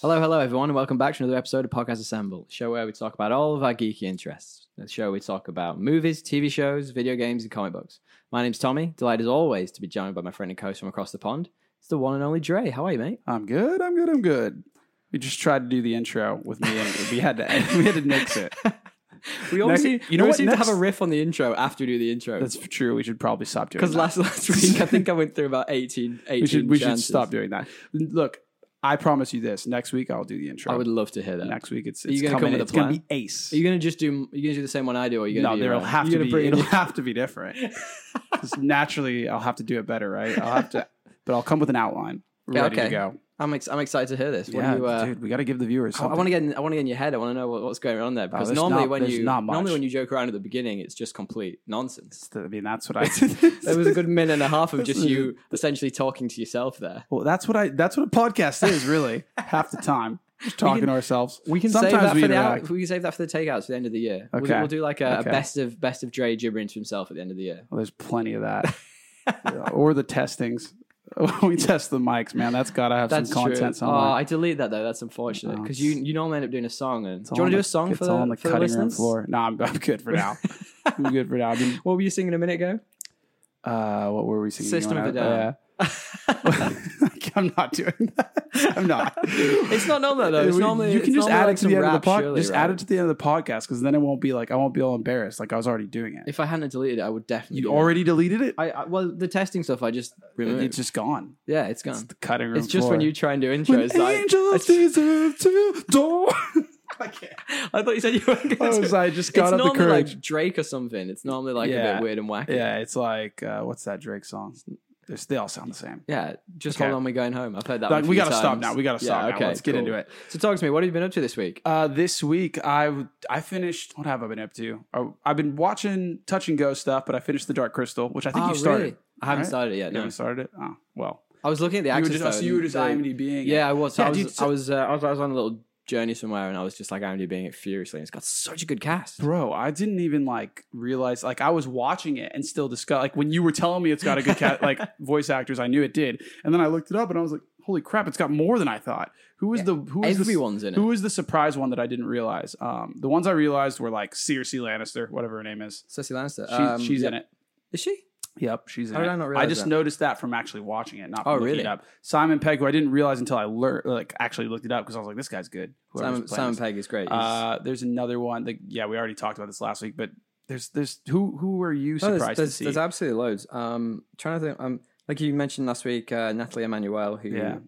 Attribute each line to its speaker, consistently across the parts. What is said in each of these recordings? Speaker 1: Hello, hello, everyone, and welcome back to another episode of Podcast Assemble, a show where we talk about all of our geeky interests. The show we talk about movies, TV shows, video games, and comic books. My name's Tommy. Delighted as always to be joined by my friend and co-host from across the pond. It's the one and only Dre. How are you, mate?
Speaker 2: I'm good. I'm good. I'm good. We just tried to do the intro with me, and we had to we had to nix it.
Speaker 1: We always,
Speaker 2: Next-
Speaker 1: seem,
Speaker 2: you know
Speaker 1: we always
Speaker 2: what,
Speaker 1: seem to
Speaker 2: next-
Speaker 1: have a riff on the intro after we do the intro.
Speaker 2: That's true. We should probably stop doing.
Speaker 1: Because
Speaker 2: that.
Speaker 1: last last week, I think I went through about 18, 18
Speaker 2: we should we
Speaker 1: chances.
Speaker 2: should stop doing that. Look, I promise you this. Next week I'll do the intro.
Speaker 1: I would love to hear that.
Speaker 2: next week it's
Speaker 1: you
Speaker 2: it's
Speaker 1: gonna come
Speaker 2: coming.
Speaker 1: with a
Speaker 2: it's gonna
Speaker 1: plan?
Speaker 2: be ace.
Speaker 1: Are you going to just do, are you going to do the same one I do? Or are you going
Speaker 2: no,
Speaker 1: do
Speaker 2: there'll
Speaker 1: your own?
Speaker 2: have
Speaker 1: You're gonna
Speaker 2: to be
Speaker 1: bring in-
Speaker 2: it'll have to be different. 'Cause naturally, I'll have to do it better, right? I'll have to, but I'll come with an outline
Speaker 1: Yeah,
Speaker 2: ready
Speaker 1: okay.
Speaker 2: to go.
Speaker 1: I'm, ex- I'm excited to hear this. What
Speaker 2: yeah,
Speaker 1: do you, uh,
Speaker 2: dude, we got to give the viewers.
Speaker 1: I- I
Speaker 2: Something.
Speaker 1: want to get in, I want to get in your head. I want to know what, what's going on there because
Speaker 2: there's
Speaker 1: normally
Speaker 2: not-
Speaker 1: when
Speaker 2: there's
Speaker 1: you
Speaker 2: not much.
Speaker 1: normally when you joke around at the beginning, it's just complete nonsense.
Speaker 2: I mean, that's what I. it
Speaker 1: There was a good minute and a half of just you essentially talking to yourself there.
Speaker 2: Well, that's what I. That's what a podcast is, really. Half the time, just talking to ourselves.
Speaker 1: We can
Speaker 2: Sometimes
Speaker 1: save that
Speaker 2: we uh,
Speaker 1: for the
Speaker 2: interact.
Speaker 1: out, we can save that for the takeouts at the end of the year. We'll,
Speaker 2: Okay.
Speaker 1: we'll do like a, a
Speaker 2: Okay.
Speaker 1: best of best of Dre gibbering to himself at the end of the year.
Speaker 2: Well, there's plenty of that, Yeah, or the testings. we test the mics, man. That's got to have
Speaker 1: That's
Speaker 2: some
Speaker 1: true.
Speaker 2: content
Speaker 1: Oh,
Speaker 2: somewhere.
Speaker 1: I delete that though. That's unfortunate
Speaker 2: No,
Speaker 1: because
Speaker 2: it's-
Speaker 1: you you normally end up doing a song. And
Speaker 2: It's
Speaker 1: do
Speaker 2: all
Speaker 1: you want to
Speaker 2: on
Speaker 1: do
Speaker 2: the-
Speaker 1: a song
Speaker 2: it's
Speaker 1: for
Speaker 2: all
Speaker 1: the,
Speaker 2: on the
Speaker 1: for the
Speaker 2: cutting room
Speaker 1: listeners?
Speaker 2: floor. No, I'm, I'm good for now. I'm good for now. I mean,
Speaker 1: What were you singing a minute ago?
Speaker 2: uh, what were we singing? You
Speaker 1: System
Speaker 2: wanna- oh,
Speaker 1: of a Down.
Speaker 2: Yeah. I'm not doing that. I'm not.
Speaker 1: It's not normal though. It's
Speaker 2: We-
Speaker 1: normally
Speaker 2: you can
Speaker 1: it's
Speaker 2: just
Speaker 1: normally
Speaker 2: add
Speaker 1: like
Speaker 2: it to
Speaker 1: some
Speaker 2: the end of the
Speaker 1: rap,
Speaker 2: podcast.
Speaker 1: surely,
Speaker 2: just add
Speaker 1: right?
Speaker 2: it to the end of the podcast because then it won't be like I won't be all embarrassed. Like I was already doing it.
Speaker 1: If I hadn't deleted it, I would definitely.
Speaker 2: You
Speaker 1: do it.
Speaker 2: already deleted it.
Speaker 1: I, I well, the testing stuff I just removed.
Speaker 2: It's just gone.
Speaker 1: yeah, it's
Speaker 2: It's
Speaker 1: gone.
Speaker 2: the cutting room.
Speaker 1: It's just when
Speaker 2: floor.
Speaker 1: you try and do intros.
Speaker 2: When
Speaker 1: like-
Speaker 2: angels
Speaker 1: I,
Speaker 2: deserve to adore. I can't.
Speaker 1: I thought you said you were going to.
Speaker 2: I was I just
Speaker 1: it's
Speaker 2: got up
Speaker 1: normally
Speaker 2: the courage.
Speaker 1: like Drake or something. It's normally like a
Speaker 2: Yeah.
Speaker 1: bit weird and wacky.
Speaker 2: yeah, it's like uh, what's that Drake song? They're- they all sound the same.
Speaker 1: Yeah, just
Speaker 2: Okay.
Speaker 1: hold on, we're going home. I've heard that.
Speaker 2: Like,
Speaker 1: one Oh, a
Speaker 2: we
Speaker 1: few
Speaker 2: gotta stop
Speaker 1: times.
Speaker 2: now. We gotta
Speaker 1: Yeah,
Speaker 2: stop. now.
Speaker 1: okay,
Speaker 2: Let's get
Speaker 1: cool.
Speaker 2: into it.
Speaker 1: So talk to me. What have you been up to this week?
Speaker 2: Uh, this week I w- I finished. What have I been up to? Oh, I've been watching Touch and Go stuff, but I finished The Dark Crystal, which I think
Speaker 1: Oh,
Speaker 2: you started.
Speaker 1: really? I haven't
Speaker 2: right?
Speaker 1: started it yet.
Speaker 2: You
Speaker 1: No,
Speaker 2: haven't started it. Oh well,
Speaker 1: I was looking at the
Speaker 2: you were
Speaker 1: access.
Speaker 2: just,
Speaker 1: though,
Speaker 2: oh, so you were just
Speaker 1: and the-
Speaker 2: IMDbing.
Speaker 1: Yeah, I was. I
Speaker 2: Yeah,
Speaker 1: was.
Speaker 2: dude,
Speaker 1: I
Speaker 2: so-
Speaker 1: was. Uh, I was. I was on a little journey somewhere, and I was just like IMDbing it furiously. And it's got such a good cast.
Speaker 2: bro, I didn't even like realize. Like I was watching it and still discuss. Like when you were telling me it's got a good cat, like voice actors, I knew it did. And then I looked it up and I was like, holy crap, it's got more than I thought. Who was
Speaker 1: Yeah,
Speaker 2: the who was the
Speaker 1: Everyone's in it.
Speaker 2: who was the surprise one that I didn't realize? Um, the ones I realized were like Cersei Lannister, whatever her name is.
Speaker 1: Cersei Lannister.
Speaker 2: She's, she's in it.
Speaker 1: Is she?
Speaker 2: Yep, she's in
Speaker 1: Um, How
Speaker 2: it.
Speaker 1: did I not realize
Speaker 2: just
Speaker 1: that?
Speaker 2: noticed that from actually watching it, not
Speaker 1: Oh,
Speaker 2: from looking
Speaker 1: really?
Speaker 2: it up. Simon Pegg, who I didn't realize until I learned, like actually looked it up because I was like, this guy's good. whoever's
Speaker 1: Simon,
Speaker 2: playing
Speaker 1: Simon
Speaker 2: this.
Speaker 1: Pegg is great. He's-
Speaker 2: Uh, there's another one. That, yeah, we already talked about this last week, but there's there's who who were you
Speaker 1: No,
Speaker 2: surprised
Speaker 1: oh, there's, there's,
Speaker 2: to see?
Speaker 1: there's absolutely loads. Um, trying to think. Um, like you mentioned last week, uh, Natalie Emmanuel, who
Speaker 2: Yeah.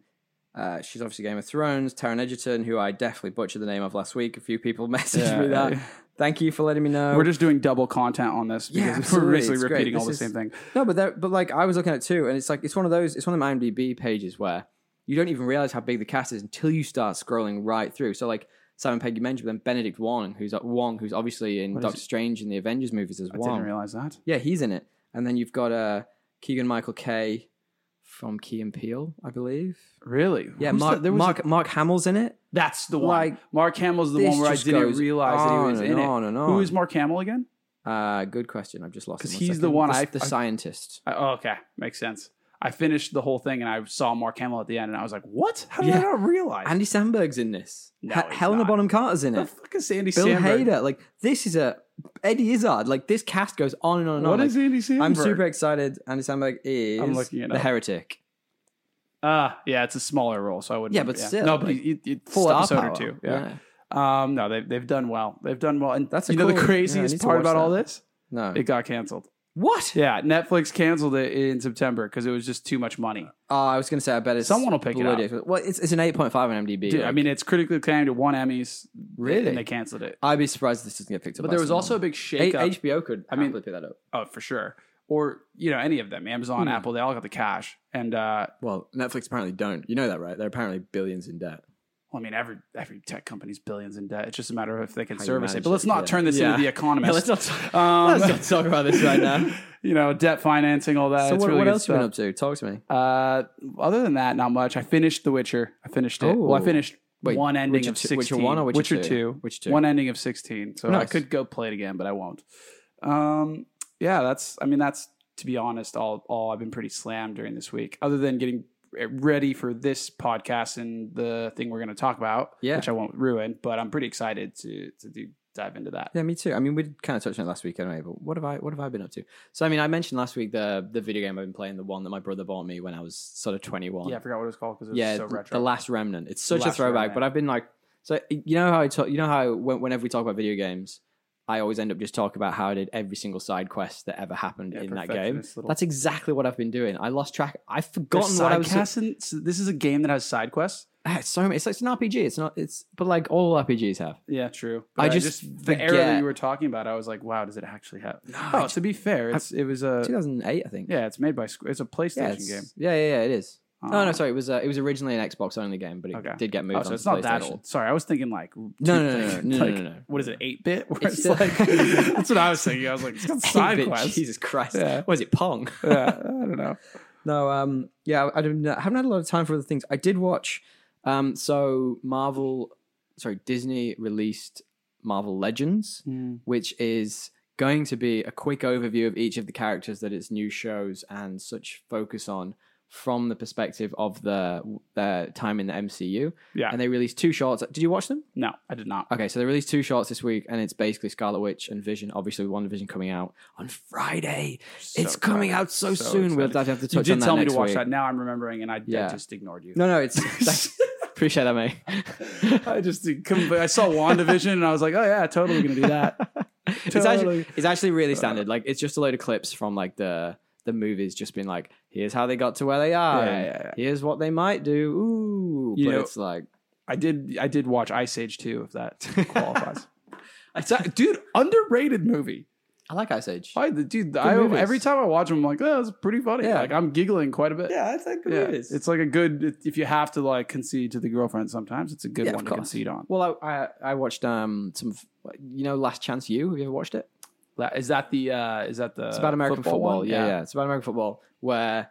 Speaker 1: uh, she's obviously Game of Thrones. Taryn Edgerton, who I definitely butchered the name of last week. A few people messaged
Speaker 2: Yeah,
Speaker 1: me that.
Speaker 2: yeah.
Speaker 1: Thank you for letting me know.
Speaker 2: We're just doing double content on this
Speaker 1: Yeah,
Speaker 2: because we're
Speaker 1: absolutely.
Speaker 2: basically
Speaker 1: It's great.
Speaker 2: repeating all the
Speaker 1: This
Speaker 2: same
Speaker 1: is-
Speaker 2: thing.
Speaker 1: no, but there- but like I was looking at it too, and it's like it's one of those. It's one of them IMDb pages where you don't even realize how big the cast is until you start scrolling right through. So like. Simon Pegg, you mentioned, but then Benedict Wong, who's uh, Wong, who's obviously in
Speaker 2: What is
Speaker 1: Doctor
Speaker 2: it?
Speaker 1: Strange and the Avengers movies as
Speaker 2: I
Speaker 1: Wong.
Speaker 2: didn't realize that.
Speaker 1: Yeah, he's in it. And then you've got uh, Keegan Michael Kay from Key and Peele, I believe.
Speaker 2: Really?
Speaker 1: Yeah,
Speaker 2: Who's
Speaker 1: Mark
Speaker 2: the- there was a-
Speaker 1: Mark Mark Hamill's in it.
Speaker 2: that's the one.
Speaker 1: like,
Speaker 2: Mark Hamill's the one
Speaker 1: this
Speaker 2: where I
Speaker 1: just
Speaker 2: didn't
Speaker 1: goes
Speaker 2: realize that he was
Speaker 1: on
Speaker 2: in
Speaker 1: and
Speaker 2: it.
Speaker 1: on and
Speaker 2: Who
Speaker 1: on.
Speaker 2: is Mark Hamill again?
Speaker 1: Uh, good question. I've just lost.
Speaker 2: 'Cause
Speaker 1: it. One
Speaker 2: he's
Speaker 1: second.
Speaker 2: the one
Speaker 1: the,
Speaker 2: I-
Speaker 1: the
Speaker 2: I-
Speaker 1: scientist.
Speaker 2: I, oh, okay, makes sense. I finished the whole thing and I saw Mark Hamill at the end and I was like, "What? How did
Speaker 1: Yeah.
Speaker 2: I not realize?"
Speaker 1: Andy Sandberg's in this.
Speaker 2: No, he's
Speaker 1: Helena
Speaker 2: not.
Speaker 1: Bonham Carter's in
Speaker 2: the
Speaker 1: it.
Speaker 2: fuck is Andy
Speaker 1: Bill
Speaker 2: Sandberg?
Speaker 1: Hader. Like this is a Eddie Izzard. Like this cast goes on and on and on.
Speaker 2: What
Speaker 1: Like,
Speaker 2: is Andy Sandberg?
Speaker 1: I'm super excited. Andy Sandberg is
Speaker 2: looking it
Speaker 1: the
Speaker 2: up.
Speaker 1: heretic.
Speaker 2: Ah, yeah, it's a smaller role, so I wouldn't.
Speaker 1: Yeah, but still,
Speaker 2: no, but
Speaker 1: like,
Speaker 2: it, it, full
Speaker 1: Full
Speaker 2: episode or two. Yeah. Um, no, they've they've done well. They've done well, and
Speaker 1: That's a
Speaker 2: you know
Speaker 1: cool- yeah,
Speaker 2: the
Speaker 1: I
Speaker 2: craziest
Speaker 1: need to
Speaker 2: part
Speaker 1: watch
Speaker 2: about
Speaker 1: that.
Speaker 2: all this,
Speaker 1: No.
Speaker 2: it got canceled.
Speaker 1: what?
Speaker 2: Yeah, Netflix canceled it in September because it was just too much money.
Speaker 1: Oh, I was gonna say. I bet it's
Speaker 2: Someone will pick it up.
Speaker 1: bloody- Well, it's, it's an 8.5 on MDB.
Speaker 2: Dude, I mean, it's critically acclaimed. It won Emmys,
Speaker 1: Really?
Speaker 2: and they canceled it.
Speaker 1: I'd be surprised if this doesn't get picked up. by
Speaker 2: But there was
Speaker 1: someone.
Speaker 2: also a big
Speaker 1: A-
Speaker 2: shakeup.
Speaker 1: HBO could. I
Speaker 2: I mean-
Speaker 1: mean, pick that up.
Speaker 2: Oh, for sure. Or you know, any of them, Amazon,
Speaker 1: Hmm.
Speaker 2: Apple, they all got the cash. And uh,
Speaker 1: Well, Netflix apparently don't. You know that, right? They're apparently billions in debt.
Speaker 2: well, I mean, every every tech company's billions in debt. It's just a matter of if they can
Speaker 1: How you
Speaker 2: service it.
Speaker 1: manage
Speaker 2: But let's
Speaker 1: it,
Speaker 2: not
Speaker 1: yeah.
Speaker 2: turn this
Speaker 1: Yeah.
Speaker 2: into the Economist.
Speaker 1: not talk,
Speaker 2: um,
Speaker 1: talk about this
Speaker 2: you know, debt financing, all that.
Speaker 1: uh, so,
Speaker 2: it's
Speaker 1: what,
Speaker 2: really
Speaker 1: what
Speaker 2: good
Speaker 1: else
Speaker 2: stuff.
Speaker 1: you been up to? Talk to me.
Speaker 2: Uh, other than that, not much. I finished The Witcher. I finished it.
Speaker 1: Oh.
Speaker 2: Well, I finished
Speaker 1: Wait,
Speaker 2: one ending
Speaker 1: Witcher
Speaker 2: of
Speaker 1: two-
Speaker 2: sixteen.
Speaker 1: Witcher one or Witcher
Speaker 2: Witcher
Speaker 1: two? e-
Speaker 2: two?
Speaker 1: Witcher two.
Speaker 2: One ending of sixteen. So I
Speaker 1: Nice.
Speaker 2: could go play it again, but I won't. Um, yeah, that's. I mean, that's to be honest. All all I've been pretty slammed during this week, other than getting ready for this podcast and the thing we're going to talk about,
Speaker 1: Yeah.
Speaker 2: which I won't ruin, but I'm pretty excited to to do, dive into that.
Speaker 1: Yeah, me too. I mean, we kind of touched on it last week anyway. But what have I what have I been up to? So, I mean, I mentioned last week the the video game I've been playing, the one that my brother bought me when I was sort of twenty one.
Speaker 2: Yeah, I forgot what it was called because it was
Speaker 1: yeah,
Speaker 2: so
Speaker 1: th-
Speaker 2: retro.
Speaker 1: the Last Remnant. It's such a
Speaker 2: Last
Speaker 1: throwback.
Speaker 2: Remnant.
Speaker 1: But I've been like, so you know how I talk, you know how I- when, whenever we talk about video games, I always end up just talking about how I did every single side quest that ever happened
Speaker 2: Yeah,
Speaker 1: in that game.
Speaker 2: perfectionist little-
Speaker 1: That's exactly what I've been doing. I lost track. I've
Speaker 2: There's
Speaker 1: forgotten what I was.
Speaker 2: side quests in- so this is a game that has side quests.
Speaker 1: Ah, it's so many- it's like it's an RPG. It's not. It's but like all RPGs have.
Speaker 2: Yeah, true.
Speaker 1: I
Speaker 2: But
Speaker 1: just
Speaker 2: the era that
Speaker 1: forget.
Speaker 2: you were talking about. I was like, wow, does it actually have?
Speaker 1: No,
Speaker 2: Oh, to be fair, it's, it was a
Speaker 1: 2008, I think.
Speaker 2: Uh, yeah, it's made by Squ- it's a
Speaker 1: yeah,
Speaker 2: PlayStation
Speaker 1: it's-
Speaker 2: game.
Speaker 1: yeah, yeah, yeah, it is. Oh
Speaker 2: Uh,
Speaker 1: no, sorry. It was uh, it was originally an Xbox only game, but it
Speaker 2: Okay.
Speaker 1: did get moved
Speaker 2: Oh,
Speaker 1: on
Speaker 2: so
Speaker 1: to
Speaker 2: it's not that
Speaker 1: PlayStation.
Speaker 2: old. Sorry, I was thinking like no,
Speaker 1: No, no, no, no, no, no,
Speaker 2: like,
Speaker 1: no, no.
Speaker 2: What is it, eight bit? Where
Speaker 1: It's
Speaker 2: it's,
Speaker 1: still-
Speaker 2: like that's what I was thinking. I was like, it's got side
Speaker 1: 8-bit,
Speaker 2: quests.
Speaker 1: Jesus Christ!
Speaker 2: Yeah.
Speaker 1: What is it? Pong.
Speaker 2: Yeah, I don't know.
Speaker 1: No, um, yeah, I, I don't, I haven't had a lot of time for other things. I did watch, um, so Marvel, sorry, Disney released Marvel Legends,
Speaker 2: Hmm.
Speaker 1: which is going to be a quick overview of each of the characters that its new shows and such focus on from the perspective of the their time in the MCU.
Speaker 2: Yeah.
Speaker 1: and they released two shorts. Did you watch them?
Speaker 2: No, I did not.
Speaker 1: Okay, so they released two shorts this week, and it's basically Scarlet Witch and Vision. Obviously, Wonder Vision coming out on Friday. it's
Speaker 2: So
Speaker 1: coming
Speaker 2: excited.
Speaker 1: out so,
Speaker 2: So
Speaker 1: soon. We'll
Speaker 2: excited.
Speaker 1: have to
Speaker 2: You
Speaker 1: touch on
Speaker 2: did
Speaker 1: that
Speaker 2: tell me
Speaker 1: next
Speaker 2: to watch
Speaker 1: week.
Speaker 2: that. Now I'm remembering, and I, I
Speaker 1: Yeah.
Speaker 2: just ignored you.
Speaker 1: No, no, it's thanks. appreciate that, mate.
Speaker 2: I just I saw WandaVision, and I was like, oh yeah, totally gonna do that.
Speaker 1: It's actually
Speaker 2: Totally.
Speaker 1: it's actually really standard. Like it's just a load of clips from like the the movies, just being like, here's how they got to where they are.
Speaker 2: Yeah,
Speaker 1: and
Speaker 2: yeah, yeah.
Speaker 1: Here's what they might do. Ooh,
Speaker 2: You
Speaker 1: but
Speaker 2: know-
Speaker 1: it's like
Speaker 2: I did. I did watch Ice Age 2, if that qualifies. It's a- dude, underrated movie.
Speaker 1: I like Ice Age.
Speaker 2: I, the- dude, I,
Speaker 1: movies.
Speaker 2: every time I watch them, I'm like, oh, that's pretty funny.
Speaker 1: Yeah.
Speaker 2: Like I'm giggling quite a bit.
Speaker 1: Yeah, it's like
Speaker 2: Yeah, it's like a good. If you have to like concede to the girlfriend, sometimes it's a good
Speaker 1: Yeah, of
Speaker 2: one to
Speaker 1: course.
Speaker 2: concede on.
Speaker 1: Well, I, I I watched um some f- you know Last Chance You. Have you ever watched it?
Speaker 2: Is that the? uh Is that the?
Speaker 1: It's about American football. Yeah, yeah, It's about American football where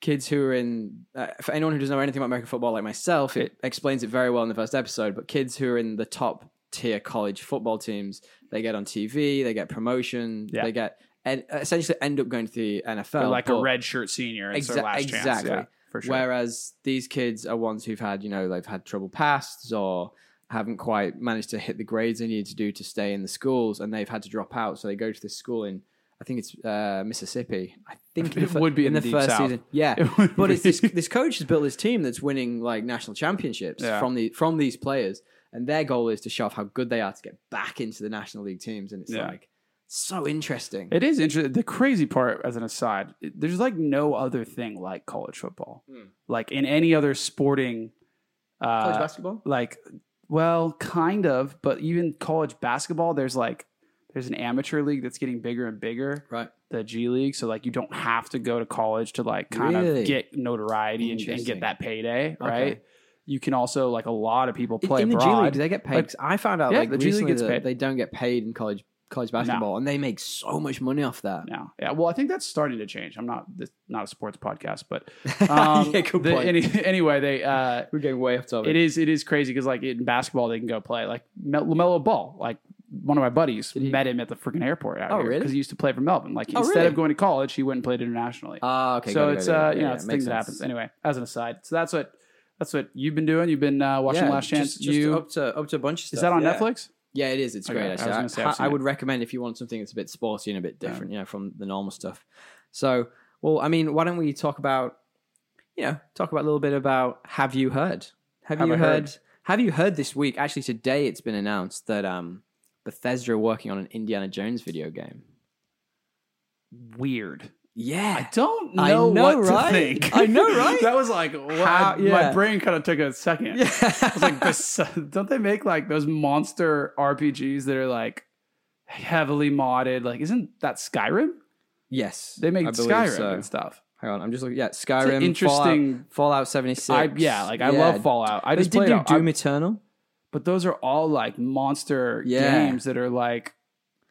Speaker 1: kids who are in, uh, for anyone who doesn't know anything about American football like myself, it explains it very well in the first episode. But kids who are in the top tier college football teams, they get on TV, they get promotion,
Speaker 2: Yeah.
Speaker 1: they get, and essentially end up going to the NFL.
Speaker 2: They're like
Speaker 1: but-
Speaker 2: a red shirt senior. It's
Speaker 1: Exa-
Speaker 2: their last chance.
Speaker 1: exactly.
Speaker 2: Yeah, for sure.
Speaker 1: Whereas these kids are ones who've had, you know, they've had trouble pasts or haven't quite managed to hit the grades they need to do to stay in the schools and they've had to drop out. So they go to this school in, I think it's uh, Mississippi. I think in the
Speaker 2: It
Speaker 1: fir-
Speaker 2: would be in the Deep South.
Speaker 1: Yeah.
Speaker 2: It would
Speaker 1: But it's
Speaker 2: be-
Speaker 1: this, this coach has built this team that's winning like national championships
Speaker 2: Yeah.
Speaker 1: from the from these players. And their goal is to show off how good they are to get back into the National League teams. And it's
Speaker 2: Yeah.
Speaker 1: like so interesting.
Speaker 2: It is interesting. The crazy part, as an aside, it- there's like no other thing like college football.
Speaker 1: Hmm.
Speaker 2: Like in any other sporting,
Speaker 1: College
Speaker 2: uh,
Speaker 1: basketball?
Speaker 2: like, well, kind of, but even college basketball, there's like, there's an amateur league that's getting bigger and bigger,
Speaker 1: Right.
Speaker 2: the G League. So like, you don't have to go to college to like kind
Speaker 1: Really?
Speaker 2: of get notoriety and, and
Speaker 1: Interesting.
Speaker 2: get that payday,
Speaker 1: Okay.
Speaker 2: right? You can also like a lot of people
Speaker 1: In-
Speaker 2: play
Speaker 1: in the G League.
Speaker 2: abroad.
Speaker 1: Do they get paid?
Speaker 2: Like-
Speaker 1: 'Cause I found out
Speaker 2: Yeah,
Speaker 1: like
Speaker 2: the G League
Speaker 1: recently
Speaker 2: gets
Speaker 1: that
Speaker 2: paid.
Speaker 1: they don't get paid in college college basketball, and they make so much money off that.
Speaker 2: now. Yeah, well, I think that's starting to change. I'm not this, not a sports podcast, but
Speaker 1: Um,
Speaker 2: um,
Speaker 1: yeah, good
Speaker 2: the-
Speaker 1: point.
Speaker 2: any- anyway, they uh,
Speaker 1: We're getting way off topic.
Speaker 2: it is it is crazy because like in basketball they can go play like Mel- Lamelo Ball. Like one of my buddies
Speaker 1: he-
Speaker 2: met him at the freaking airport out
Speaker 1: Oh,
Speaker 2: here
Speaker 1: really?
Speaker 2: because he used to play for Melbourne. Like
Speaker 1: Oh,
Speaker 2: instead
Speaker 1: really?
Speaker 2: of going to college, he went and played internationally.
Speaker 1: Ah, okay.
Speaker 2: so
Speaker 1: got it,
Speaker 2: it's
Speaker 1: got it, got
Speaker 2: uh
Speaker 1: it.
Speaker 2: you
Speaker 1: Yeah,
Speaker 2: know
Speaker 1: yeah,
Speaker 2: it's
Speaker 1: it
Speaker 2: a thing
Speaker 1: makes
Speaker 2: that
Speaker 1: sense.
Speaker 2: happens. Anyway, as an aside, so that's what that's what you've been doing. You've been uh, watching
Speaker 1: Yeah,
Speaker 2: Last Chance.
Speaker 1: just- just
Speaker 2: you
Speaker 1: up to up to a bunch. Of
Speaker 2: is
Speaker 1: stuff,
Speaker 2: that on
Speaker 1: yeah.
Speaker 2: Netflix?
Speaker 1: Yeah, it is. It's
Speaker 2: Okay,
Speaker 1: great.
Speaker 2: I was
Speaker 1: Actually, I,
Speaker 2: gonna say, I've
Speaker 1: I- I
Speaker 2: seen
Speaker 1: would recommend if you want something that's a bit sporty and a bit
Speaker 2: Yeah.
Speaker 1: different, you know, from the normal stuff. So, well, I mean, why don't we talk about, you know, talk about a little bit about have you heard? Have,
Speaker 2: Have
Speaker 1: you
Speaker 2: I
Speaker 1: heard,
Speaker 2: heard?
Speaker 1: Have you heard this week? Actually, today it's been announced that um, Bethesda are working on an Indiana Jones video game.
Speaker 2: Weird. I
Speaker 1: Yeah,
Speaker 2: don't know,
Speaker 1: I know,
Speaker 2: what
Speaker 1: right?
Speaker 2: to think.
Speaker 1: I know, right?
Speaker 2: that was like wow.
Speaker 1: yeah.
Speaker 2: My brain kind of took a second.
Speaker 1: yeah.
Speaker 2: I was like, "Bes- don't they make like those monster RPGs that are like heavily modded? Like, isn't that Skyrim?
Speaker 1: yes,
Speaker 2: They make
Speaker 1: I believe
Speaker 2: Skyrim
Speaker 1: so.
Speaker 2: and stuff.
Speaker 1: Hang on, I'm just looking. Yeah, Skyrim, interesting.
Speaker 2: interesting-
Speaker 1: Fallout, 76.
Speaker 2: I, yeah, like I
Speaker 1: Yeah.
Speaker 2: love Fallout. I
Speaker 1: They
Speaker 2: just
Speaker 1: did
Speaker 2: played
Speaker 1: do
Speaker 2: out- I-
Speaker 1: Doom Eternal.
Speaker 2: but those are all like monster
Speaker 1: Yeah.
Speaker 2: games that are like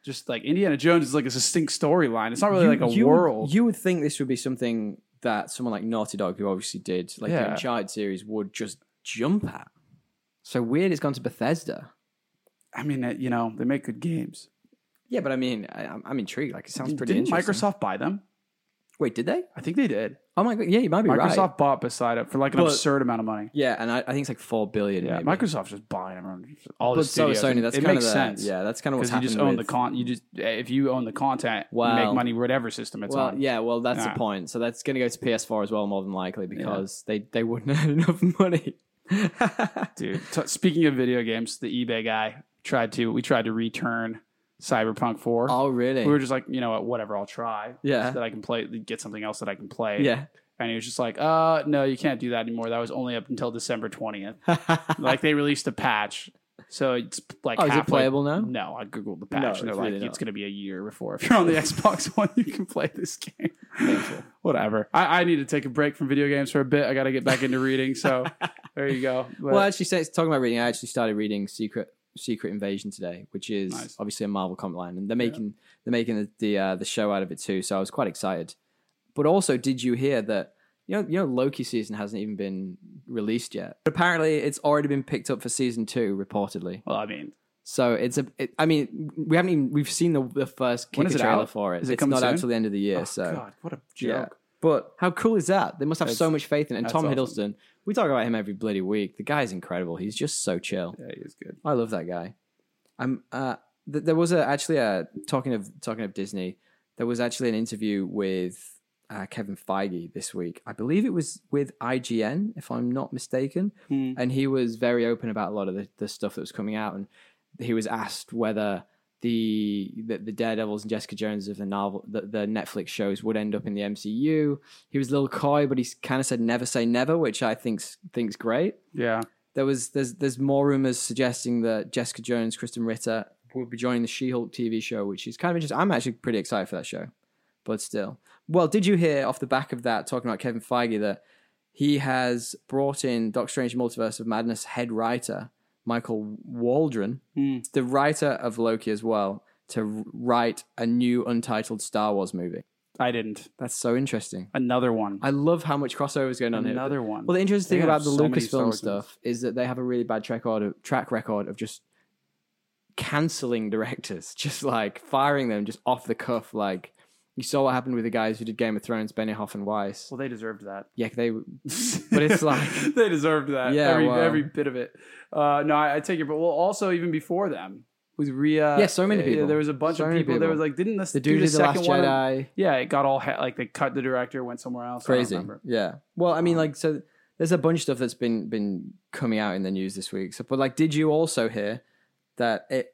Speaker 2: just like Indiana Jones is like a distinct storyline. It's not really
Speaker 1: You-
Speaker 2: like a
Speaker 1: you would-
Speaker 2: world.
Speaker 1: you would think this would be something that someone like Naughty Dog, who obviously did like the
Speaker 2: Yeah.
Speaker 1: Uncharted series, would just jump at. So weird, it's gone to Bethesda.
Speaker 2: I mean, uh, you know, they make good games.
Speaker 1: Yeah, but I mean, I, I'm- I'm intrigued. Like it sounds pretty
Speaker 2: Didn't
Speaker 1: interesting.
Speaker 2: Microsoft buy them?
Speaker 1: Wait, did they?
Speaker 2: I think they did.
Speaker 1: Oh my god! Yeah, you might be
Speaker 2: Microsoft
Speaker 1: right.
Speaker 2: bought Beside it for like an
Speaker 1: But-
Speaker 2: absurd amount of money.
Speaker 1: Yeah, and I, I think it's like four billion.
Speaker 2: Yeah,
Speaker 1: maybe.
Speaker 2: Microsoft's just buying them. All the
Speaker 1: But so is
Speaker 2: studios.
Speaker 1: Sony. That's
Speaker 2: it
Speaker 1: kind
Speaker 2: makes
Speaker 1: of the,
Speaker 2: sense.
Speaker 1: Yeah, that's kind of what's
Speaker 2: because
Speaker 1: happening.
Speaker 2: you just own
Speaker 1: with-
Speaker 2: the con. You just if you own the content, you
Speaker 1: Well-
Speaker 2: make money whatever system it's
Speaker 1: well,
Speaker 2: on.
Speaker 1: yeah, well, that's the
Speaker 2: Yeah.
Speaker 1: point. So that's going to go to PS4 as well, more than likely, because they, they wouldn't have enough money.
Speaker 2: Dude, t- speaking of video games, the eBay guy tried to. We tried to return Cyberpunk Four.
Speaker 1: oh, really?
Speaker 2: We were just like, you know what, whatever, I'll try.
Speaker 1: Yeah.
Speaker 2: so that I can play, get something else that I can play.
Speaker 1: yeah.
Speaker 2: and he was just like, uh, no, you can't do that anymore. That was only up until December twentieth. like they released a patch, so it's like
Speaker 1: oh, is it
Speaker 2: halfway-
Speaker 1: playable now?
Speaker 2: No, I googled the
Speaker 1: No,
Speaker 2: patch,
Speaker 1: it's
Speaker 2: and they're
Speaker 1: really
Speaker 2: like,
Speaker 1: not.
Speaker 2: it's going to be a year before if you're on the Xbox One, you can play this game.
Speaker 1: Painful.
Speaker 2: Whatever. I, I need to take a break from video games for a bit. I got to get back into reading. So there you go. But-
Speaker 1: Well, actually, since talking about reading, I actually started reading Secret Secret Invasion today, which is
Speaker 2: Nice.
Speaker 1: obviously a Marvel comic line, and they're
Speaker 2: Yeah.
Speaker 1: making they're making the the, uh, the show out of it too. So I was quite excited. But also, did you hear that? You know, you know, Loki season hasn't even been released yet. But apparently, it's already been picked up for season two, reportedly.
Speaker 2: well, I mean,
Speaker 1: So it's a. It, I mean, we haven't even we've seen the, the first
Speaker 2: When
Speaker 1: kicker
Speaker 2: is it
Speaker 1: trailer
Speaker 2: out?
Speaker 1: for it.
Speaker 2: Is it
Speaker 1: it's
Speaker 2: coming
Speaker 1: not out
Speaker 2: soon?
Speaker 1: till the end of the year.
Speaker 2: oh,
Speaker 1: so
Speaker 2: God, what a joke.
Speaker 1: yeah. But how cool is that? They must have
Speaker 2: That's-
Speaker 1: so much faith in it. And
Speaker 2: that's
Speaker 1: Tom
Speaker 2: awesome.
Speaker 1: Hiddleston, we talk about him every bloody week. The guy's incredible. He's just so chill.
Speaker 2: Yeah, he is good.
Speaker 1: I love that guy. I'm. Uh, th- there was a, actually a talking of talking of Disney. There was actually an interview with uh, Kevin Feige this week. I believe it was with IGN, if I'm not mistaken
Speaker 2: Hmm.
Speaker 1: and he was very open about a lot of the, the stuff that was coming out and he was asked whether the the, the daredevils and jessica jones of the novel the, the netflix shows would end up in the mcu he was a little coy but he kind of said never say never which i think thinks great
Speaker 2: Yeah.
Speaker 1: there was there's there's more rumors suggesting that jessica jones kristen ritter will be joining the she-hulk tv show which is kind of interesting i'm actually pretty excited for that show but still well did you hear off the back of that talking about kevin feige that he has brought in Doctor Strange Multiverse of Madness head writer Michael Waldron,
Speaker 2: Hmm.
Speaker 1: the writer of Loki as well, to write a new untitled Star Wars movie.
Speaker 2: I didn't.
Speaker 1: That's so interesting.
Speaker 2: Another one.
Speaker 1: I love how much crossover is going on here.
Speaker 2: Another one.
Speaker 1: Well, the interesting
Speaker 2: They
Speaker 1: thing about
Speaker 2: have
Speaker 1: the
Speaker 2: so many Star
Speaker 1: Lucasfilm
Speaker 2: Wars
Speaker 1: stuff is that they have a really bad track record of, track record of just canceling directors, just like firing them, just off the cuff. Like you saw what happened with the guys who did Game of Thrones, Benioff and Weiss.
Speaker 2: well, they deserved that.
Speaker 1: Yeah, they
Speaker 2: but
Speaker 1: it's like-
Speaker 2: they deserved that.
Speaker 1: Yeah,
Speaker 2: every
Speaker 1: well.
Speaker 2: every bit of it. Uh, no, I, I take it. But well, also even before them with Rhea.
Speaker 1: Yeah, so many
Speaker 2: uh,
Speaker 1: people.
Speaker 2: there was a bunch
Speaker 1: So
Speaker 2: of
Speaker 1: many
Speaker 2: people. There
Speaker 1: people.
Speaker 2: was like, didn't this
Speaker 1: the dude who
Speaker 2: do the
Speaker 1: did the
Speaker 2: second
Speaker 1: Last
Speaker 2: one?
Speaker 1: Jedi.
Speaker 2: Yeah, it got all ha- like they cut the director, went somewhere else. I don't
Speaker 1: crazy
Speaker 2: remember.
Speaker 1: yeah well i mean
Speaker 2: Um,
Speaker 1: like so there's a bunch of stuff that's been been coming out in the news this week so but like did you also hear that it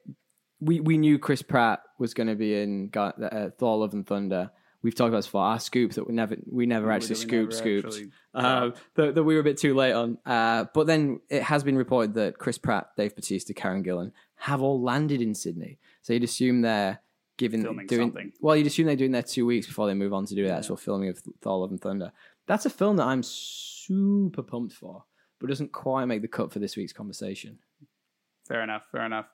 Speaker 1: we we knew chris pratt was going to be in Ga- uh, thor love and thunder we've talked about this before our scoop that we never we never actually scoop
Speaker 2: Literally never
Speaker 1: scooped
Speaker 2: actually-
Speaker 1: um, that, that we were a bit too late on. Uh, but then it has been reported that Chris Pratt, Dave Bautista, Karen Gillan have all landed in Sydney. So you'd assume they're giving
Speaker 2: Filming
Speaker 1: doing,
Speaker 2: something.
Speaker 1: Well, you'd assume they're doing their two weeks before they move on to do the
Speaker 2: Yeah.
Speaker 1: actual filming of Thor: Love and Thunder. That's a film that I'm super pumped for, but doesn't quite make the cut for this week's conversation.
Speaker 2: Fair enough. Fair enough.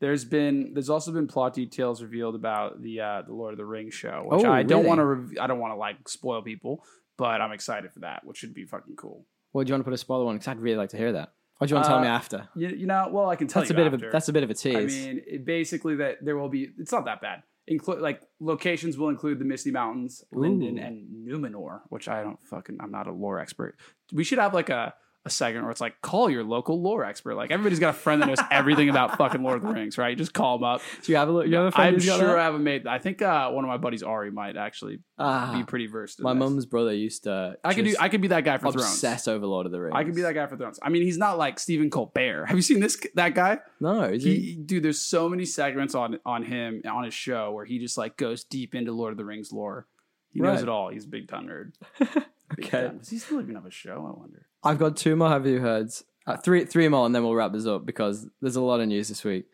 Speaker 2: There's been there's also been plot details revealed about the uh, the Lord of the Rings show, which
Speaker 1: Oh,
Speaker 2: I don't
Speaker 1: really?
Speaker 2: want to rev I don't want to like spoil people, but I'm excited for that, which should be fucking cool.
Speaker 1: Well, do you want to put a spoiler on? Because I'd really like to hear that. Or do you want to tell
Speaker 2: Uh,
Speaker 1: me after?
Speaker 2: You, you know, well I can tell
Speaker 1: That's a
Speaker 2: you
Speaker 1: bit of
Speaker 2: after.
Speaker 1: a that's a bit of a tease.
Speaker 2: I mean, it basically that there will be. It's not that bad. Include like locations will include the Misty Mountains, Linden,
Speaker 1: Ooh.
Speaker 2: and Numenor, which I don't fucking. I'm not a lore expert. We should have like a a segment where it's like call your local lore expert. Like everybody's got a friend that knows everything about fucking Lord of the Rings, right? You just call them up.
Speaker 1: do you have a look? You have a friend
Speaker 2: I'm
Speaker 1: who's got
Speaker 2: sure
Speaker 1: that?
Speaker 2: I haven't made. I think uh, one of my buddies Ari might actually
Speaker 1: Ah,
Speaker 2: be pretty versed. In
Speaker 1: my
Speaker 2: this.
Speaker 1: mum's brother used to.
Speaker 2: I could do.
Speaker 1: just-
Speaker 2: I could be that guy for Thrones.
Speaker 1: obsess over Lord of the Rings.
Speaker 2: I could be that guy for Thrones. I mean, he's not like Stephen Colbert. Have you seen this that guy?
Speaker 1: No, is he?
Speaker 2: he, dude, there's so many segments on on him on his show where he just like goes deep into Lord of the Rings lore. He knows
Speaker 1: Right.
Speaker 2: it all. He's a big time nerd. Big
Speaker 1: Okay.
Speaker 2: time. Does he still even have a show? I wonder.
Speaker 1: I've got two more. Have you heard? Uh, three, three more, and then we'll wrap this up because there's a lot of news this week.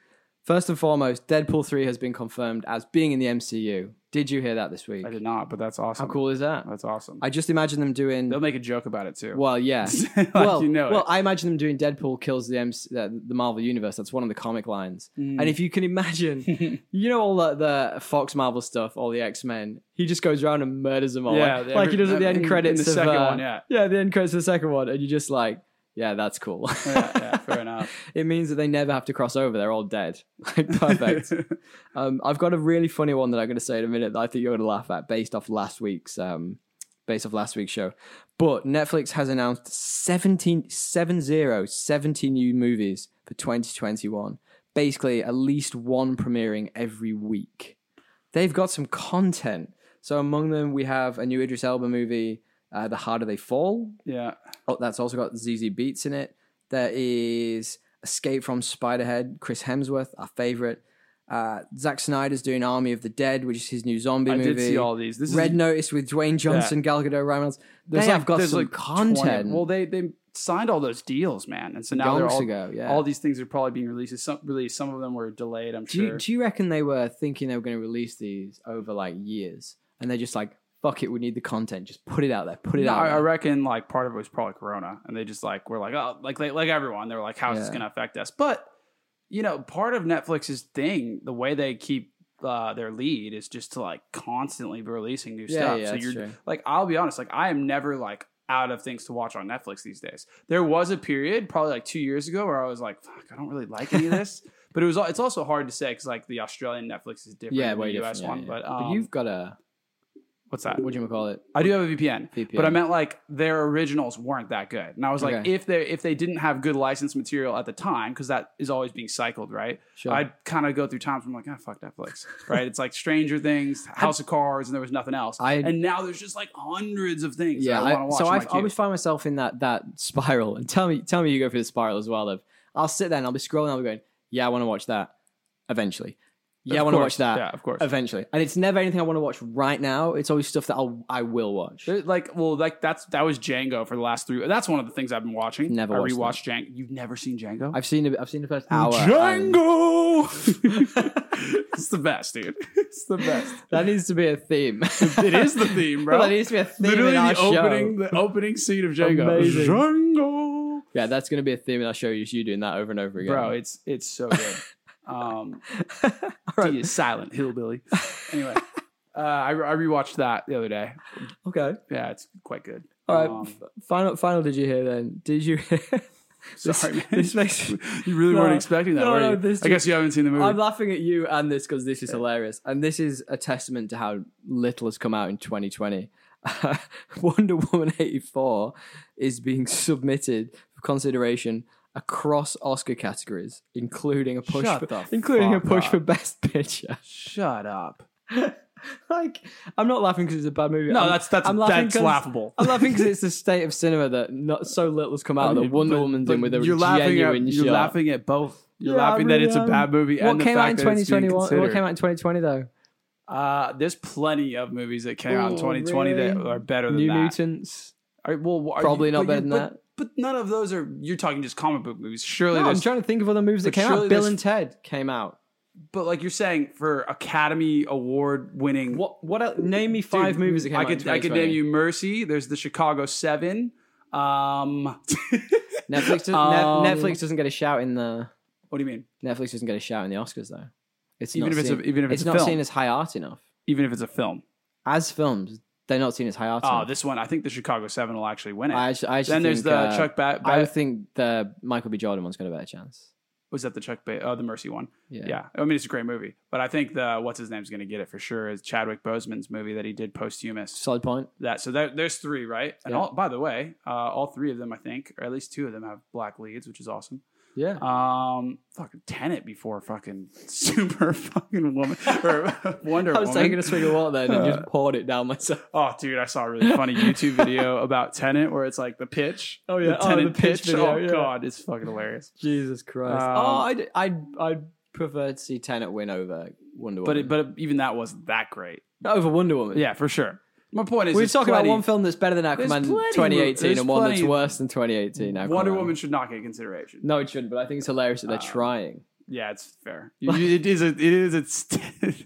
Speaker 1: First and foremost, Deadpool three has been confirmed as being in the MCU. Did you hear that this week?
Speaker 2: I did not, but that's awesome.
Speaker 1: How cool is that?
Speaker 2: That's awesome.
Speaker 1: I just imagine them doing.
Speaker 2: They'll make a joke about it too.
Speaker 1: Well, yeah.
Speaker 2: Like,
Speaker 1: well,
Speaker 2: you know
Speaker 1: well,
Speaker 2: it.
Speaker 1: I imagine them doing Deadpool kills the MC, uh, the Marvel universe. That's one of the comic lines.
Speaker 2: Mm.
Speaker 1: And if you can imagine, you know all the, the Fox Marvel stuff, all the X Men. He just goes around and murders them all.
Speaker 2: Yeah,
Speaker 1: like,
Speaker 2: they-
Speaker 1: like he does at the
Speaker 2: in-
Speaker 1: end
Speaker 2: in
Speaker 1: credits
Speaker 2: the
Speaker 1: of,
Speaker 2: second
Speaker 1: uh,
Speaker 2: one, yeah.
Speaker 1: the end credits of the second one, and you just like Yeah, that's cool.
Speaker 2: yeah, yeah, fair enough.
Speaker 1: it means that they never have to cross over. They're all dead. Like, perfect. Um, I've got a really funny one that I'm going to say in a minute that I think you're going to laugh at, based off last week's um, based off last week's show. But Netflix has announced 17, 70, 70 new movies for 2021. Basically, at least one premiering every week. They've got some content. So among them, we have a new Idris Elba movie, uh, The Harder They Fall.
Speaker 2: yeah.
Speaker 1: Oh, that's also got ZZ Beats in it. There is Escape from Spiderhead, Chris Hemsworth, our favorite. Uh, Zack Snyder's doing Army of the Dead, which is his new zombie
Speaker 2: I
Speaker 1: movie.
Speaker 2: did see all these. This
Speaker 1: Red
Speaker 2: is
Speaker 1: Notice with Dwayne Johnson, Gal Gadot, Ryan Reynolds. They
Speaker 2: there's
Speaker 1: have got
Speaker 2: there's
Speaker 1: some
Speaker 2: 20
Speaker 1: content.
Speaker 2: Well, they they signed all those deals, man, and so now they're
Speaker 1: Yonks
Speaker 2: all
Speaker 1: ago, yeah.
Speaker 2: all these things are probably being released. Some released. Some of them were delayed. I'm
Speaker 1: do,
Speaker 2: sure.
Speaker 1: you, do you reckon they were thinking they were going to release these over like years, and they're just like, "Fuck it, we need the content. Just put it out there. Put it
Speaker 2: No,
Speaker 1: out."
Speaker 2: I, I
Speaker 1: there.
Speaker 2: reckon like part of it was probably Corona, and they just like were like, oh, like like, like everyone, they were like, how's this
Speaker 1: Yeah.
Speaker 2: going to affect us? But you know, part of Netflix's thing, the way they keep uh, their lead is just to like constantly be releasing new
Speaker 1: yeah,
Speaker 2: stuff.
Speaker 1: yeah,
Speaker 2: so
Speaker 1: that's
Speaker 2: you're
Speaker 1: true.
Speaker 2: like, I'll be honest, like I am never like out of things to watch on Netflix these days. There was a period, probably like two years ago, where I was like, fuck, I don't really like any of this. But it was it's also hard to say because like the Australian Netflix is different,
Speaker 1: yeah,
Speaker 2: than
Speaker 1: way
Speaker 2: the
Speaker 1: different.
Speaker 2: US
Speaker 1: yeah,
Speaker 2: one.
Speaker 1: yeah.
Speaker 2: But, um,
Speaker 1: you've got a
Speaker 2: what's that?
Speaker 1: what do you call it?
Speaker 2: I do have a VPN.
Speaker 1: VPN.
Speaker 2: But I meant like their originals weren't that good, and I was like,
Speaker 1: Okay.
Speaker 2: if they if they didn't have good licensed material at the time, because that is always being cycled, right?
Speaker 1: sure.
Speaker 2: I'd kind of go through times where I'm like, ah, fuck Netflix, right? It's like Stranger Things, House of Cards, and there was nothing else.
Speaker 1: I-
Speaker 2: and now there's just like hundreds of things.
Speaker 1: Yeah,
Speaker 2: Yeah, I want to watch.
Speaker 1: so
Speaker 2: I'm
Speaker 1: I,
Speaker 2: like,
Speaker 1: I always find myself in that that spiral. And tell me, tell me, you go through the spiral as well. Of I'll sit there and I'll be scrolling. I'll be going, yeah, I want to watch that eventually.
Speaker 2: "Dude,
Speaker 1: Yeah, I
Speaker 2: of
Speaker 1: want to
Speaker 2: course."
Speaker 1: watch that
Speaker 2: Yeah, of course.
Speaker 1: eventually. And it's never anything I want to watch right now. It's always stuff that I'll I will watch.
Speaker 2: There- like, well, like that's that was Django for the last three. That's one of the things I've been watching.
Speaker 1: Never
Speaker 2: I
Speaker 1: watched
Speaker 2: rewatched Django. You've never seen Django?
Speaker 1: I've seen a- I've seen the first hour. and
Speaker 2: Django. um, it's the best, dude. It's the best.
Speaker 1: That needs to be a theme.
Speaker 2: It is the theme, bro.
Speaker 1: that needs to be a theme
Speaker 2: Literally
Speaker 1: in our
Speaker 2: the
Speaker 1: show.
Speaker 2: opening, the opening scene of Django.
Speaker 1: Amazing.
Speaker 2: Django,
Speaker 1: Yeah, that's going to be a theme in our show. Just you doing that over and over again,
Speaker 2: bro. It's it's so good. Um,
Speaker 1: All
Speaker 2: he
Speaker 1: right.
Speaker 2: is silent hillbilly. Anyway, uh, I, I rewatched that the other day.
Speaker 1: Okay.
Speaker 2: Yeah, it's quite good.
Speaker 1: All right.
Speaker 2: Um,
Speaker 1: f- final final. Did you hear then? Did you? hear-
Speaker 2: sorry, man.
Speaker 1: This makes
Speaker 2: you really
Speaker 1: No.
Speaker 2: weren't expecting that,
Speaker 1: No,
Speaker 2: were
Speaker 1: no,
Speaker 2: you?
Speaker 1: this
Speaker 2: I guess you haven't seen the movie.
Speaker 1: I'm laughing at you and this because this is hilarious, and this is a testament to how little has come out in 2020. Wonder Woman 84 is being submitted for consideration across Oscar categories, including a push,
Speaker 2: Shut
Speaker 1: for,
Speaker 2: the
Speaker 1: including a
Speaker 2: fuck
Speaker 1: push
Speaker 2: up.
Speaker 1: for Best Picture.
Speaker 2: Shut up.
Speaker 1: like, I'm not laughing because it's a bad movie.
Speaker 2: No,
Speaker 1: I'm,
Speaker 2: that's that's
Speaker 1: I'm laughing
Speaker 2: that's
Speaker 1: 'cause-
Speaker 2: laughable.
Speaker 1: I'm laughing because it's the state of cinema that not so little has come out
Speaker 2: mean,
Speaker 1: that Wonder
Speaker 2: but-
Speaker 1: Woman's
Speaker 2: but
Speaker 1: in with a
Speaker 2: you're laughing at
Speaker 1: genuine
Speaker 2: you're
Speaker 1: shot.
Speaker 2: laughing at both. You're
Speaker 1: Yeah, I
Speaker 2: laughing that
Speaker 1: really
Speaker 2: it's a
Speaker 1: am.
Speaker 2: bad movie
Speaker 1: what
Speaker 2: and the
Speaker 1: came out in
Speaker 2: fact that it's being
Speaker 1: 2021? What
Speaker 2: considered.
Speaker 1: came out in 2020 though?
Speaker 2: Uh, there's plenty of movies that came out in
Speaker 1: Ooh,
Speaker 2: 2020 that
Speaker 1: Oh, really?
Speaker 2: are better than
Speaker 1: New
Speaker 2: that.
Speaker 1: Mutants.
Speaker 2: Are- well, wh- are
Speaker 1: Probably
Speaker 2: you-
Speaker 1: not
Speaker 2: but
Speaker 1: better
Speaker 2: you-
Speaker 1: than
Speaker 2: but-
Speaker 1: that.
Speaker 2: But none of those are. You're talking just comic book movies. Surely
Speaker 1: No, I'm
Speaker 2: there's.
Speaker 1: trying to think of other movies that
Speaker 2: but
Speaker 1: came
Speaker 2: surely
Speaker 1: out. Bill
Speaker 2: there's-
Speaker 1: and Ted came out.
Speaker 2: but like you're saying, for Academy Award winning,
Speaker 1: What? What? Else? Name me five movies that came
Speaker 2: I
Speaker 1: out. in
Speaker 2: could I could
Speaker 1: 2020.
Speaker 2: name you Mercy. There's the Chicago Seven. Um,
Speaker 1: Netflix. Does,
Speaker 2: Um,
Speaker 1: Nef- Netflix doesn't get a shout in the.
Speaker 2: what do you mean?
Speaker 1: Netflix doesn't get a shout in the Oscars though. It's
Speaker 2: Even
Speaker 1: not
Speaker 2: if it's a-
Speaker 1: seen,
Speaker 2: even if it's a
Speaker 1: not
Speaker 2: film.
Speaker 1: seen as high art enough.
Speaker 2: Even if it's a film.
Speaker 1: As films, they're not seen as high art.
Speaker 2: Oh,
Speaker 1: enough.
Speaker 2: this one. I think the Chicago Seven will actually win it.
Speaker 1: I actually, I actually
Speaker 2: then there's
Speaker 1: think,
Speaker 2: the
Speaker 1: uh,
Speaker 2: Chuck Ba-
Speaker 1: I
Speaker 2: Ba-
Speaker 1: would think the Michael B. Jordan one's got a better chance.
Speaker 2: was that the Chuck Ba- uh, the Mercy one.
Speaker 1: Yeah.
Speaker 2: Yeah. I mean it's a great movie, but I think the what's his name's going to get it for sure is Chadwick Boseman's movie that he did posthumous.
Speaker 1: Solid point.
Speaker 2: That so there, there's three right, and
Speaker 1: Yeah.
Speaker 2: all by the way, uh, all three of them I think, or at least two of them have black leads, which is awesome.
Speaker 1: Yeah.
Speaker 2: Um, fucking Tenet before fucking super fucking woman or Wonder
Speaker 1: I was
Speaker 2: Woman.
Speaker 1: taking a swig of water then and just poured it down myself.
Speaker 2: oh, dude, I saw a really funny YouTube video about Tenet where it's like the pitch.
Speaker 1: Oh, yeah.
Speaker 2: the
Speaker 1: Oh, the
Speaker 2: Tenet
Speaker 1: pitch
Speaker 2: pitch.
Speaker 1: video,
Speaker 2: oh
Speaker 1: yeah.
Speaker 2: god, it's fucking hilarious.
Speaker 1: Jesus Christ.
Speaker 2: Um,
Speaker 1: oh, I'd, I'd, I'd prefer to see Tenet win over Wonder Woman.
Speaker 2: But it, but even that wasn't that great.
Speaker 1: over Wonder Woman.
Speaker 2: Yeah, for sure. My point is,
Speaker 1: We're
Speaker 2: there's
Speaker 1: talking about
Speaker 2: plenty-
Speaker 1: one film that's better than
Speaker 2: There's
Speaker 1: Aquaman
Speaker 2: plenty-
Speaker 1: 2018
Speaker 2: there's
Speaker 1: and one that's
Speaker 2: plenty-
Speaker 1: worse than 2018. Aquaman.
Speaker 2: Wonder Woman Ah. should not get consideration.
Speaker 1: No, it shouldn't, but I think it's hilarious that they're trying.
Speaker 2: Yeah, it's fair. You- you- it is. A, it is. It's.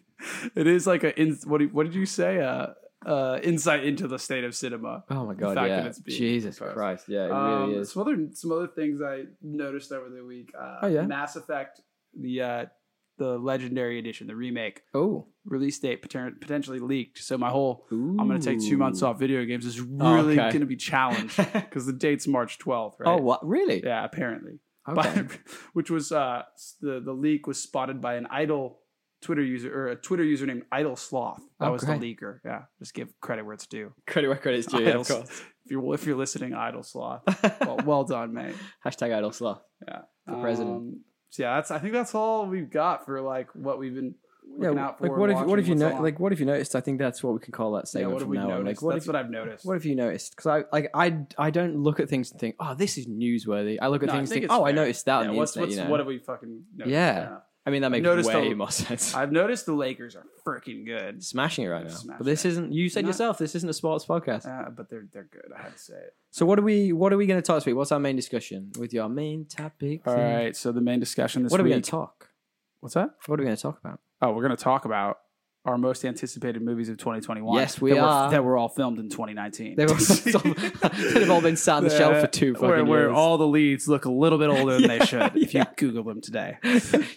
Speaker 2: it is like a. In, what? do- What did you say? Uh, uh, insight into the state of cinema.
Speaker 1: Oh my God.
Speaker 2: fact
Speaker 1: yeah.
Speaker 2: that it's being
Speaker 1: Jesus
Speaker 2: proposed.
Speaker 1: Christ. Yeah, it
Speaker 2: um,
Speaker 1: really is.
Speaker 2: Some other some other things I noticed over the week. Uh,
Speaker 1: Oh, yeah?
Speaker 2: Mass Effect. The uh, the legendary edition, the remake
Speaker 1: Oh,
Speaker 2: release date poten- potentially leaked. So my whole I'm going to take two
Speaker 1: Ooh. Oh,
Speaker 2: months off video games is really
Speaker 1: okay.
Speaker 2: going to be challenged because the date's March 12th, right?
Speaker 1: Oh, what? Really?
Speaker 2: yeah, apparently.
Speaker 1: Okay.
Speaker 2: But, which was uh, s- the the leak was spotted by an idol Twitter user or a Twitter user named Idle Sloth. That
Speaker 1: Oh,
Speaker 2: was the leaker. Yeah, just give credit where it's due.
Speaker 1: credit where credit's due. Yeah, of
Speaker 2: Idols.
Speaker 1: course.
Speaker 2: If you're if you're listening, Idle Sloth, well, well done, mate.
Speaker 1: Hashtag idle sloth. The president.
Speaker 2: Um, so yeah, that's I think that's all we've got for like what we've been looking out for.
Speaker 1: like what
Speaker 2: and
Speaker 1: if what if you
Speaker 2: watching,
Speaker 1: know
Speaker 2: what's on.
Speaker 1: like what if you noticed? I think that's what we can call that
Speaker 2: yeah,
Speaker 1: segment
Speaker 2: what have
Speaker 1: from
Speaker 2: we
Speaker 1: now on.
Speaker 2: noticed?
Speaker 1: Like what
Speaker 2: that's
Speaker 1: if,
Speaker 2: what I've noticed.
Speaker 1: what have you noticed? Because I like I I don't look at things and think, oh, this is newsworthy. I look at
Speaker 2: No, I
Speaker 1: things and
Speaker 2: think
Speaker 1: think,
Speaker 2: it's
Speaker 1: oh, I
Speaker 2: fair.
Speaker 1: noticed that. on
Speaker 2: yeah,
Speaker 1: the
Speaker 2: what's,
Speaker 1: internet,
Speaker 2: what's,
Speaker 1: you know?
Speaker 2: what have we fucking noticed?
Speaker 1: Yeah.
Speaker 2: yeah.
Speaker 1: I mean, that makes
Speaker 2: noticed
Speaker 1: way
Speaker 2: a-
Speaker 1: more sense.
Speaker 2: I've noticed the Lakers are freaking good.
Speaker 1: smashing it right now.
Speaker 2: Smash
Speaker 1: But this
Speaker 2: it.
Speaker 1: is isn't. You said
Speaker 2: Not-
Speaker 1: yourself, this isn't a sports podcast.
Speaker 2: Uh, but they're they're good. I had to say it.
Speaker 1: so what are we? What are we going to talk this week? What's our main discussion with your main topic?
Speaker 2: All
Speaker 1: thing?
Speaker 2: right. So the main discussion this
Speaker 1: What are we
Speaker 2: week.
Speaker 1: going to talk?
Speaker 2: what's that?
Speaker 1: What are we going to talk about?
Speaker 2: Oh, we're going to talk about our most anticipated movies of 2021.
Speaker 1: Yes, we
Speaker 2: that
Speaker 1: are.
Speaker 2: Were, that were all filmed in 2019.
Speaker 1: They've all, they've all been sat on the shelf for two fucking
Speaker 2: where, where
Speaker 1: years.
Speaker 2: all the leads look a little bit older than
Speaker 1: Yeah,
Speaker 2: they should if you Google them today.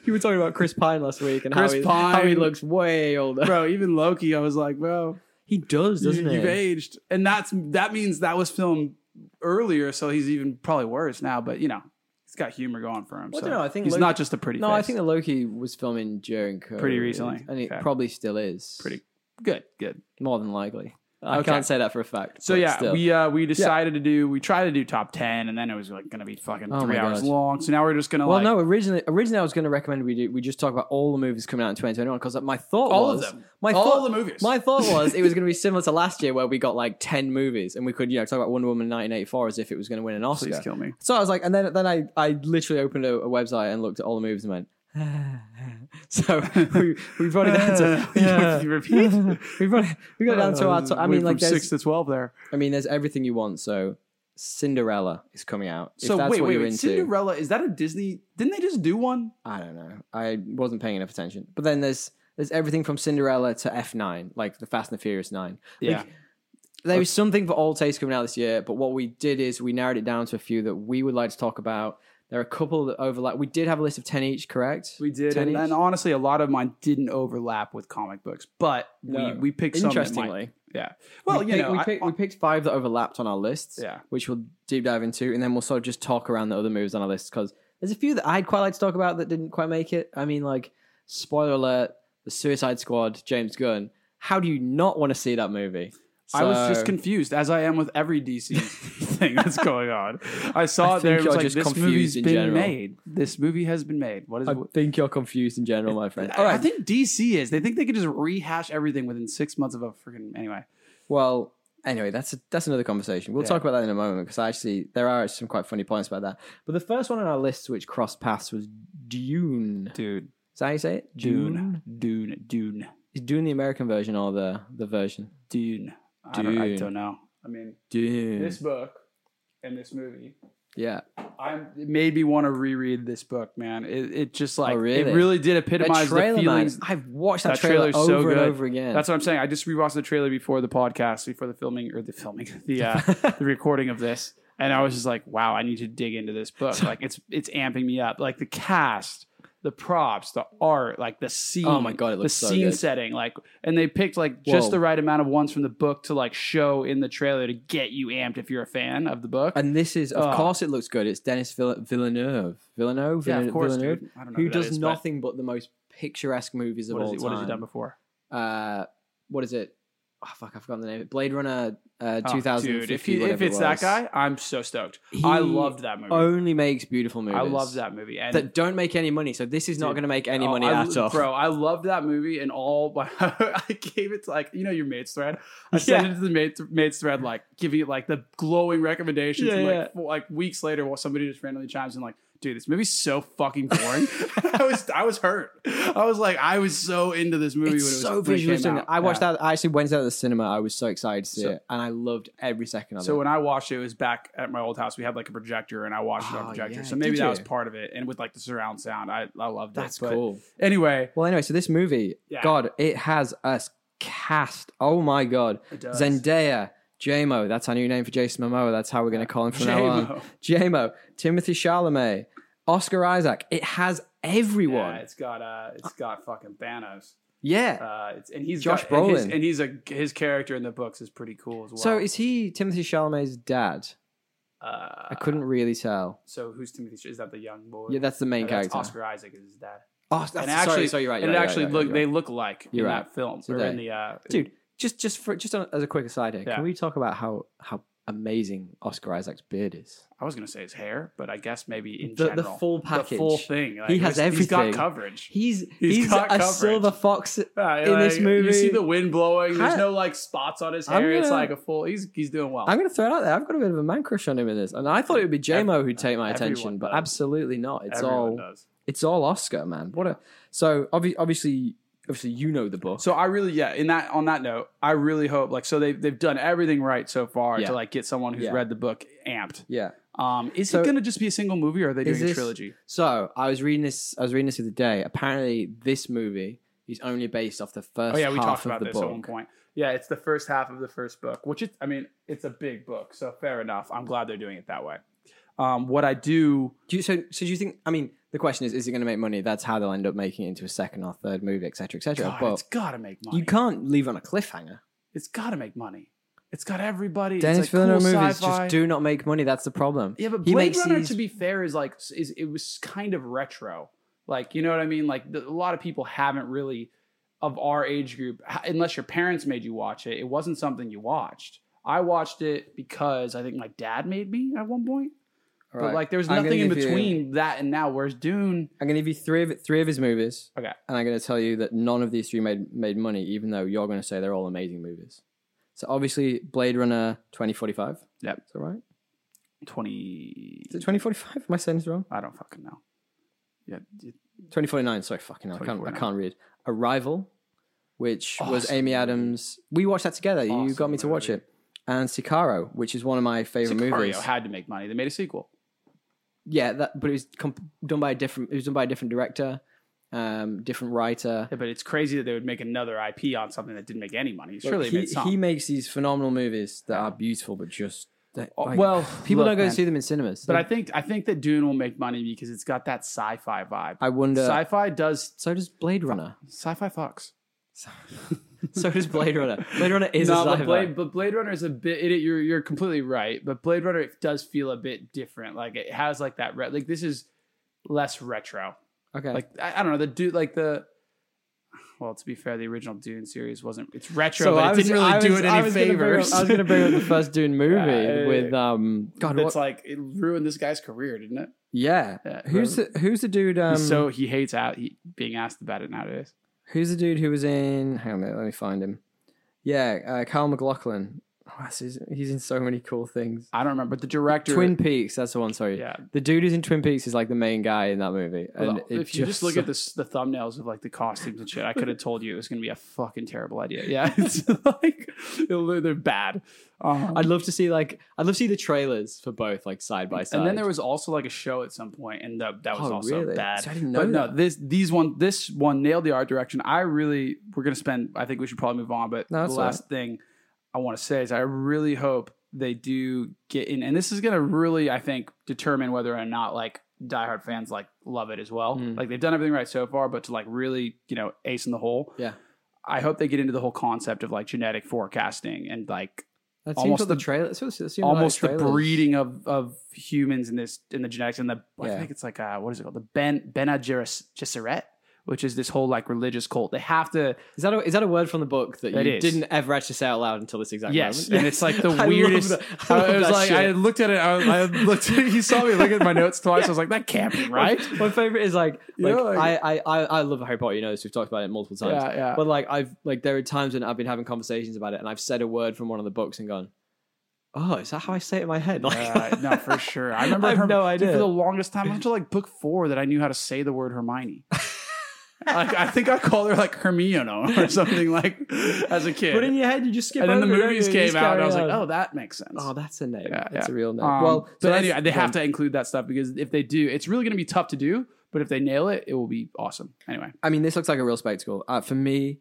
Speaker 1: you were talking about Chris Pine last week and
Speaker 2: Chris
Speaker 1: how, he, how he
Speaker 2: Pine.
Speaker 1: looks way older.
Speaker 2: Bro, even Loki, I was like, bro,
Speaker 1: he does,
Speaker 2: you,
Speaker 1: doesn't
Speaker 2: you've
Speaker 1: he?
Speaker 2: aged, and that's that means that was filmed earlier, so he's even probably worse now. But you know, he's got humor going for him.
Speaker 1: Well, I
Speaker 2: so
Speaker 1: dunno, I think
Speaker 2: he's
Speaker 1: Loki-
Speaker 2: not just a pretty.
Speaker 1: No,
Speaker 2: face.
Speaker 1: I think the Loki was filming during COVID,
Speaker 2: Pretty recently.
Speaker 1: and it
Speaker 2: Okay.
Speaker 1: probably still is.
Speaker 2: Pretty. good, good.
Speaker 1: more than likely. I
Speaker 2: Okay.
Speaker 1: can't say that for a fact.
Speaker 2: So
Speaker 1: but
Speaker 2: yeah,
Speaker 1: still.
Speaker 2: we uh, we decided to do we tried to do top ten, and then it was like going to be fucking
Speaker 1: Oh
Speaker 2: three
Speaker 1: my
Speaker 2: hours
Speaker 1: God.
Speaker 2: long. So now we're just gonna
Speaker 1: Well,
Speaker 2: like
Speaker 1: no. Originally, originally, I was going to recommend we do we just talk about all the movies coming out in 2021 because my thought
Speaker 2: all
Speaker 1: was
Speaker 2: of them,
Speaker 1: my
Speaker 2: all
Speaker 1: thought
Speaker 2: the movies.
Speaker 1: my thought was it was going to be similar to last year where we got like 10 movies and we could you know talk about Wonder Woman 1984 as if it was going to win an Oscar.
Speaker 2: please kill me.
Speaker 1: So I was like, and then then I I literally opened a, a website and looked at all the movies and went. so we we brought it down to
Speaker 2: You repeat?
Speaker 1: we brought it, we got it down to our. to- I
Speaker 2: Went
Speaker 1: mean, like
Speaker 2: Uh, from
Speaker 1: there's,
Speaker 2: six to twelve there.
Speaker 1: I mean, there's everything you want. So Cinderella is coming out.
Speaker 2: So
Speaker 1: if that's
Speaker 2: wait,
Speaker 1: what
Speaker 2: wait,
Speaker 1: you're
Speaker 2: wait.
Speaker 1: into,
Speaker 2: Cinderella is that a Disney? Didn't they just do one?
Speaker 1: I don't know. I wasn't paying enough attention. But then there's there's everything from Cinderella to F9, like the Fast and the Furious 9.
Speaker 2: Yeah.
Speaker 1: Like, there was something for all tastes coming out this year, but what we did is we narrowed it down to a few that we would like to talk about. There are a couple that overlap. We did have a list of 10 each, correct?
Speaker 2: We did,
Speaker 1: Ten
Speaker 2: and,
Speaker 1: each?
Speaker 2: and honestly, a lot of mine didn't overlap with comic books, but
Speaker 1: No.
Speaker 2: we, we picked some. that might-
Speaker 1: Interestingly,
Speaker 2: yeah. Well,
Speaker 1: we
Speaker 2: you
Speaker 1: picked,
Speaker 2: know,
Speaker 1: we,
Speaker 2: I-
Speaker 1: picked, we picked five that overlapped on our lists,
Speaker 2: yeah,
Speaker 1: which we'll deep dive into, and then we'll sort of just talk around the other moves on our list because there's a few that I'd quite like to talk about that didn't quite make it. I mean, like spoiler alert: the Suicide Squad, James Gunn. How do you not want to see that movie?
Speaker 2: I was just
Speaker 1: So-
Speaker 2: confused, as I am with every DC thing that's going on. I
Speaker 1: I
Speaker 2: saw it there.
Speaker 1: think
Speaker 2: It was
Speaker 1: you're
Speaker 2: like
Speaker 1: just
Speaker 2: this
Speaker 1: confused
Speaker 2: movie's
Speaker 1: in
Speaker 2: been
Speaker 1: general.
Speaker 2: made. This movie has been made. What is?
Speaker 1: I think you're confused in general, my friend. All
Speaker 2: I
Speaker 1: right.
Speaker 2: think DC is. They think they could just rehash everything within six months of a freaking. Anyway,
Speaker 1: Well, anyway, that's a, that's another conversation. We'll
Speaker 2: Yeah.
Speaker 1: talk about that in a moment because actually there are some quite funny points about that. But the first one on our list which crossed paths was Dune.
Speaker 2: dude,
Speaker 1: Is that how you say it?
Speaker 2: Dune, Dune, Dune,
Speaker 1: Is Dune the American version or the the version?
Speaker 2: Dune. I, don't, I
Speaker 1: Dune.
Speaker 2: don't know. I mean,
Speaker 1: Dune.
Speaker 2: this book and this movie.
Speaker 1: yeah.
Speaker 2: I made me want to reread this book, man. It, it just like
Speaker 1: Oh, really?
Speaker 2: it really did
Speaker 1: That
Speaker 2: epitomize the
Speaker 1: trailer,
Speaker 2: feelings.
Speaker 1: man. I've watched that,
Speaker 2: That
Speaker 1: trailer
Speaker 2: trailer's so
Speaker 1: over and
Speaker 2: good.
Speaker 1: over again.
Speaker 2: That's what I'm saying. I just rewatched the trailer before the podcast, before the filming or the filming, the uh, the recording of this, and I was just like, wow, I need to dig into this book. Like it's it's amping me up. Like the cast, the props, the art, like the scene.
Speaker 1: Oh my God, it
Speaker 2: the
Speaker 1: looks so
Speaker 2: scene
Speaker 1: good.
Speaker 2: setting. Like, and they picked like just
Speaker 1: Whoa.
Speaker 2: the right amount of ones from the book to like show in the trailer to get you amped if you're a fan of the book.
Speaker 1: and this is, of
Speaker 2: Oh.
Speaker 1: course, it looks good. It's Dennis Vill- Villeneuve. Villeneuve?
Speaker 2: yeah,
Speaker 1: Villeneuve-
Speaker 2: of course,
Speaker 1: Villeneuve?
Speaker 2: dude. I don't know
Speaker 1: Who
Speaker 2: that
Speaker 1: does
Speaker 2: is, but
Speaker 1: nothing but the most picturesque movies of
Speaker 2: What, is
Speaker 1: all
Speaker 2: he,
Speaker 1: time.
Speaker 2: what has he done before?
Speaker 1: Uh, what is it? Oh, fuck, I've forgotten the name. Blade Runner uh,
Speaker 2: Oh,
Speaker 1: 2050.
Speaker 2: Dude, if, he, if
Speaker 1: whatever it
Speaker 2: it's that
Speaker 1: was.
Speaker 2: guy, I'm so stoked.
Speaker 1: He
Speaker 2: I loved that movie.
Speaker 1: Only makes beautiful movies.
Speaker 2: I love that movie. And
Speaker 1: That don't make any money. So this is not
Speaker 2: Dude,
Speaker 1: going to make any
Speaker 2: Oh,
Speaker 1: money
Speaker 2: I,
Speaker 1: at all.
Speaker 2: Bro, I loved that movie and all. But I gave it to like you know your mates thread. I sent
Speaker 1: Yeah.
Speaker 2: it to the mates, mates thread like giving it like the glowing recommendations.
Speaker 1: Yeah,
Speaker 2: and, like
Speaker 1: yeah.
Speaker 2: four- like weeks later, while somebody just randomly chimes in like, "Dude, this movie's so fucking boring." I was I was hurt. I was like, I was so into this movie.
Speaker 1: It's
Speaker 2: when it was,
Speaker 1: so
Speaker 2: when it
Speaker 1: visually
Speaker 2: came
Speaker 1: stunning.
Speaker 2: out.
Speaker 1: I watched
Speaker 2: Yeah.
Speaker 1: that. I actually went out to the cinema. I was so excited to see
Speaker 2: So-
Speaker 1: it, and I loved every second of
Speaker 2: So
Speaker 1: it.
Speaker 2: when I watched it, it was back at my old house. We had like a projector, and I watched it on
Speaker 1: Oh,
Speaker 2: projector.
Speaker 1: yeah.
Speaker 2: So maybe
Speaker 1: Did
Speaker 2: that
Speaker 1: you?
Speaker 2: was part of it. And with like the surround sound, I I loved
Speaker 1: That's
Speaker 2: it. But
Speaker 1: cool.
Speaker 2: Anyway,
Speaker 1: Well, anyway, so this movie,
Speaker 2: Yeah.
Speaker 1: God, it has us cast. Oh my God,
Speaker 2: it does.
Speaker 1: Zendaya, JMO. That's our new name for Jason Momoa. That's how we're going to call him from now on.
Speaker 2: JMO.
Speaker 1: JMO, Timothy Chalamet, Oscar Isaac. It has everyone.
Speaker 2: Yeah, it's got uh, it's got fucking Thanos.
Speaker 1: yeah.
Speaker 2: Uh, it's and he's
Speaker 1: Josh
Speaker 2: got, and his,
Speaker 1: Brolin.
Speaker 2: and he's a his character in the books is pretty cool as well.
Speaker 1: So is he Timothy Chalamet's dad?
Speaker 2: uh,
Speaker 1: I couldn't really tell.
Speaker 2: So who's Timothy? Ch- Is that the young boy?
Speaker 1: Yeah, that's the main
Speaker 2: No, that's
Speaker 1: character.
Speaker 2: Oscar Isaac is his dad.
Speaker 1: Oh, that's actually,
Speaker 2: And
Speaker 1: sorry,
Speaker 2: actually-
Speaker 1: sorry, you're right.
Speaker 2: and
Speaker 1: you're
Speaker 2: it
Speaker 1: right,
Speaker 2: actually
Speaker 1: you're right,
Speaker 2: look
Speaker 1: you're
Speaker 2: they
Speaker 1: right.
Speaker 2: look like
Speaker 1: You're
Speaker 2: in
Speaker 1: right.
Speaker 2: that film
Speaker 1: So
Speaker 2: or
Speaker 1: they-
Speaker 2: in the uh,
Speaker 1: dude. Just, just for just on, as a quick aside here,
Speaker 2: Yeah.
Speaker 1: can we talk about how how amazing Oscar Isaac's beard is?
Speaker 2: I was gonna say his hair, but I guess maybe in
Speaker 1: The- the
Speaker 2: general
Speaker 1: full
Speaker 2: the full
Speaker 1: package.
Speaker 2: thing. like,
Speaker 1: He has
Speaker 2: he's-
Speaker 1: everything.
Speaker 2: He's got coverage.
Speaker 1: He's he's,
Speaker 2: He's
Speaker 1: a
Speaker 2: got coverage.
Speaker 1: silver fox.
Speaker 2: Uh,
Speaker 1: In this movie-
Speaker 2: you see the wind blowing.
Speaker 1: How-
Speaker 2: There's no like spots on his hair.
Speaker 1: I'm
Speaker 2: It's
Speaker 1: gonna-
Speaker 2: like a full. He's he's doing well.
Speaker 1: I'm gonna throw it out there. I've got a bit of a man crush on him in this, and I thought it would be J Mo who'd take my
Speaker 2: Everyone
Speaker 1: attention, but
Speaker 2: does.
Speaker 1: absolutely not. It's
Speaker 2: Everyone
Speaker 1: all
Speaker 2: does.
Speaker 1: it's all Oscar, man. What a so obvi- obviously obviously you know the book.
Speaker 2: So I really, yeah. In that, on that note, I really hope like so they they've done everything right so far
Speaker 1: Yeah.
Speaker 2: to like get someone who's
Speaker 1: Yeah.
Speaker 2: read the book amped.
Speaker 1: yeah.
Speaker 2: Um, is
Speaker 1: So-
Speaker 2: it going to just be a single movie, or are they
Speaker 1: Is
Speaker 2: doing
Speaker 1: this-
Speaker 2: a trilogy?
Speaker 1: So I was reading this. I was reading this the other day. Apparently, this movie is only based off the first
Speaker 2: Oh yeah, we
Speaker 1: half
Speaker 2: talked
Speaker 1: of
Speaker 2: about
Speaker 1: the
Speaker 2: this
Speaker 1: book.
Speaker 2: at one point. Yeah, it's the first half of the first book, which is, I mean, it's a big book, so fair enough. I'm glad they're doing it that way. Um, what I do,
Speaker 1: Do you, so, so do you think? I mean, the question is: Is it going to make money? That's how they'll end up making it into a second or third movie, etc., etc.
Speaker 2: God, it's
Speaker 1: But
Speaker 2: got to make money.
Speaker 1: you can't leave on a cliffhanger.
Speaker 2: it's got to make money. It's got everybody.
Speaker 1: Dennis
Speaker 2: it's like
Speaker 1: Villeneuve
Speaker 2: cool
Speaker 1: movies
Speaker 2: sci-fi.
Speaker 1: just do not make money. That's the problem.
Speaker 2: Yeah, but
Speaker 1: He
Speaker 2: Blade
Speaker 1: makes
Speaker 2: Runner,
Speaker 1: these-
Speaker 2: to be fair, is like is it was kind of retro. Like you know what I mean? Like the, a lot of people haven't really of our age group, h- unless your parents made you watch it. It wasn't something you watched. I watched it because I think my dad made me at one point.
Speaker 1: All
Speaker 2: But
Speaker 1: right.
Speaker 2: like there was
Speaker 1: I'm gonna
Speaker 2: nothing in
Speaker 1: give you-
Speaker 2: between that and now. Whereas Dune,
Speaker 1: I'm going to give you three of three of his movies.
Speaker 2: Okay.
Speaker 1: And I'm going to tell you that none of these three made made money, even though you're going to say they're all amazing movies. So obviously, Blade Runner 2045.
Speaker 2: Yep.
Speaker 1: Is that right?
Speaker 2: twenty,
Speaker 1: Is it 2045? Am I saying this wrong?
Speaker 2: I don't fucking know. Yeah, it-
Speaker 1: 2049. Sorry, fucking hell. I can't. I
Speaker 2: 2049.
Speaker 1: can't read. Arrival, which was
Speaker 2: Awesome
Speaker 1: Amy
Speaker 2: movie.
Speaker 1: Adams. We watched that together. you
Speaker 2: Awesome
Speaker 1: got me to watch
Speaker 2: movie.
Speaker 1: it. And Sicario, which is one of my favorite
Speaker 2: Sicario
Speaker 1: movies.
Speaker 2: had to make money. They made a sequel.
Speaker 1: yeah, that, but it was comp- done by a different. It was done by a different director, um, different writer.
Speaker 2: Yeah, but it's crazy that they would make another IP on something that didn't make any money.
Speaker 1: Look,
Speaker 2: Surely it
Speaker 1: he,
Speaker 2: made some.
Speaker 1: he makes these phenomenal movies that are beautiful, but just that,
Speaker 2: Oh,
Speaker 1: like,
Speaker 2: well,
Speaker 1: people
Speaker 2: look,
Speaker 1: don't go
Speaker 2: man.
Speaker 1: see them in cinemas.
Speaker 2: But I
Speaker 1: Like,
Speaker 2: think I think that Dune will make money because it's got that sci-fi vibe.
Speaker 1: I wonder.
Speaker 2: Sci-fi does
Speaker 1: so does Blade Runner.
Speaker 2: sci-fi fucks.
Speaker 1: So, so does Blade Runner. Blade Runner is
Speaker 2: no,
Speaker 1: a
Speaker 2: but
Speaker 1: sci-fi.
Speaker 2: Blade, but Blade Runner is a bit. It, you're you're completely right. But Blade Runner it does feel a bit different. Like it has like that. Re- like this is less retro.
Speaker 1: okay.
Speaker 2: Like I, I don't know the dude. Like the well, to be fair, the original Dune series wasn't. It's retro,
Speaker 1: So
Speaker 2: but
Speaker 1: I
Speaker 2: it
Speaker 1: was-
Speaker 2: didn't really
Speaker 1: I
Speaker 2: do
Speaker 1: was-
Speaker 2: it
Speaker 1: I
Speaker 2: any
Speaker 1: was gonna bring up-
Speaker 2: favors.
Speaker 1: I was going to bring up the first Dune movie
Speaker 2: Yeah,
Speaker 1: with um God, what?
Speaker 2: That's like it ruined this guy's career, didn't it?
Speaker 1: yeah.
Speaker 2: Yeah,
Speaker 1: Who's the Who's the dude? Um,
Speaker 2: He's so he hates out he, being asked about it nowadays.
Speaker 1: who's the dude who was in? Hang on a minute, let me find him. Yeah, uh, Kyle McLaughlin. Oh, that's his- he's in so many cool things.
Speaker 2: I don't remember but the director.
Speaker 1: Twin Peaks. That's the one. Sorry,
Speaker 2: yeah.
Speaker 1: the dude who's in Twin Peaks is like the main guy in that movie. And
Speaker 2: Well,
Speaker 1: it
Speaker 2: if you just look at this, the thumbnails of like the costumes and shit, I could have told you it was going to be a fucking terrible idea. Yeah, it's like it'll- they're bad. Um,
Speaker 1: I'd love to see like I'd love to see the trailers for both like side by side.
Speaker 2: and then there was also like a show at some point, and that that was
Speaker 1: Oh,
Speaker 2: also
Speaker 1: really?
Speaker 2: bad.
Speaker 1: So I didn't know
Speaker 2: but
Speaker 1: that.
Speaker 2: no, this these one this one nailed the art direction. I really we're going to spend. I think we should probably move on. But
Speaker 1: No, that's
Speaker 2: the last thing I want to say is I really hope they do get in, and this is going to really I think determine whether or not like diehard fans like love it as well.
Speaker 1: Mm.
Speaker 2: Like they've done everything right so far, but to like really you know ace in the hole.
Speaker 1: Yeah.
Speaker 2: I hope they get into the whole concept of like genetic forecasting and like
Speaker 1: that seems
Speaker 2: almost
Speaker 1: what the,
Speaker 2: the-
Speaker 1: trailer. that's what- that's what
Speaker 2: almost the
Speaker 1: trailers-
Speaker 2: breeding of of humans in this in the genetics and the
Speaker 1: Yeah.
Speaker 2: I think it's like uh, what is it called the Ben Ben Gesserit, which is this whole like religious cult. They have to
Speaker 1: Is that a, is that a word from the book that
Speaker 2: It
Speaker 1: you
Speaker 2: is.
Speaker 1: didn't ever actually say out loud until this exact
Speaker 2: yes,
Speaker 1: moment?
Speaker 2: and it's like the
Speaker 1: I love
Speaker 2: weirdest.
Speaker 1: that- I
Speaker 2: I,
Speaker 1: love
Speaker 2: was
Speaker 1: that
Speaker 2: like I
Speaker 1: shit.
Speaker 2: looked at it. I, I looked. he saw me look at my notes twice. I was like that can't be right.
Speaker 1: My, my favorite is like,
Speaker 2: You
Speaker 1: like,
Speaker 2: know, like-
Speaker 1: I, I, I, I love Harry Potter. You know this. We've talked about it multiple times.
Speaker 2: Yeah, yeah.
Speaker 1: But like I've like there are times when I've been having conversations about it, and I've said a word from one of the books and gone, "Oh, is that how I say it in my head?" Like,
Speaker 2: Uh, no, for sure. I remember
Speaker 1: I have
Speaker 2: Herm-
Speaker 1: no
Speaker 2: dude,
Speaker 1: idea.
Speaker 2: for the longest time until like book four that I knew how to say the word Hermione. like I think I called her like Hermione or something like as a kid.
Speaker 1: But in your head, you just skip.
Speaker 2: and then the
Speaker 1: over it, don't
Speaker 2: movies
Speaker 1: you? You
Speaker 2: came
Speaker 1: just
Speaker 2: out, and I
Speaker 1: carry
Speaker 2: was like,
Speaker 1: on.
Speaker 2: "Oh, that makes sense."
Speaker 1: oh, that's a name.
Speaker 2: Yeah,
Speaker 1: that's
Speaker 2: yeah.
Speaker 1: a real name."
Speaker 2: Um,
Speaker 1: well, so
Speaker 2: but
Speaker 1: that's-
Speaker 2: anyway, they
Speaker 1: go
Speaker 2: have
Speaker 1: on.
Speaker 2: to include that stuff because if they do, it's really going to be tough to do. But if they nail it, it will be awesome. Anyway,
Speaker 1: I mean, this looks like a real spectacle. Uh, for me,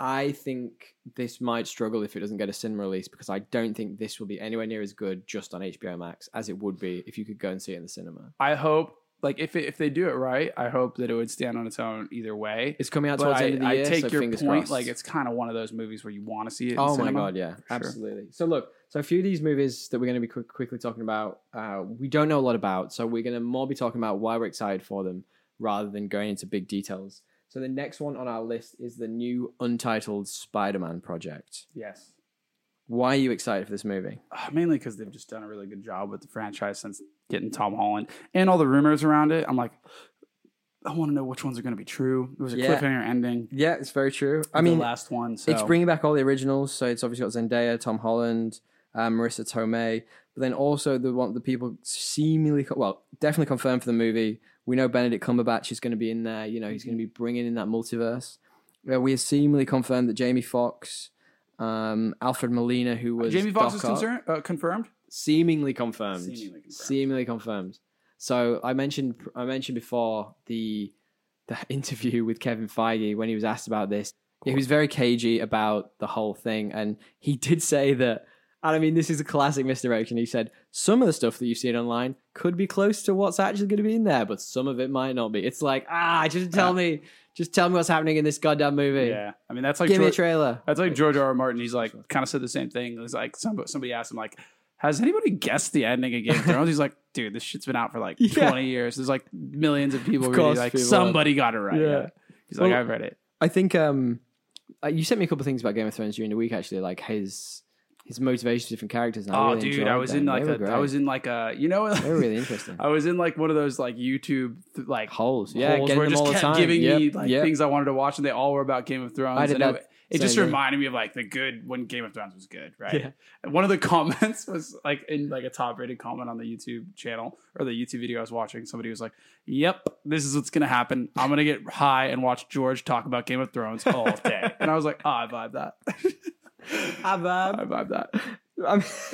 Speaker 1: I think this might struggle if it doesn't get a cinema release because I don't think this will be anywhere near as good just on HBO Max as it would be if you could go and see it in the cinema.
Speaker 2: I hope like if it, if they do it right, I hope that it would stand on its own either way.
Speaker 1: It's coming out
Speaker 2: But
Speaker 1: towards
Speaker 2: I,
Speaker 1: the end of the
Speaker 2: I
Speaker 1: year.
Speaker 2: take
Speaker 1: so
Speaker 2: your point.
Speaker 1: fingers crossed.
Speaker 2: Like it's kind of one of those movies where you want to see it. in
Speaker 1: oh my
Speaker 2: cinema.
Speaker 1: god, yeah,
Speaker 2: sure.
Speaker 1: absolutely. So look, so a few of these movies that we're going to be quick, quickly talking about, uh, we don't know a lot about, so we're going to more be talking about why we're excited for them rather than going into big details. So the next one on our list is the new untitled Spider-Man project.
Speaker 2: Yes.
Speaker 1: Why are you excited for this movie?
Speaker 2: Uh, mainly because they've just done a really good job with the franchise since getting Tom Holland and all the rumors around it. I'm like, I want to know which ones are going to be true. It was a
Speaker 1: Yeah.
Speaker 2: cliffhanger ending.
Speaker 1: Yeah, it's very true. I
Speaker 2: the
Speaker 1: mean,
Speaker 2: last one. So
Speaker 1: It's bringing back all the originals, so it's obviously got Zendaya, Tom Holland, uh, Marissa Tomei, but then also the one the people seemingly co- well definitely confirmed for the movie. We know Benedict Cumberbatch is going to be in there. You know he's going to be bringing in that multiverse. Uh, we have seemingly confirmed that Jamie Fox, um, Alfred Molina, who was
Speaker 2: Jamie Foxx is
Speaker 1: Doc Ock,
Speaker 2: concerned, uh, confirmed.
Speaker 1: seemingly confirmed.
Speaker 2: Seemingly
Speaker 1: Seemingly
Speaker 2: confirmed.
Speaker 1: confirmed. So I mentioned I mentioned before the the interview with Kevin Feige when he was asked about this. He was very cagey about the whole thing, and he did say that. And I mean, this is a classic misdirection. He said some of the stuff that you've seen online could be close to what's actually going to be in there, but some of it might not be. It's like ah, just tell
Speaker 2: Uh,
Speaker 1: me, just tell me what's happening in this goddamn movie.
Speaker 2: Yeah, I mean that's like
Speaker 1: Give me a
Speaker 2: George-
Speaker 1: trailer.
Speaker 2: That's like George R. R. Martin. He's like kind of said the same thing. It was like somebody, somebody asked him like, "Has anybody guessed the ending of Game of Thrones?" He's like, "Dude, this shit's been out for like
Speaker 1: Yeah.
Speaker 2: 20 years. There's like millions of people
Speaker 1: Of
Speaker 2: reading.
Speaker 1: course
Speaker 2: Like
Speaker 1: people
Speaker 2: somebody got it right." Yeah.
Speaker 1: Yeah.
Speaker 2: He's like,
Speaker 1: Well-
Speaker 2: "I've read it."
Speaker 1: I think um, uh, you sent me a couple of things about Game of Thrones during the week. Actually, like his his motivations for different characters. And I
Speaker 2: Oh,
Speaker 1: really
Speaker 2: dude,
Speaker 1: enjoyed
Speaker 2: I was
Speaker 1: them.
Speaker 2: in
Speaker 1: They
Speaker 2: like
Speaker 1: were
Speaker 2: a,
Speaker 1: great.
Speaker 2: I was in like a, you know,
Speaker 1: they were really interesting.
Speaker 2: I was in like one of those like YouTube th- like
Speaker 1: Holes, yeah,
Speaker 2: holes
Speaker 1: getting
Speaker 2: where
Speaker 1: them
Speaker 2: it just
Speaker 1: all the
Speaker 2: kept
Speaker 1: time.
Speaker 2: giving me
Speaker 1: Yep,
Speaker 2: like
Speaker 1: yep.
Speaker 2: things I wanted to watch, and they all were about Game of Thrones.
Speaker 1: I did
Speaker 2: and
Speaker 1: that
Speaker 2: it, it just
Speaker 1: same thing.
Speaker 2: reminded me of like the good when Game of Thrones was good, right?
Speaker 1: Yeah.
Speaker 2: And one of the comments was like in like a top rated comment on the YouTube channel or the YouTube video I was watching. Somebody was like, "Yep, this is what's gonna happen. I'm gonna get high and watch George talk about Game of Thrones all day." and I was like, oh, "I vibe that. I vibe that."
Speaker 1: um,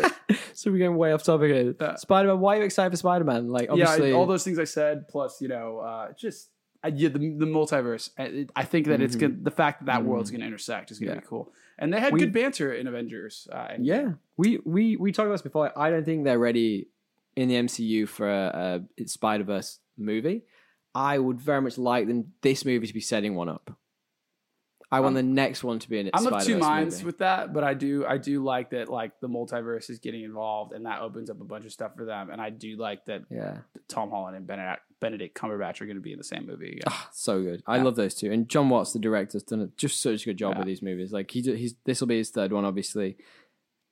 Speaker 1: I'm- so we're going way off topic. Here.
Speaker 2: Yeah.
Speaker 1: Spider-Man. Why are you excited for Spider-Man? Like, obviously,
Speaker 2: yeah, I- all those things I said, plus you know, uh, just I, yeah, the, the multiverse. I, it- I think that it's
Speaker 1: Mhm.
Speaker 2: gonna, the fact that that
Speaker 1: Mhm.
Speaker 2: world's gonna intersect is gonna
Speaker 1: Yeah.
Speaker 2: be cool. And they had
Speaker 1: We-
Speaker 2: good banter in Avengers. Uh, and
Speaker 1: yeah. We we we talked about this before. I don't think they're ready in the MCU for a, a Spider-Verse movie. I would very much like them this movie to be setting one up. I want the next one to be in.
Speaker 2: I'm of two minds with that, but I do I do like that like the multiverse is getting involved, and that opens up a bunch of stuff for them. And I do like that
Speaker 1: Yeah.
Speaker 2: Tom Holland and Benedict Benedict Cumberbatch are gonna be in the same movie. Again.
Speaker 1: Ah, so good. I
Speaker 2: Yeah.
Speaker 1: love those two. And John Watts, the director's done a- just such a good job
Speaker 2: Yeah.
Speaker 1: with these movies. Like he, d- he's this will be his third one, obviously,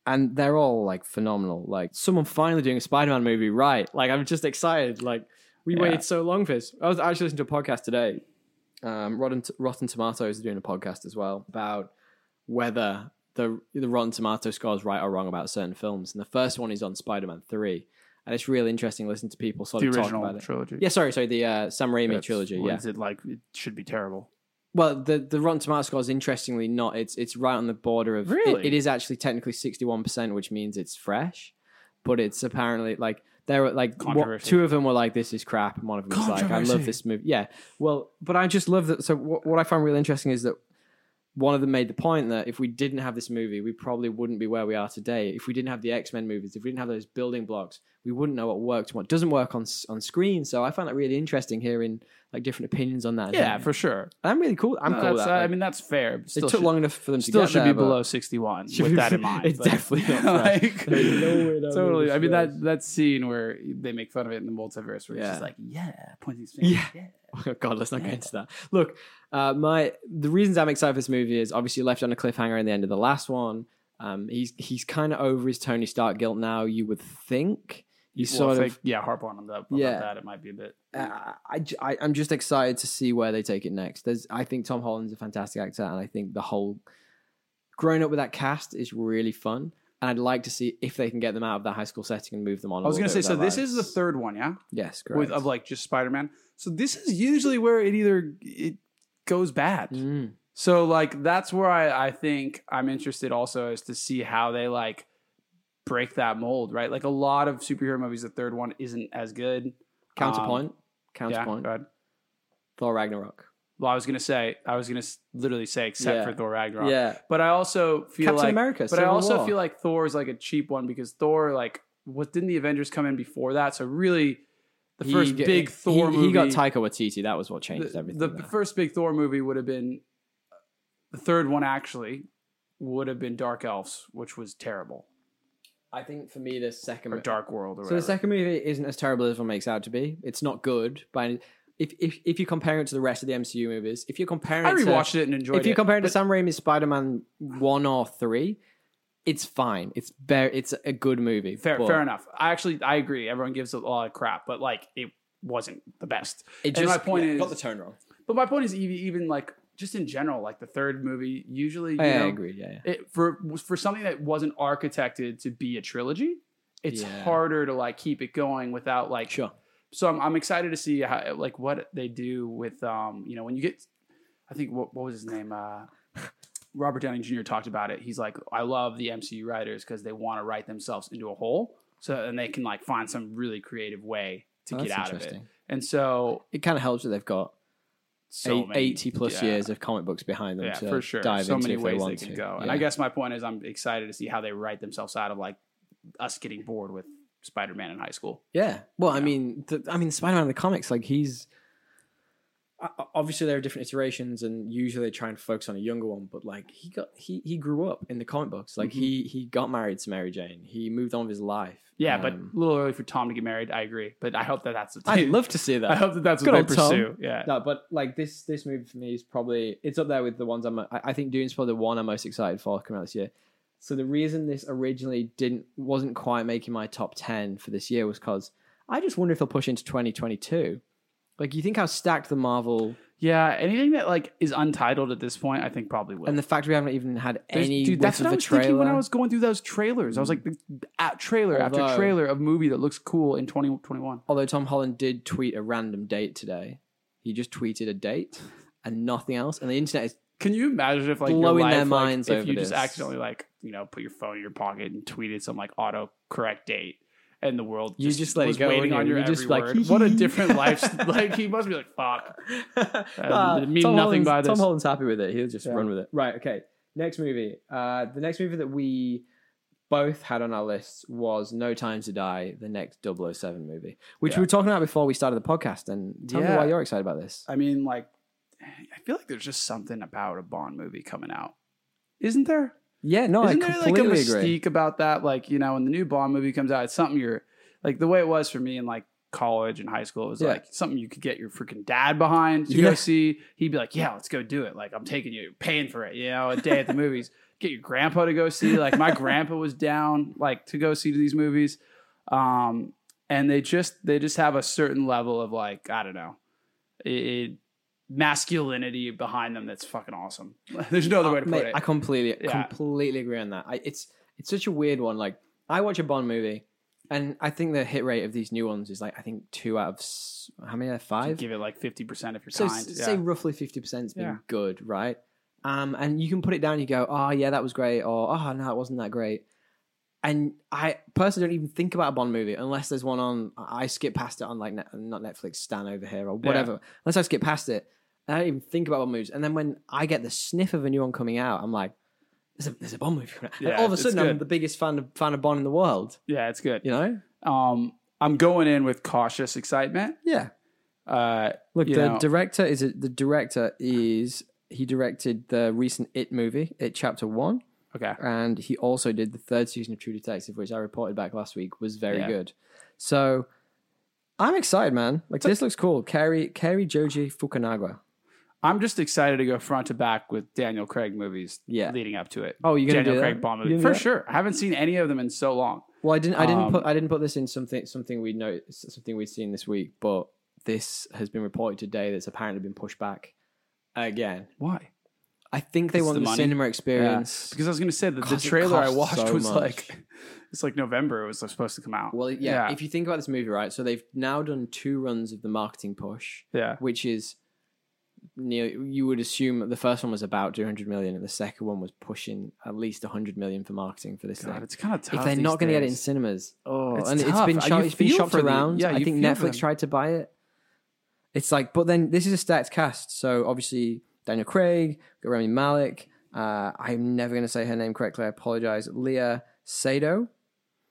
Speaker 1: and they're all like phenomenal. Like someone finally doing a Spider-Man movie right. Like I'm just excited. Like we
Speaker 2: Yeah.
Speaker 1: waited so long for this. I was actually listening to a podcast today. Um, Rotten Rotten Tomatoes are doing a podcast as well about whether the the Rotten Tomato score is right or wrong about certain films. And the first one is on Spider-Man Three, and it's really interesting listening to people sort
Speaker 2: the
Speaker 1: of talk about
Speaker 2: original
Speaker 1: it.
Speaker 2: trilogy.
Speaker 1: Yeah, sorry, sorry, the uh, Sam Raimi
Speaker 2: That's-
Speaker 1: trilogy.
Speaker 2: what
Speaker 1: Yeah,
Speaker 2: is it like? It should be terrible.
Speaker 1: well, the the Rotten Tomatoes score is interestingly not. It's it's right on the border of. it-
Speaker 2: Really?
Speaker 1: it is actually technically sixty one percent, which means it's fresh, but it's apparently like there were like what,
Speaker 2: Controversy.
Speaker 1: two of them were like this is crap, and one of them was like I love
Speaker 2: Controversy.
Speaker 1: this movie. Yeah, well, but I just love that. So what, what I found really interesting is that one of them made the point that if we didn't have this movie, we probably wouldn't be where we are today. If we didn't have the X Men movies, if we didn't have those building blocks, we wouldn't know what works and what doesn't work on s- on screen. So I found that really interesting hearing like different opinions on that. and
Speaker 2: Yeah,
Speaker 1: hearing-
Speaker 2: for sure.
Speaker 1: I'm really cool. I'm
Speaker 2: No,
Speaker 1: cool with
Speaker 2: that's-
Speaker 1: that.
Speaker 2: I
Speaker 1: Like,
Speaker 2: mean, that's fair. but
Speaker 1: it
Speaker 2: still
Speaker 1: took
Speaker 2: should-
Speaker 1: long enough for them to
Speaker 2: still
Speaker 1: get
Speaker 2: should
Speaker 1: there,
Speaker 2: be
Speaker 1: but-
Speaker 2: below 61
Speaker 1: Should
Speaker 2: with
Speaker 1: be-
Speaker 2: that in mind.
Speaker 1: it's
Speaker 2: Like,
Speaker 1: definitely not fresh.
Speaker 2: like,
Speaker 1: There's no way that
Speaker 2: totally.
Speaker 1: movie's
Speaker 2: I mean
Speaker 1: fresh.
Speaker 2: that that scene where they make fun of it in the multiverse, where it's
Speaker 1: Yeah.
Speaker 2: just like, yeah, point these fingers.
Speaker 1: Yeah. Oh God, let's not get into that. Look, uh, my the reasons I'm excited for this movie is obviously left on a cliffhanger in the end of the last one. Um, he's he's kind of over his Tony Stark guilt now. You would think you
Speaker 2: Well,
Speaker 1: sort
Speaker 2: if
Speaker 1: of.
Speaker 2: they- yeah, harp on that. About
Speaker 1: Yeah.
Speaker 2: that it might be a bit.
Speaker 1: uh, I, j- I am just excited to see where they take it next. There's I think Tom Holland's a fantastic actor, and I think the whole growing up with that cast is really fun. And I'd like to see if they can get them out of that high school setting and move them on.
Speaker 2: I was gonna say, so this is the third one, yeah,
Speaker 1: Yes,
Speaker 2: with
Speaker 1: correct.
Speaker 2: of like just Spider Man. So this is usually where it either it goes bad.
Speaker 1: Mm.
Speaker 2: So like that's where I, I think I'm interested also is to see how they like break that mold, right? Like a lot of superhero movies, the third one isn't as good. Um,
Speaker 1: Counterpoint.
Speaker 2: Yeah,
Speaker 1: Counterpoint.
Speaker 2: go ahead.
Speaker 1: Thor Ragnarok.
Speaker 2: Well, I was gonna say I was gonna s- literally say except
Speaker 1: Yeah.
Speaker 2: for Thor Ragnarok.
Speaker 1: Yeah.
Speaker 2: But I also feel
Speaker 1: Captain
Speaker 2: like,
Speaker 1: America.
Speaker 2: but I also feel like Thor is like a cheap one because Thor like what didn't the Avengers come in before that? So really, The
Speaker 1: He
Speaker 2: first
Speaker 1: g-
Speaker 2: big
Speaker 1: he-
Speaker 2: Thor
Speaker 1: he,
Speaker 2: movie.
Speaker 1: got Taika Waititi. That was what changed
Speaker 2: the,
Speaker 1: everything.
Speaker 2: the
Speaker 1: there.
Speaker 2: first big Thor movie would have been the third one actually would have been Dark Elves, which was terrible,
Speaker 1: I think for me, the second
Speaker 2: or Dark World, or
Speaker 1: So
Speaker 2: whatever.
Speaker 1: the second movie isn't as terrible as it makes out to be. It's not good, but if if if you compare it to the rest of the MCU movies, if you're comparing,
Speaker 2: I
Speaker 1: it to-
Speaker 2: rewatched it and enjoyed
Speaker 1: if you
Speaker 2: it.
Speaker 1: compare it to
Speaker 2: but
Speaker 1: Sam Raimi's Spider-Man one or three, it's fine. It's very, it's a good movie.
Speaker 2: fair,
Speaker 1: but
Speaker 2: fair enough. I actually I agree. Everyone gives it a lot of crap, but like it wasn't the best.
Speaker 1: It
Speaker 2: And
Speaker 1: just
Speaker 2: my point
Speaker 1: got
Speaker 2: is-
Speaker 1: the tone wrong.
Speaker 2: But my point is even even like just in general, like the third movie usually you
Speaker 1: Yeah, I
Speaker 2: know,
Speaker 1: agree. Yeah, yeah.
Speaker 2: it, for for something that wasn't architected to be a trilogy, it's
Speaker 1: Yeah.
Speaker 2: harder to like keep it going without like
Speaker 1: sure.
Speaker 2: so I'm, I'm excited to see how like what they do with um you know when you get i think what, what was his name uh robert downey jr talked about it he's like i love the mcu writers because they want to write themselves into a hole so and they can like find some really creative way to
Speaker 1: Oh,
Speaker 2: get
Speaker 1: that's
Speaker 2: out of it
Speaker 1: interesting.
Speaker 2: and so
Speaker 1: It kind of helps that they've got
Speaker 2: so
Speaker 1: eight-
Speaker 2: many-
Speaker 1: 80 plus
Speaker 2: yeah.
Speaker 1: years of comic books behind them
Speaker 2: yeah,
Speaker 1: to
Speaker 2: for sure.
Speaker 1: dive
Speaker 2: so
Speaker 1: into
Speaker 2: many
Speaker 1: if
Speaker 2: ways
Speaker 1: they
Speaker 2: they,
Speaker 1: want
Speaker 2: can
Speaker 1: to.
Speaker 2: go. And
Speaker 1: Yeah.
Speaker 2: I guess my point is, I'm excited to see how they write themselves out of like us getting bored with Spider-Man in high school.
Speaker 1: Yeah. Well, I
Speaker 2: Yeah.
Speaker 1: mean, the, I mean, Spider-Man in the comics, like he's o- o- obviously there are different iterations, and usually they try and focus on a younger one. But like he got he he grew up in the comic books. Like
Speaker 2: Mhm.
Speaker 1: he he got married to Mary Jane. He moved on with his life.
Speaker 2: Yeah, but
Speaker 1: Um,
Speaker 2: a little early for Tom to get married. I agree, but I hope that that's. what they-
Speaker 1: I'd love to see
Speaker 2: I
Speaker 1: that.
Speaker 2: hope that that's
Speaker 1: Good
Speaker 2: what they
Speaker 1: old Tom.
Speaker 2: pursue. Yeah.
Speaker 1: No, but like this this movie for me is probably it's up there with the ones I'm. I, I think Dune's probably the one I'm most excited for coming out this year. So the reason this originally didn't wasn't quite making my top ten for this year was because I just wonder if they'll push into 2022. Like you think how stacked the Marvel
Speaker 2: Yeah. Anything that like is untitled at this point, I think probably will.
Speaker 1: and the fact we haven't even had
Speaker 2: There's-
Speaker 1: any
Speaker 2: dude, that's
Speaker 1: whiff
Speaker 2: what I
Speaker 1: of a
Speaker 2: was thinking when I
Speaker 1: trailer.
Speaker 2: was going through those trailers. I was like, the, at trailer
Speaker 1: Although-
Speaker 2: after trailer of movie that looks cool in 2021.
Speaker 1: Although Tom Holland did tweet a random date today, he just tweeted a date and nothing else, and the internet is
Speaker 2: Can you imagine if like your
Speaker 1: Blowing
Speaker 2: life,
Speaker 1: their
Speaker 2: like,
Speaker 1: minds
Speaker 2: if
Speaker 1: over
Speaker 2: you just
Speaker 1: this.
Speaker 2: accidentally like you know put your phone in your pocket and tweeted some like auto correct date and the world
Speaker 1: You just let it
Speaker 2: was
Speaker 1: go,
Speaker 2: waiting
Speaker 1: wouldn't
Speaker 2: on
Speaker 1: you?
Speaker 2: your
Speaker 1: You
Speaker 2: every
Speaker 1: just like,
Speaker 2: word. what a
Speaker 1: hee hee.
Speaker 2: different life like he must be like fuck
Speaker 1: Um, Nah,
Speaker 2: it mean
Speaker 1: Uh, Tom
Speaker 2: nothing
Speaker 1: Holland's-
Speaker 2: by
Speaker 1: Tom
Speaker 2: this.
Speaker 1: Holland's happy with it. He'll just
Speaker 2: Yeah.
Speaker 1: run with it. Right. Okay. Next movie. Uh, the next movie that we both had on our lists was No Time to Die, the next 007 movie, which
Speaker 2: Yeah.
Speaker 1: we were talking about before we started the podcast. And tell me
Speaker 2: Yeah.
Speaker 1: why you're excited about this.
Speaker 2: I mean like I feel like there's just something about a Bond movie coming out isn't there
Speaker 1: Yeah. No,
Speaker 2: Isn't
Speaker 1: I
Speaker 2: there like a
Speaker 1: completely
Speaker 2: mystique
Speaker 1: agree.
Speaker 2: about that? Like, you know, when the new Bond movie comes out, it's something you're like the way it was for me in like college and high school, it was
Speaker 1: Yeah.
Speaker 2: like something you could get your freaking dad behind to
Speaker 1: Yeah.
Speaker 2: go see. He'd be like, Yeah, let's go do it. Like, I'm taking you, paying for it, you know, a day at the movies. Get your grandpa to go see. Like, my grandpa was down, like, to go see these movies. Um, and they just they just have a certain level of like, I don't know, it, it masculinity behind them that's fucking awesome. There's no other way to put
Speaker 1: Oh, Uh, Mate,
Speaker 2: it.
Speaker 1: I completely,
Speaker 2: Yeah.
Speaker 1: completely agree on that. I, it's it's such a weird one. Like I watch a Bond movie, and I think the hit rate of these new ones is like I think two out of s- how many? Are there,
Speaker 2: You
Speaker 1: five.
Speaker 2: give it like 50% if you're
Speaker 1: So
Speaker 2: kind.
Speaker 1: s-
Speaker 2: yeah.
Speaker 1: say roughly fifty percent has been
Speaker 2: Yeah.
Speaker 1: good, right? Um, and you can put it down. You go, oh yeah, that was great, or oh no, it wasn't that great. And I personally don't even think about a Bond movie unless there's one on. I I skip past it on like net, not Netflix, Stan over here or whatever. Unless I skip past it, I don't even think about Bond movies. And then when I get the sniff of a new one coming out, I'm like, there's a, there's a Bond movie coming out. and
Speaker 2: Yeah,
Speaker 1: all of a
Speaker 2: it's
Speaker 1: sudden, I'm
Speaker 2: good.
Speaker 1: the biggest fan of fan of Bond in the world.
Speaker 2: yeah, it's good.
Speaker 1: You know?
Speaker 2: Um, I'm going in with cautious excitement.
Speaker 1: Yeah.
Speaker 2: Uh,
Speaker 1: Look,
Speaker 2: you
Speaker 1: the
Speaker 2: know.
Speaker 1: director is the director is he directed the recent It movie, It Chapter One,
Speaker 2: okay.
Speaker 1: and he also did the third season of True Detective, which I reported back last week was very
Speaker 2: Yeah.
Speaker 1: good. So I'm excited, man. Like this looks cool. Kerry Kerry Joji Fukunaga.
Speaker 2: I'm just excited to go front to back with Daniel Craig movies
Speaker 1: Yeah.
Speaker 2: leading up to it.
Speaker 1: Oh, you're gonna
Speaker 2: Daniel
Speaker 1: do
Speaker 2: Craig
Speaker 1: that?
Speaker 2: Bond
Speaker 1: You're
Speaker 2: movie.
Speaker 1: gonna do
Speaker 2: For
Speaker 1: that?
Speaker 2: sure. I haven't seen any of them in so long.
Speaker 1: Well, I didn't I didn't
Speaker 2: Um,
Speaker 1: put I didn't put this in something something we know something we'd seen this week, but this has been reported today that's apparently been pushed back again.
Speaker 2: Why?
Speaker 1: I think they
Speaker 2: It's
Speaker 1: want
Speaker 2: the
Speaker 1: the,
Speaker 2: money.
Speaker 1: cinema experience.
Speaker 2: Because I was going to say that the
Speaker 1: Gosh, it
Speaker 2: trailer I
Speaker 1: costs
Speaker 2: watched
Speaker 1: so
Speaker 2: was
Speaker 1: much.
Speaker 2: like, it's like November. It was supposed to come out.
Speaker 1: Well, yeah,
Speaker 2: Yeah.
Speaker 1: If you think about this movie, right? So they've now done two runs of the marketing push,
Speaker 2: yeah.
Speaker 1: which is near. You would assume that the first one was about 200 million, and the second one was pushing at least 100 million for marketing for this
Speaker 2: God,
Speaker 1: thing.
Speaker 2: it's kind of tough.
Speaker 1: If they're
Speaker 2: these
Speaker 1: not going to get it in
Speaker 2: days.
Speaker 1: cinemas, oh,
Speaker 2: It's
Speaker 1: and it's
Speaker 2: tough.
Speaker 1: been
Speaker 2: Uh,
Speaker 1: shop,
Speaker 2: you
Speaker 1: it's been
Speaker 2: feel
Speaker 1: shopped
Speaker 2: for the-
Speaker 1: around.
Speaker 2: yeah,
Speaker 1: I
Speaker 2: you
Speaker 1: think
Speaker 2: feel for
Speaker 1: Netflix
Speaker 2: them.
Speaker 1: tried to buy it. It's like, but then this is a stacked cast. So obviously Daniel Craig, got Remy Malik. Uh, I'm never going to say her name correctly. I apologize. Leah Sado.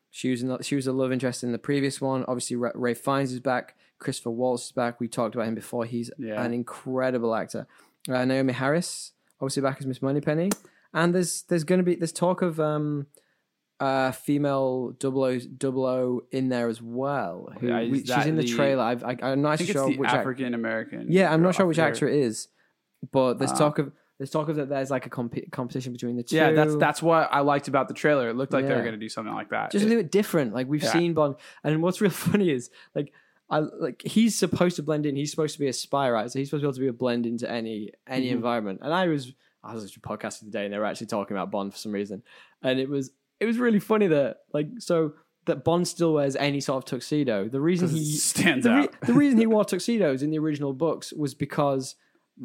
Speaker 1: She was in the, she was a love interest in the previous one. Obviously, Ra- Ray Fiennes is back. Christopher Waltz is back. We talked about him before. He's
Speaker 2: Yeah.
Speaker 1: an incredible actor. Uh, Naomi Harris, obviously back as Miss Moneypenny, and there's there's going to be there's talk of um, uh, female double O double O in there as well. Who,
Speaker 2: Yeah, is
Speaker 1: we- she's
Speaker 2: that
Speaker 1: in the,
Speaker 2: the-
Speaker 1: trailer. I've, I, I'm
Speaker 2: I
Speaker 1: not
Speaker 2: think
Speaker 1: sure
Speaker 2: it's the
Speaker 1: which act-
Speaker 2: African American.
Speaker 1: yeah, I'm
Speaker 2: girl.
Speaker 1: not sure
Speaker 2: I
Speaker 1: which
Speaker 2: forget her-
Speaker 1: actor it is, but there's
Speaker 2: Uh,
Speaker 1: talk of there's talk of that there's like a comp- competition between the two.
Speaker 2: Yeah, that's that's what I liked about the trailer. It looked like they were
Speaker 1: Yeah.
Speaker 2: going to do something like that.
Speaker 1: just a
Speaker 2: It-
Speaker 1: little bit different. Like we've
Speaker 2: Yeah.
Speaker 1: seen Bond, and what's real funny is like I like he's supposed to blend in. He's supposed to be a spy, right? So he's supposed to be able to be a blend into any any
Speaker 2: Mhm.
Speaker 1: environment. And I was I was listening to a podcast the other day, and they were actually talking about Bond for some reason, and it was it was really funny that like so that Bond still wears any sort of tuxedo. The reason
Speaker 2: it
Speaker 1: he
Speaker 2: stands
Speaker 1: the, re-
Speaker 2: out.
Speaker 1: the reason he wore tuxedos in the original books was because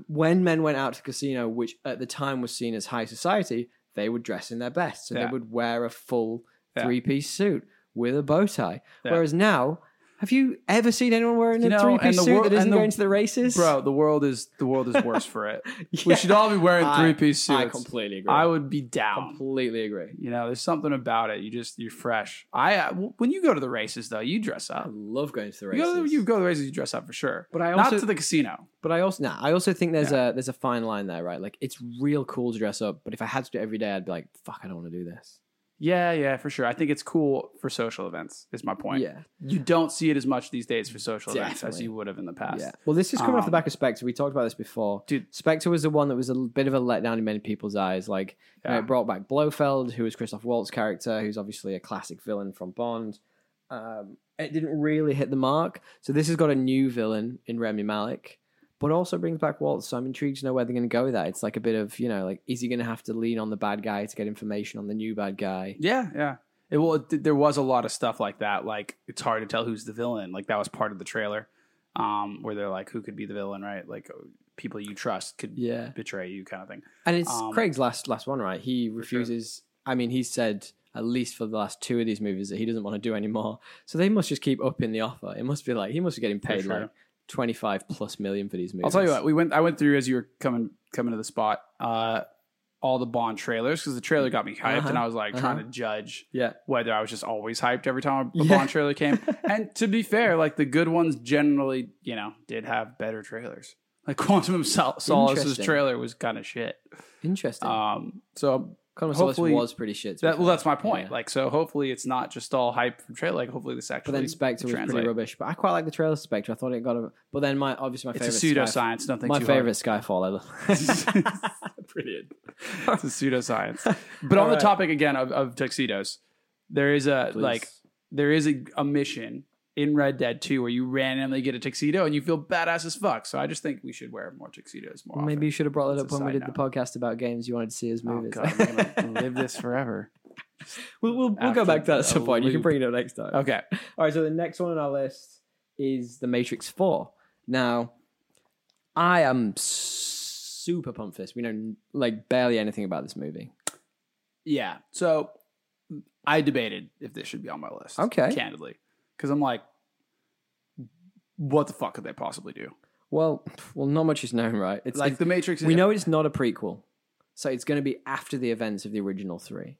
Speaker 1: when men went out to casino, which at the time was seen as high society, they would dress in their best. So
Speaker 2: Yeah.
Speaker 1: they would wear a full
Speaker 2: Yeah.
Speaker 1: three piece suit with a bow tie.
Speaker 2: Yeah.
Speaker 1: Whereas now, have you ever seen anyone wearing
Speaker 2: You
Speaker 1: a
Speaker 2: know,
Speaker 1: three
Speaker 2: and
Speaker 1: piece
Speaker 2: the
Speaker 1: suit
Speaker 2: wor-
Speaker 1: that isn't
Speaker 2: and the-
Speaker 1: going to the races?
Speaker 2: Bro, the world is the world is worse for it.
Speaker 1: Yeah.
Speaker 2: We should all be wearing
Speaker 1: I-
Speaker 2: three piece suits.
Speaker 1: I completely agree.
Speaker 2: I
Speaker 1: I
Speaker 2: would be down.
Speaker 1: completely agree.
Speaker 2: You know, there's something about it. You just you're fresh. I uh, w- when you go to the races though, you dress
Speaker 1: I
Speaker 2: up.
Speaker 1: love going to the
Speaker 2: You
Speaker 1: races.
Speaker 2: go, to the- you go to the races, you dress up for sure.
Speaker 1: but I
Speaker 2: Not
Speaker 1: also
Speaker 2: to the casino.
Speaker 1: But I also, nah, I also think there's a there's a fine line there, right? Like it's real cool to dress up, but if I had to do it every day, I'd be like, fuck, I don't want to do this.
Speaker 2: Yeah, yeah, for sure. I think it's cool for social events. Is my point.
Speaker 1: Yeah,
Speaker 2: You don't see it as much these days for social events as
Speaker 1: Definitely.
Speaker 2: you would have in the past.
Speaker 1: yeah. Well, this is coming off the
Speaker 2: Um,
Speaker 1: back of Spectre. We talked about this before.
Speaker 2: Dude.
Speaker 1: Spectre was the one that was a l- bit of a letdown in many people's eyes. Like you know,
Speaker 2: Yeah.
Speaker 1: it brought back Blofeld, who was Christoph Waltz character, who's obviously a classic villain from Bond. Um, it didn't really hit the mark. So this has got a new villain in Remy Malik. But also brings back Waltz, so I'm intrigued to know where they're going to go with that. It's like a bit of, you know, like, is he going to have to lean on the bad guy to get information on the new bad guy?
Speaker 2: Yeah, yeah. It, well, it, there was a lot of stuff like that. Like it's hard to tell who's the villain. Like that was part of the trailer, um, where they're like, who could be the villain, right? Like uh, people you trust could
Speaker 1: Yeah.
Speaker 2: betray you, kind of thing.
Speaker 1: And it's
Speaker 2: Um,
Speaker 1: Craig's last last one, right? He
Speaker 2: sure.
Speaker 1: refuses. I mean, he said at least for the last two of these movies that he doesn't want to do anymore. So they must just keep upping the offer. It must be like he must be getting
Speaker 2: For
Speaker 1: paid
Speaker 2: sure.
Speaker 1: like twenty five plus million for these movies.
Speaker 2: I'll tell you what. We went. I went through as you were coming coming to the spot. Uh, all the Bond trailers because the trailer got me hyped,
Speaker 1: Uh-huh,
Speaker 2: and I was like
Speaker 1: uh-huh.
Speaker 2: trying to judge
Speaker 1: Yeah,
Speaker 2: whether I was just always hyped every time a
Speaker 1: Yeah.
Speaker 2: Bond trailer came. and to be fair, like the good ones generally, you know, did have better trailers. Like Quantum of Sol- Solace's
Speaker 1: Interesting.
Speaker 2: trailer was kind of shit.
Speaker 1: interesting.
Speaker 2: Um, so
Speaker 1: Quantum of Solace
Speaker 2: hopefully-
Speaker 1: was pretty shit. to be
Speaker 2: that well,
Speaker 1: fair.
Speaker 2: that's my point.
Speaker 1: Yeah.
Speaker 2: Like, so hopefully it's not just all hype from trailer. Like, hopefully this
Speaker 1: but
Speaker 2: actually.
Speaker 1: then Spectre was
Speaker 2: translate.
Speaker 1: pretty rubbish. But I quite like the trailer Spectre. I thought it got a. But then my obviously my
Speaker 2: it's a
Speaker 1: favorite
Speaker 2: pseudoscience. Nothing.
Speaker 1: my
Speaker 2: too
Speaker 1: favorite Skyfall. I love.
Speaker 2: Hard. Brilliant. It's a pseudoscience. But
Speaker 1: All
Speaker 2: on the
Speaker 1: right.
Speaker 2: topic again of, of tuxedos, there is a like
Speaker 1: Please.
Speaker 2: there is a, a mission in Red Dead 2 where you randomly get a tuxedo and you feel badass as fuck. So I just think we should wear more tuxedos more.
Speaker 1: maybe you should have brought that up
Speaker 2: That's a
Speaker 1: when we
Speaker 2: side
Speaker 1: did the podcast about games you wanted to see as
Speaker 2: often.
Speaker 1: movies.
Speaker 2: Oh, God, we're gonna live this forever.
Speaker 1: we'll we'll, we'll
Speaker 2: After
Speaker 1: go back to that at
Speaker 2: a
Speaker 1: some point. You can
Speaker 2: loop.
Speaker 1: bring it up next time.
Speaker 2: Okay.
Speaker 1: All right, so the next one on our list is The Matrix 4. Now, I am super pumped for this. We know like barely anything about this movie.
Speaker 2: Yeah. So I debated if this should be on my list.
Speaker 1: Okay.
Speaker 2: Candidly. Because I'm like, what the fuck could they possibly do?
Speaker 1: Well, well, not much is known, right? It's
Speaker 2: like
Speaker 1: like
Speaker 2: the Matrix.
Speaker 1: we know it's not a prequel, so it's going to be after the events of the original three.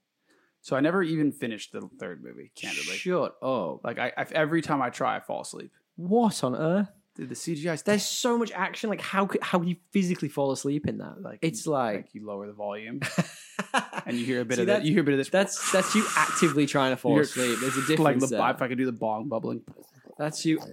Speaker 2: So I never even finished the third movie, candidly.
Speaker 1: Shut up! Like,
Speaker 2: Like I, I, every time I try, I fall asleep.
Speaker 1: what on earth?
Speaker 2: Dude, the CGI.
Speaker 1: There's so much action. Like, how could how do you physically fall asleep in that? Like, it's like,
Speaker 2: you lower the volume and you hear a bit
Speaker 1: See,
Speaker 2: of that.
Speaker 1: that's-
Speaker 2: You hear a bit of this.
Speaker 1: that's that's you actively trying to fall
Speaker 2: You're-
Speaker 1: asleep. There's a difference.
Speaker 2: like the
Speaker 1: there.
Speaker 2: if I could do the bong bubbling.
Speaker 1: That's you.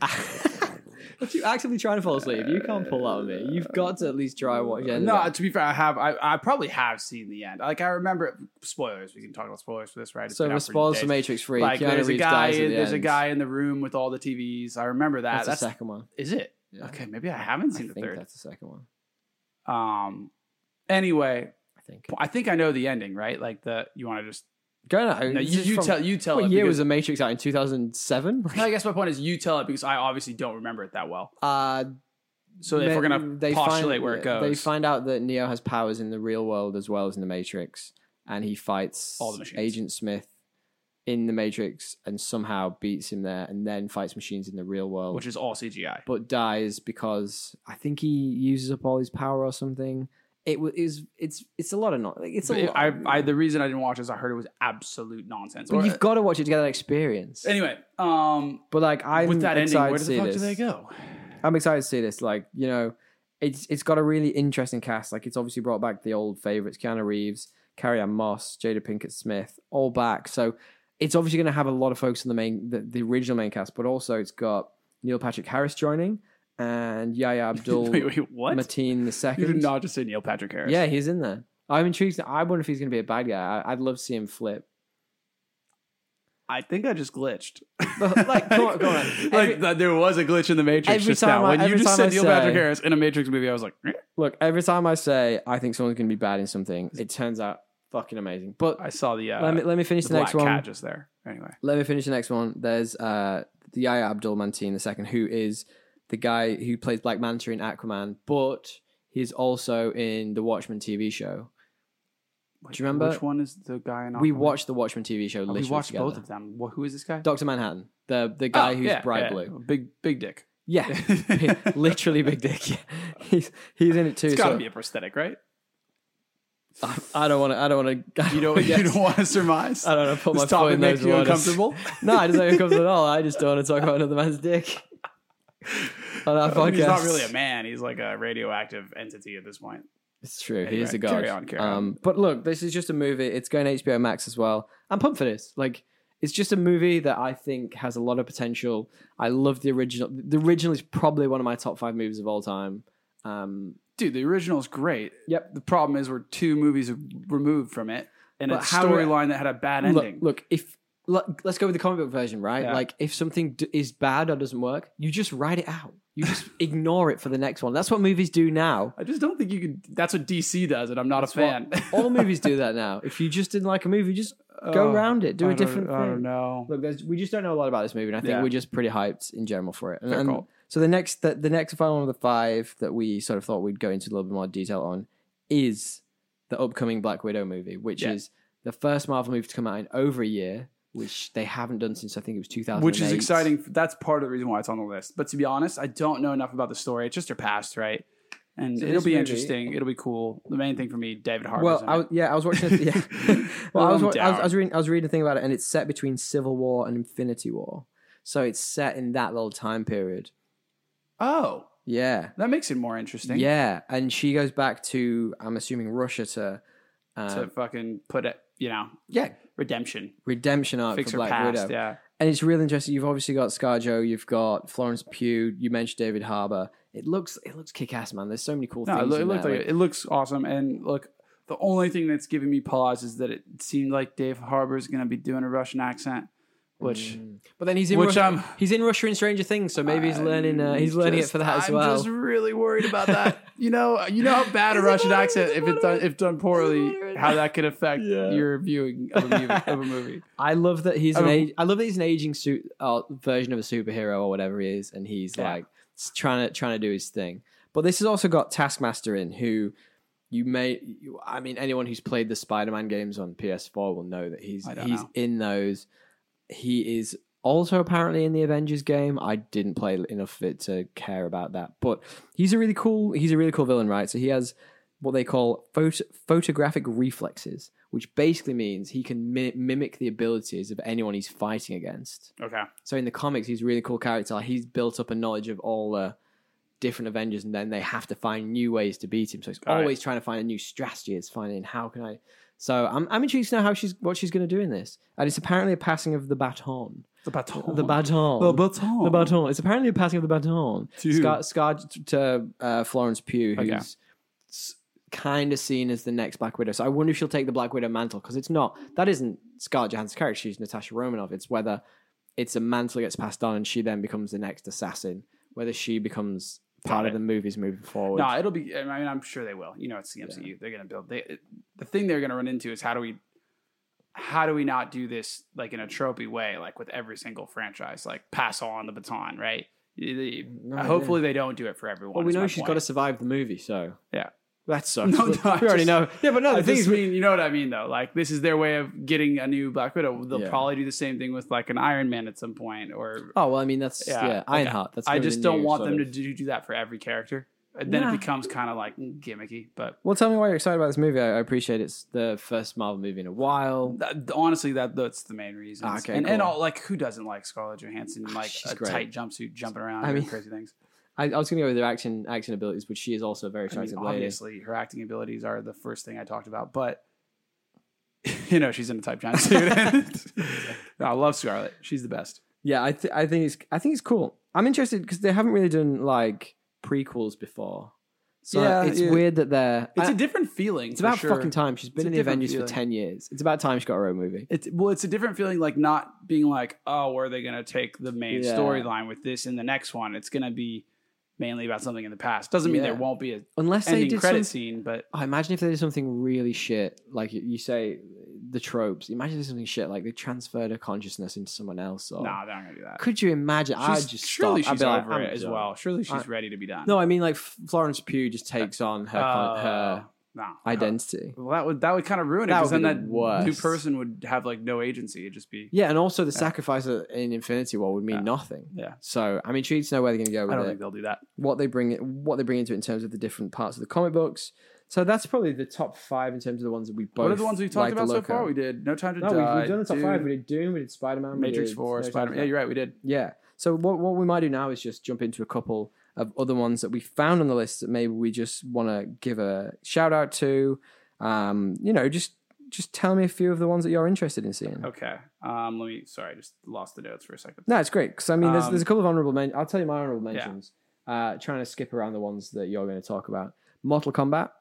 Speaker 1: That's you actively trying to fall asleep. You can't pull that with me. You've got to at least try watch it.
Speaker 2: No, to be fair, I have. I, I probably have seen the end. Like I remember spoilers. We can talk about spoilers for this, right? It's
Speaker 1: so
Speaker 2: been out for
Speaker 1: response to
Speaker 2: days.
Speaker 1: Matrix Free.
Speaker 2: Like
Speaker 1: Keanu
Speaker 2: there's a
Speaker 1: Reeves
Speaker 2: guy.
Speaker 1: dies at the
Speaker 2: there's a
Speaker 1: end.
Speaker 2: guy in the room with all the TVs. I remember that.
Speaker 1: That's,
Speaker 2: That's,
Speaker 1: the second one.
Speaker 2: is it?
Speaker 1: Yeah.
Speaker 2: Okay, maybe I haven't
Speaker 1: I
Speaker 2: seen the
Speaker 1: think
Speaker 2: third.
Speaker 1: that's the second one.
Speaker 2: Um. Anyway,
Speaker 1: I think.
Speaker 2: I think I know the ending, right? Like the you want to just
Speaker 1: Go now.
Speaker 2: no,
Speaker 1: This
Speaker 2: you,
Speaker 1: is
Speaker 2: you
Speaker 1: from-
Speaker 2: tell you tell
Speaker 1: What
Speaker 2: it
Speaker 1: year
Speaker 2: because-
Speaker 1: was the Matrix out in two thousand seven?
Speaker 2: No, I guess my point is you tell it because I obviously don't remember it that well.
Speaker 1: Uh,
Speaker 2: So if
Speaker 1: ma-
Speaker 2: we're gonna postulate where it goes,
Speaker 1: They find out that Neo has powers in the real world as well as in the Matrix, and he fights
Speaker 2: All the machines.
Speaker 1: Agent Smith in the Matrix and somehow beats him there, and then fights machines in the real world.
Speaker 2: which is all CGI.
Speaker 1: but dies because I think he uses up all his power or something. it was it's it's it's a lot of not. Like, it's a
Speaker 2: But
Speaker 1: lot.
Speaker 2: I, I, the reason I didn't watch is I heard it was absolute nonsense.
Speaker 1: but
Speaker 2: Or-
Speaker 1: you've got to watch it to get that experience.
Speaker 2: anyway, um,
Speaker 1: but like I'm
Speaker 2: with that ending,
Speaker 1: excited
Speaker 2: where
Speaker 1: to
Speaker 2: the
Speaker 1: see
Speaker 2: fuck
Speaker 1: this.
Speaker 2: do they go?
Speaker 1: I'm excited to see this. Like, you know, it's it's got a really interesting cast. Like, it's obviously brought back the old favorites: Keanu Reeves, Carrie Ann Moss, Jada Pinkett Smith, all back. So it's obviously going to have a lot of folks on the main, the, the original main cast, but also it's got Neil Patrick Harris joining and Yaya Abdul
Speaker 2: wait, wait, what?
Speaker 1: Mateen the
Speaker 2: you did
Speaker 1: second.
Speaker 2: not just say Neil Patrick Harris.
Speaker 1: Yeah, he's in there. I'm intrigued. I wonder if he's going to be a bad guy. I, I'd love to see him flip.
Speaker 2: I think I just glitched.
Speaker 1: like, come on, come on. Every-
Speaker 2: like that there was a glitch in the Matrix
Speaker 1: Every
Speaker 2: just
Speaker 1: time
Speaker 2: now.
Speaker 1: I-
Speaker 2: when you
Speaker 1: every
Speaker 2: just
Speaker 1: time
Speaker 2: said
Speaker 1: I
Speaker 2: Neil Patrick
Speaker 1: say-
Speaker 2: Harris in a Matrix movie, I was like, eh.
Speaker 1: Look, every time I say I think someone's going to be bad in something, it turns out fucking amazing. But
Speaker 2: I saw the uh,
Speaker 1: let me let me finish
Speaker 2: the
Speaker 1: the next
Speaker 2: black
Speaker 1: one.
Speaker 2: cat just there. Anyway,
Speaker 1: Let me finish the next one. There's uh the Yaya Abdul Mateen the second, who is the guy who plays Black Manta in Aquaman, but he's also in the Watchmen TV show.
Speaker 2: Wait,
Speaker 1: you remember-
Speaker 2: which one is the guy? In
Speaker 1: We
Speaker 2: Aquaman?
Speaker 1: watched the Watchmen TV show.
Speaker 2: Oh,
Speaker 1: Literally
Speaker 2: we watched
Speaker 1: together.
Speaker 2: both of them. Wha- Who is this guy?
Speaker 1: Doctor Manhattan, the the
Speaker 2: Oh,
Speaker 1: guy who's
Speaker 2: yeah,
Speaker 1: bright
Speaker 2: yeah.
Speaker 1: blue.
Speaker 2: Big big dick.
Speaker 1: Yeah,
Speaker 2: it's
Speaker 1: literally big dick. Yeah. He's he's in it too.
Speaker 2: got to
Speaker 1: so
Speaker 2: be a prosthetic, right?
Speaker 1: I, I don't want to. I don't want to.
Speaker 2: You don't you don't want to surmise.
Speaker 1: I don't want to put my
Speaker 2: This
Speaker 1: foot
Speaker 2: topic
Speaker 1: in those
Speaker 2: makes you
Speaker 1: waters.
Speaker 2: uncomfortable.
Speaker 1: no, I just don't feel comfortable at all. I just don't want to talk about another man's dick on our
Speaker 2: I
Speaker 1: podcast.
Speaker 2: mean, he's not really a man. He's like a radioactive entity at this point.
Speaker 1: It's true. He
Speaker 2: Anyway,
Speaker 1: is a god.
Speaker 2: carry on, carry on.
Speaker 1: Um, but look, this is just a movie. It's going HBO Max as well. I'm pumped for this. Like, it's just a movie that I think has a lot of potential. I love the original. The original is probably one of my top five movies of all time. Um,
Speaker 2: Dude, the original is great.
Speaker 1: Yep.
Speaker 2: The problem is we're two movies removed from it and
Speaker 1: But
Speaker 2: a
Speaker 1: how-
Speaker 2: storyline that had a bad
Speaker 1: look,
Speaker 2: ending.
Speaker 1: look, if look, let's go with the comic book version, right?
Speaker 2: Yeah.
Speaker 1: Like, if something d- is bad or doesn't work, you just write it out. You just ignore it for the next one. That's what movies do now.
Speaker 2: I just don't think you could. That's what DC does, and I'm not a fan.
Speaker 1: That's what- all movies do that now. If you just didn't like a movie, just go
Speaker 2: Oh,
Speaker 1: around it. Do
Speaker 2: I
Speaker 1: a
Speaker 2: don't-
Speaker 1: different thing.
Speaker 2: I don't know.
Speaker 1: Look, there's, we just don't know a lot about this movie, and I think
Speaker 2: Yeah.
Speaker 1: we're just pretty hyped in general for it. And,
Speaker 2: Fair
Speaker 1: and
Speaker 2: call.
Speaker 1: so the next, the, the next and final one of the five that we sort of thought we'd go into a little bit more detail on is the upcoming Black Widow movie, which
Speaker 2: Yeah.
Speaker 1: is the first Marvel movie to come out in over a year, which they haven't done since I think it was 2008.
Speaker 2: Which is exciting. That's part of the reason why it's on the list. But to be honest, I don't know enough about the story. It's just her past, right? And
Speaker 1: So
Speaker 2: it'll
Speaker 1: this
Speaker 2: be
Speaker 1: movie-
Speaker 2: interesting. It'll be cool. The main thing for me, David Harbour.
Speaker 1: Well, I was, yeah, I was watching. It, yeah. well, I was, wa-
Speaker 2: I'm
Speaker 1: I was,
Speaker 2: down.
Speaker 1: I was reading. I was reading a thing about it, and it's set between Civil War and Infinity War, so it's set in that little time period.
Speaker 2: oh,
Speaker 1: Yeah.
Speaker 2: that makes it more interesting.
Speaker 1: Yeah, and she goes back to I'm assuming Russia to, um,
Speaker 2: to fucking put it, you know,
Speaker 1: yeah
Speaker 2: redemption,
Speaker 1: redemption arc
Speaker 2: fix
Speaker 1: for
Speaker 2: her
Speaker 1: Black
Speaker 2: past.
Speaker 1: Widow,
Speaker 2: Yeah,
Speaker 1: and it's really interesting. You've obviously got ScarJo, you've got Florence Pugh, you mentioned David Harbour. It looks it looks kick ass, man. There's so many cool
Speaker 2: no, it,
Speaker 1: things.
Speaker 2: loo- it
Speaker 1: in
Speaker 2: looked
Speaker 1: there,
Speaker 2: like it. it looks awesome. And look, the only thing that's giving me pause is that it seemed like Dave Harbour's gonna be doing a Russian accent, which
Speaker 1: Mm. But then he's in
Speaker 2: which um,
Speaker 1: Russia.
Speaker 2: I'm
Speaker 1: he's in Russia in Stranger Things, so maybe he's learning. Uh,
Speaker 2: I'm
Speaker 1: he's learning it
Speaker 2: just-
Speaker 1: for that as
Speaker 2: I'm
Speaker 1: well.
Speaker 2: just really worried about that. you know, you know how bad a
Speaker 1: Is it
Speaker 2: Russian
Speaker 1: moderate?
Speaker 2: accent,
Speaker 1: Is it
Speaker 2: if it done,
Speaker 1: moderate?
Speaker 2: if done poorly,
Speaker 1: moderate?
Speaker 2: how that could affect
Speaker 1: Yeah.
Speaker 2: your viewing of a movie. Of a movie.
Speaker 1: I love that he's an
Speaker 2: Oh.
Speaker 1: age, I love that he's an aging suit uh, version of a superhero or whatever he is, and he's
Speaker 2: Yeah.
Speaker 1: like s- trying to trying to do his thing. But this has also got Taskmaster in, who you may, you, I mean, anyone who's played the Spider-Man games on PS4 will know that he's
Speaker 2: I don't
Speaker 1: he's
Speaker 2: know.
Speaker 1: in those. He is also apparently in the Avengers game. I didn't play enough of it to care about that, but he's a really cool he's a really cool villain, right? So he has what they call photo, photographic reflexes, which basically means he can mi- mimic the abilities of anyone he's fighting against.
Speaker 2: Okay,
Speaker 1: So in the comics, he's a really cool character. He's built up a knowledge of all uh, different Avengers, and then they have to find new ways to beat him. So he's
Speaker 2: Got it.
Speaker 1: always trying to find a new strategy. It's finding how can I. So I'm, I'm intrigued to know how she's what she's going to do in this, and it's apparently a passing of the baton.
Speaker 2: the baton,
Speaker 1: The baton.
Speaker 2: the baton,
Speaker 1: The baton. It's apparently a passing of the baton.
Speaker 2: Dude.
Speaker 1: Scar, Scar to uh, Florence Pugh, who's
Speaker 2: Okay.
Speaker 1: kind of seen as the next Black Widow. So I wonder if she'll take the Black Widow mantle because it's not that isn't Scarlett Johansson's character. She's Natasha Romanoff. It's whether it's a mantle that gets passed on and she then becomes the next assassin. Whether she becomes part
Speaker 2: Got
Speaker 1: of the movies moving forward.
Speaker 2: No, it'll be. I mean, I'm sure they will. You know, it's the MCU. They're gonna build. They, the thing they're gonna run into is how do we, how do we not do this like in a tropey way, like with every single franchise, like pass on the baton, right? You- you-
Speaker 1: No idea.
Speaker 2: Hopefully, they don't do it for everyone.
Speaker 1: well, we
Speaker 2: is my
Speaker 1: know she's
Speaker 2: point.
Speaker 1: got to survive the movie, so
Speaker 2: Yeah.
Speaker 1: that sucks.
Speaker 2: No,
Speaker 1: we,
Speaker 2: no, I
Speaker 1: we already
Speaker 2: just-
Speaker 1: know. Yeah, but no,
Speaker 2: I
Speaker 1: the thing
Speaker 2: just
Speaker 1: is,
Speaker 2: mean, you know what I mean, though. Like, this is their way of getting a new Black Widow. They'll
Speaker 1: Yeah.
Speaker 2: probably do the same thing with like an Iron Man at some point, or
Speaker 1: oh well, I mean that's yeah,
Speaker 2: Yeah, okay.
Speaker 1: Ironheart. That's
Speaker 2: I
Speaker 1: gonna be
Speaker 2: just
Speaker 1: the
Speaker 2: don't
Speaker 1: new
Speaker 2: want
Speaker 1: sort
Speaker 2: them
Speaker 1: of-
Speaker 2: to do, do that for every character. And then
Speaker 1: Nah.
Speaker 2: it becomes kind of like mm, gimmicky. But
Speaker 1: Well, tell me why you're excited about this movie. I, I appreciate it's the first Marvel movie in a while.
Speaker 2: that, honestly, that that's the main reason.
Speaker 1: Ah, okay,
Speaker 2: and, and
Speaker 1: cool.
Speaker 2: all like who doesn't like Scarlett Johansson in like
Speaker 1: She's
Speaker 2: a
Speaker 1: great.
Speaker 2: tight jumpsuit jumping around
Speaker 1: I
Speaker 2: doing
Speaker 1: mean-
Speaker 2: crazy things?
Speaker 1: I, I was going to go with her action action abilities, but she is also a very
Speaker 2: I mean,
Speaker 1: attractive lady.
Speaker 2: obviously, her acting abilities are the first thing I talked about, but you know she's in a tight jumpsuit. No, I love Scarlett. She's the best.
Speaker 1: Yeah, I th- I think it's I think it's cool. I'm interested because they haven't really done like prequels before, so
Speaker 2: Yeah,
Speaker 1: it's
Speaker 2: yeah.
Speaker 1: weird that they're.
Speaker 2: It's
Speaker 1: I-
Speaker 2: a different feeling.
Speaker 1: it's about
Speaker 2: for sure.
Speaker 1: fucking time. She's been
Speaker 2: It's a
Speaker 1: in the
Speaker 2: different
Speaker 1: Avengers for
Speaker 2: feeling.
Speaker 1: ten years. It's about time she got her own movie.
Speaker 2: It's well, it's a different feeling, like not being like, oh, where are they going to take the main
Speaker 1: Yeah.
Speaker 2: storyline with this in the next one? It's going to be mainly about something in the past. Doesn't mean there
Speaker 1: Yeah.
Speaker 2: won't be a
Speaker 1: Unless they
Speaker 2: ending
Speaker 1: did
Speaker 2: credit
Speaker 1: some.
Speaker 2: scene, but
Speaker 1: I imagine if they did something really shit, like you- you say, the tropes. Imagine if they did something shit, like they transferred her consciousness into someone else. Or
Speaker 2: nah, they're not going to do that.
Speaker 1: could you imagine?
Speaker 2: She's-
Speaker 1: I'd just
Speaker 2: surely
Speaker 1: stop.
Speaker 2: she's
Speaker 1: I'd be like,
Speaker 2: over
Speaker 1: I'm
Speaker 2: it as
Speaker 1: done.
Speaker 2: well. Surely she's
Speaker 1: I-
Speaker 2: ready to be done.
Speaker 1: No, I mean like F- Florence Pugh just takes on her con-
Speaker 2: Uh,
Speaker 1: her
Speaker 2: nah.
Speaker 1: identity.
Speaker 2: Well, that would that would kind of ruin it
Speaker 1: That
Speaker 2: because
Speaker 1: would
Speaker 2: then
Speaker 1: be
Speaker 2: that
Speaker 1: the
Speaker 2: new
Speaker 1: worst.
Speaker 2: person would have like no agency. It'd just be
Speaker 1: Yeah, and also the sacrifice in Infinity War would mean
Speaker 2: Yeah.
Speaker 1: nothing.
Speaker 2: yeah.
Speaker 1: So I'm intrigued to know where they're going to go
Speaker 2: I
Speaker 1: with
Speaker 2: don't
Speaker 1: it,
Speaker 2: think they'll do that.
Speaker 1: what they bring, what they bring into it in terms of the different parts of the comic books. So that's probably the top five in terms of the ones that we both.
Speaker 2: what are the ones we've
Speaker 1: like
Speaker 2: talked
Speaker 1: the
Speaker 2: about so
Speaker 1: look
Speaker 2: far?
Speaker 1: at.
Speaker 2: We did No Time to
Speaker 1: no, we've,
Speaker 2: Die.
Speaker 1: we've done the top
Speaker 2: Dune,
Speaker 1: five. We did Doom. We did Spider Man.
Speaker 2: Matrix Four, Spider Man. Yeah, you're right. We did.
Speaker 1: Yeah. So what what we might do now is just jump into a couple of other ones that we found on the list that maybe we just want to give a shout out to. Um, you know, just just tell me a few of the ones that you're interested in seeing.
Speaker 2: Okay. Um. Let me. Sorry, I just lost the notes for a second.
Speaker 1: No, it's great because I mean, there's,
Speaker 2: Um,
Speaker 1: there's a couple of honorable mentions. I'll tell you my honorable
Speaker 2: Yeah.
Speaker 1: mentions. Uh, trying to skip around the ones that you're going to talk about. Mortal Kombat.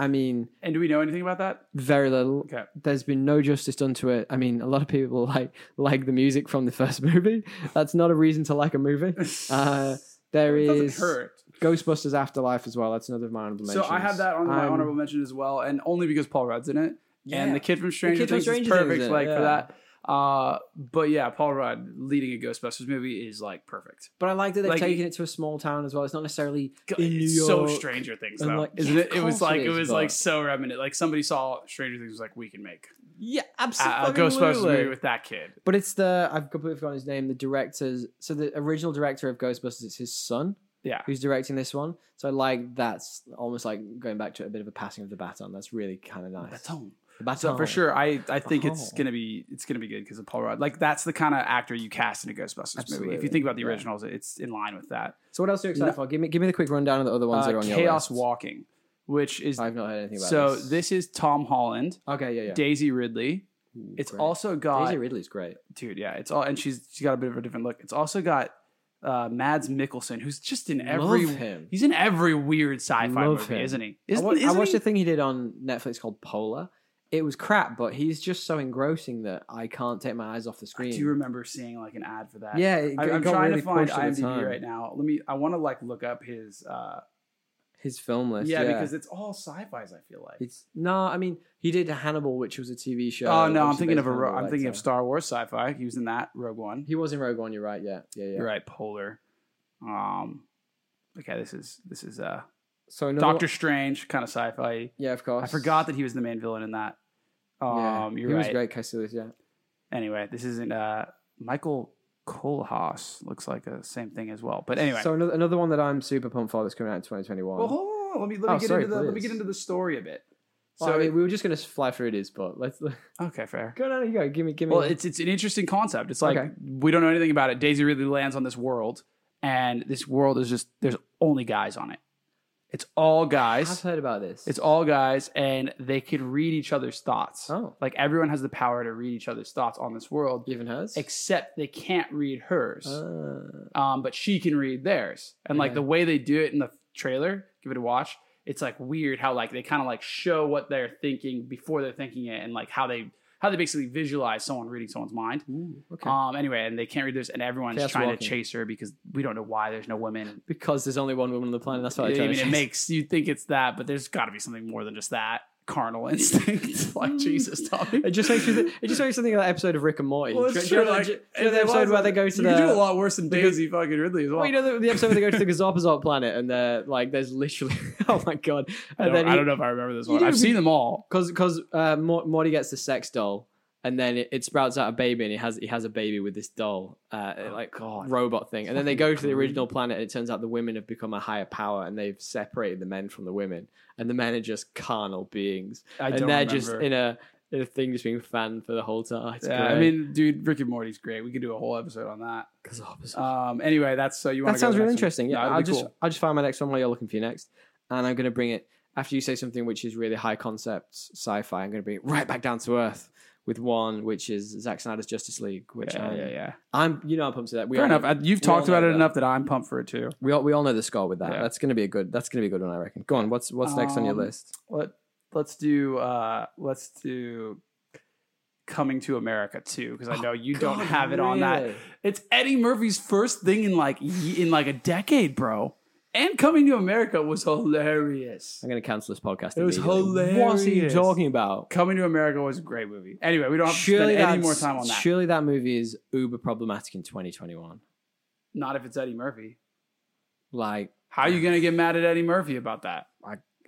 Speaker 1: I mean,
Speaker 2: And do we know anything about that?
Speaker 1: very little.
Speaker 2: Okay.
Speaker 1: There's been no justice done to it. I mean, a lot of people like like the music from the first movie. That's not a reason to like a movie. Uh, There
Speaker 2: it doesn't
Speaker 1: is
Speaker 2: hurt.
Speaker 1: Ghostbusters Afterlife as well. That's another of my honorable
Speaker 2: So
Speaker 1: mentions.
Speaker 2: I have that on my
Speaker 1: I'm-
Speaker 2: honorable mention as well, and only because Paul Rudd's in it, and the kid from Stranger
Speaker 1: kid from
Speaker 2: Things
Speaker 1: Stranger Things
Speaker 2: is
Speaker 1: is
Speaker 2: perfect,
Speaker 1: in it,
Speaker 2: like for
Speaker 1: yeah.
Speaker 2: that. Uh, but yeah, Paul Rudd leading a Ghostbusters movie is like perfect.
Speaker 1: But I like that they've
Speaker 2: Like-
Speaker 1: taken it to a small town as well. It's not necessarily
Speaker 2: God,
Speaker 1: in New
Speaker 2: It's so
Speaker 1: York.
Speaker 2: Stranger Things
Speaker 1: And,
Speaker 2: though,
Speaker 1: like,
Speaker 2: isn't
Speaker 1: yeah,
Speaker 2: it?
Speaker 1: of
Speaker 2: It was
Speaker 1: course
Speaker 2: like
Speaker 1: it
Speaker 2: it
Speaker 1: is,
Speaker 2: was like
Speaker 1: but-
Speaker 2: so remnant. Like somebody saw Stranger Things was like, we can make
Speaker 1: Yeah,
Speaker 2: a, a Uh, Ghostbusters movie with that kid.
Speaker 1: But it's the I've completely forgotten his name. The directors, so the original director of Ghostbusters, it's his son.
Speaker 2: Yeah.
Speaker 1: who's directing this one? So I like that's almost like going back to a bit of a passing of the baton. That's really kind of nice.
Speaker 2: Baton.
Speaker 1: The baton
Speaker 2: So for sure, I I think it's
Speaker 1: Oh.
Speaker 2: gonna be it's gonna be good because of Paul Rudd. Like that's the kind of actor you cast in a Ghostbusters movie. If you
Speaker 1: Absolutely.
Speaker 2: think about the
Speaker 1: Yeah.
Speaker 2: originals, it's in line with that.
Speaker 1: So what else are you excited
Speaker 2: No.
Speaker 1: for? Give me give me the quick rundown of the other ones that
Speaker 2: Uh,
Speaker 1: are on your
Speaker 2: Chaos
Speaker 1: list.
Speaker 2: Walking, which is
Speaker 1: I've not heard anything about
Speaker 2: so
Speaker 1: this.
Speaker 2: this. is Tom Holland,
Speaker 1: Okay, yeah, yeah.
Speaker 2: Daisy Ridley.
Speaker 1: Ooh,
Speaker 2: It's
Speaker 1: great.
Speaker 2: also got
Speaker 1: Daisy Ridley's great.
Speaker 2: dude, yeah, it's all and she's she's got a bit of a different look. It's also got uh, Mads Mikkelsen, who's just in every
Speaker 1: Love him.
Speaker 2: he's in every weird sci-fi
Speaker 1: Love
Speaker 2: movie,
Speaker 1: him.
Speaker 2: isn't he?
Speaker 1: I
Speaker 2: Isn't,
Speaker 1: wa- I,
Speaker 2: isn't
Speaker 1: watched
Speaker 2: he?
Speaker 1: a thing he did on Netflix called Polar. It was crap, but he's just so engrossing that I can't take my eyes off the
Speaker 2: I
Speaker 1: screen.
Speaker 2: do remember seeing like an ad for that.
Speaker 1: Yeah, it,
Speaker 2: I,
Speaker 1: it
Speaker 2: am
Speaker 1: got
Speaker 2: trying
Speaker 1: really
Speaker 2: to find
Speaker 1: pushed at the
Speaker 2: IMDb
Speaker 1: time.
Speaker 2: right now. Let me. I want to like look up his. uh
Speaker 1: His film list,
Speaker 2: Yeah,
Speaker 1: yeah,
Speaker 2: because it's all sci-fi's. I feel like.
Speaker 1: it's uh, no. I mean, he did Hannibal, which was a TV show.
Speaker 2: Oh no,
Speaker 1: which
Speaker 2: I'm
Speaker 1: is
Speaker 2: thinking
Speaker 1: based
Speaker 2: of a.
Speaker 1: on
Speaker 2: Ro-
Speaker 1: Hannibal
Speaker 2: I'm thinking of
Speaker 1: Lecter.
Speaker 2: Star Wars sci-fi. He was in that Rogue One.
Speaker 1: He was in Rogue One. You're right. Yeah, yeah, yeah.
Speaker 2: You're right, Polar. Um, okay, this is this is uh
Speaker 1: So another
Speaker 2: Doctor
Speaker 1: one-
Speaker 2: Strange kind of sci-fi.
Speaker 1: yeah, of course.
Speaker 2: I forgot that he was the main villain in that. Um,
Speaker 1: Yeah,
Speaker 2: you're
Speaker 1: he
Speaker 2: right.
Speaker 1: was great. Cassilis, yeah.
Speaker 2: Anyway, this isn't uh Michael Kohlhaas. Looks like the same thing as well. But anyway,
Speaker 1: so another, another one that I'm super pumped for that's coming out in 2021.
Speaker 2: well, hold on. Let me let me
Speaker 1: Oh,
Speaker 2: get
Speaker 1: sorry,
Speaker 2: into the let me
Speaker 1: please.
Speaker 2: get into the story a bit. So
Speaker 1: Well, I mean, we were just gonna fly through this, but let's go.
Speaker 2: okay, fair.
Speaker 1: No, you go. Give me, give me.
Speaker 2: Well, it's it's an interesting concept. It's like
Speaker 1: Okay.
Speaker 2: we don't know anything about it. Daisy really lands on this world, and this world is just there's only guys on it. It's all
Speaker 1: I've
Speaker 2: guys.
Speaker 1: heard about this.
Speaker 2: It's all guys, and they could read each other's thoughts.
Speaker 1: oh,
Speaker 2: Like everyone has the power to read each other's thoughts on this world,
Speaker 1: even hers.
Speaker 2: except they can't read hers.
Speaker 1: Ah.
Speaker 2: um, but she can read theirs. And like
Speaker 1: Okay.
Speaker 2: the way they do it in the trailer, give it a watch. It's like weird how like they kind of like show what they're thinking before they're thinking it, and like how they how they basically visualize someone reading someone's mind.
Speaker 1: Ooh, okay.
Speaker 2: Um. Anyway, and they can't read theirs, and everyone's
Speaker 1: Chaos
Speaker 2: trying to
Speaker 1: walking.
Speaker 2: chase her because we don't know why there's no women.
Speaker 1: because there's only one woman on the planet. That's
Speaker 2: I
Speaker 1: what I
Speaker 2: mean,
Speaker 1: mean.
Speaker 2: it makes you think it's that, but there's got to be something more than just that carnal instinct. like Jesus, Tommy.
Speaker 1: It just makes you. Th- it just makes you think of that episode of Rick and Morty.
Speaker 2: Well,
Speaker 1: Do
Speaker 2: it's
Speaker 1: you- do you
Speaker 2: true.
Speaker 1: know
Speaker 2: Like,
Speaker 1: that- do you know
Speaker 2: if
Speaker 1: the
Speaker 2: it
Speaker 1: episode where
Speaker 2: wasn't-
Speaker 1: they go to
Speaker 2: you could do a
Speaker 1: the.
Speaker 2: lot worse than
Speaker 1: they go-
Speaker 2: Daisy fucking Ridley as well.
Speaker 1: Well, you know the, the episode where they go to the Gazopazot planet and they're like, there's literally, oh my god,
Speaker 2: I
Speaker 1: and
Speaker 2: don't,
Speaker 1: then
Speaker 2: I
Speaker 1: he-
Speaker 2: don't know if I remember this
Speaker 1: You
Speaker 2: one.
Speaker 1: do
Speaker 2: I've
Speaker 1: be-
Speaker 2: seen them all.
Speaker 1: Cause, cause uh, Mor- Morty gets the sex doll, and then it, it sprouts out a baby, and he has he has a baby with this doll, uh,
Speaker 2: Oh,
Speaker 1: like
Speaker 2: God.
Speaker 1: robot thing. And then they go
Speaker 2: Fucking
Speaker 1: to the
Speaker 2: great.
Speaker 1: original planet, and it turns out the women have become a higher power, and they've separated the men from the women, and the men are just carnal beings,
Speaker 2: I
Speaker 1: and
Speaker 2: don't
Speaker 1: they're
Speaker 2: remember.
Speaker 1: just in a in a thing just being fanned for the whole time. It's
Speaker 2: yeah, I mean, dude, Rick and Morty's great. We could do a whole episode on that.
Speaker 1: because
Speaker 2: Um, anyway, that's so you want
Speaker 1: that sounds really interesting. Yeah,
Speaker 2: that'd
Speaker 1: I'll
Speaker 2: be
Speaker 1: just
Speaker 2: cool.
Speaker 1: I'll just find my next one while you're looking for your next, and I'm gonna bring it after you say something which is really high concept sci-fi. I'm gonna bring it right back down to earth with one which is Zack Snyder's Justice League, which
Speaker 2: yeah,
Speaker 1: I'm,
Speaker 2: yeah, yeah.
Speaker 1: I'm you know I'm pumped to that. We
Speaker 2: Fair
Speaker 1: all
Speaker 2: enough.
Speaker 1: know-
Speaker 2: I- You've
Speaker 1: we all
Speaker 2: talked about
Speaker 1: know
Speaker 2: it
Speaker 1: that.
Speaker 2: enough that I'm pumped for it too.
Speaker 1: We all we all know the score with that.
Speaker 2: Yeah.
Speaker 1: That's gonna be a good. That's gonna be a good one, I reckon. Go on. What's what's next on your
Speaker 2: Um,
Speaker 1: list?
Speaker 2: Let Let's do uh Let's do Coming to America too, because I know you don't have it on that. It's Eddie Murphy's first thing in like ye- in like a decade, bro. And Coming to America was hilarious.
Speaker 1: I'm gonna cancel this podcast.
Speaker 2: It was
Speaker 1: immediately. What are you
Speaker 2: hilarious.
Speaker 1: talking about?
Speaker 2: Coming to America was a great movie. Anyway, we don't have to
Speaker 1: Surely
Speaker 2: spend any
Speaker 1: that's-
Speaker 2: more time on that.
Speaker 1: Surely that movie is uber problematic in 2021.
Speaker 2: Not if it's Eddie Murphy.
Speaker 1: Like
Speaker 2: How are you gonna get mad at Eddie Murphy about that?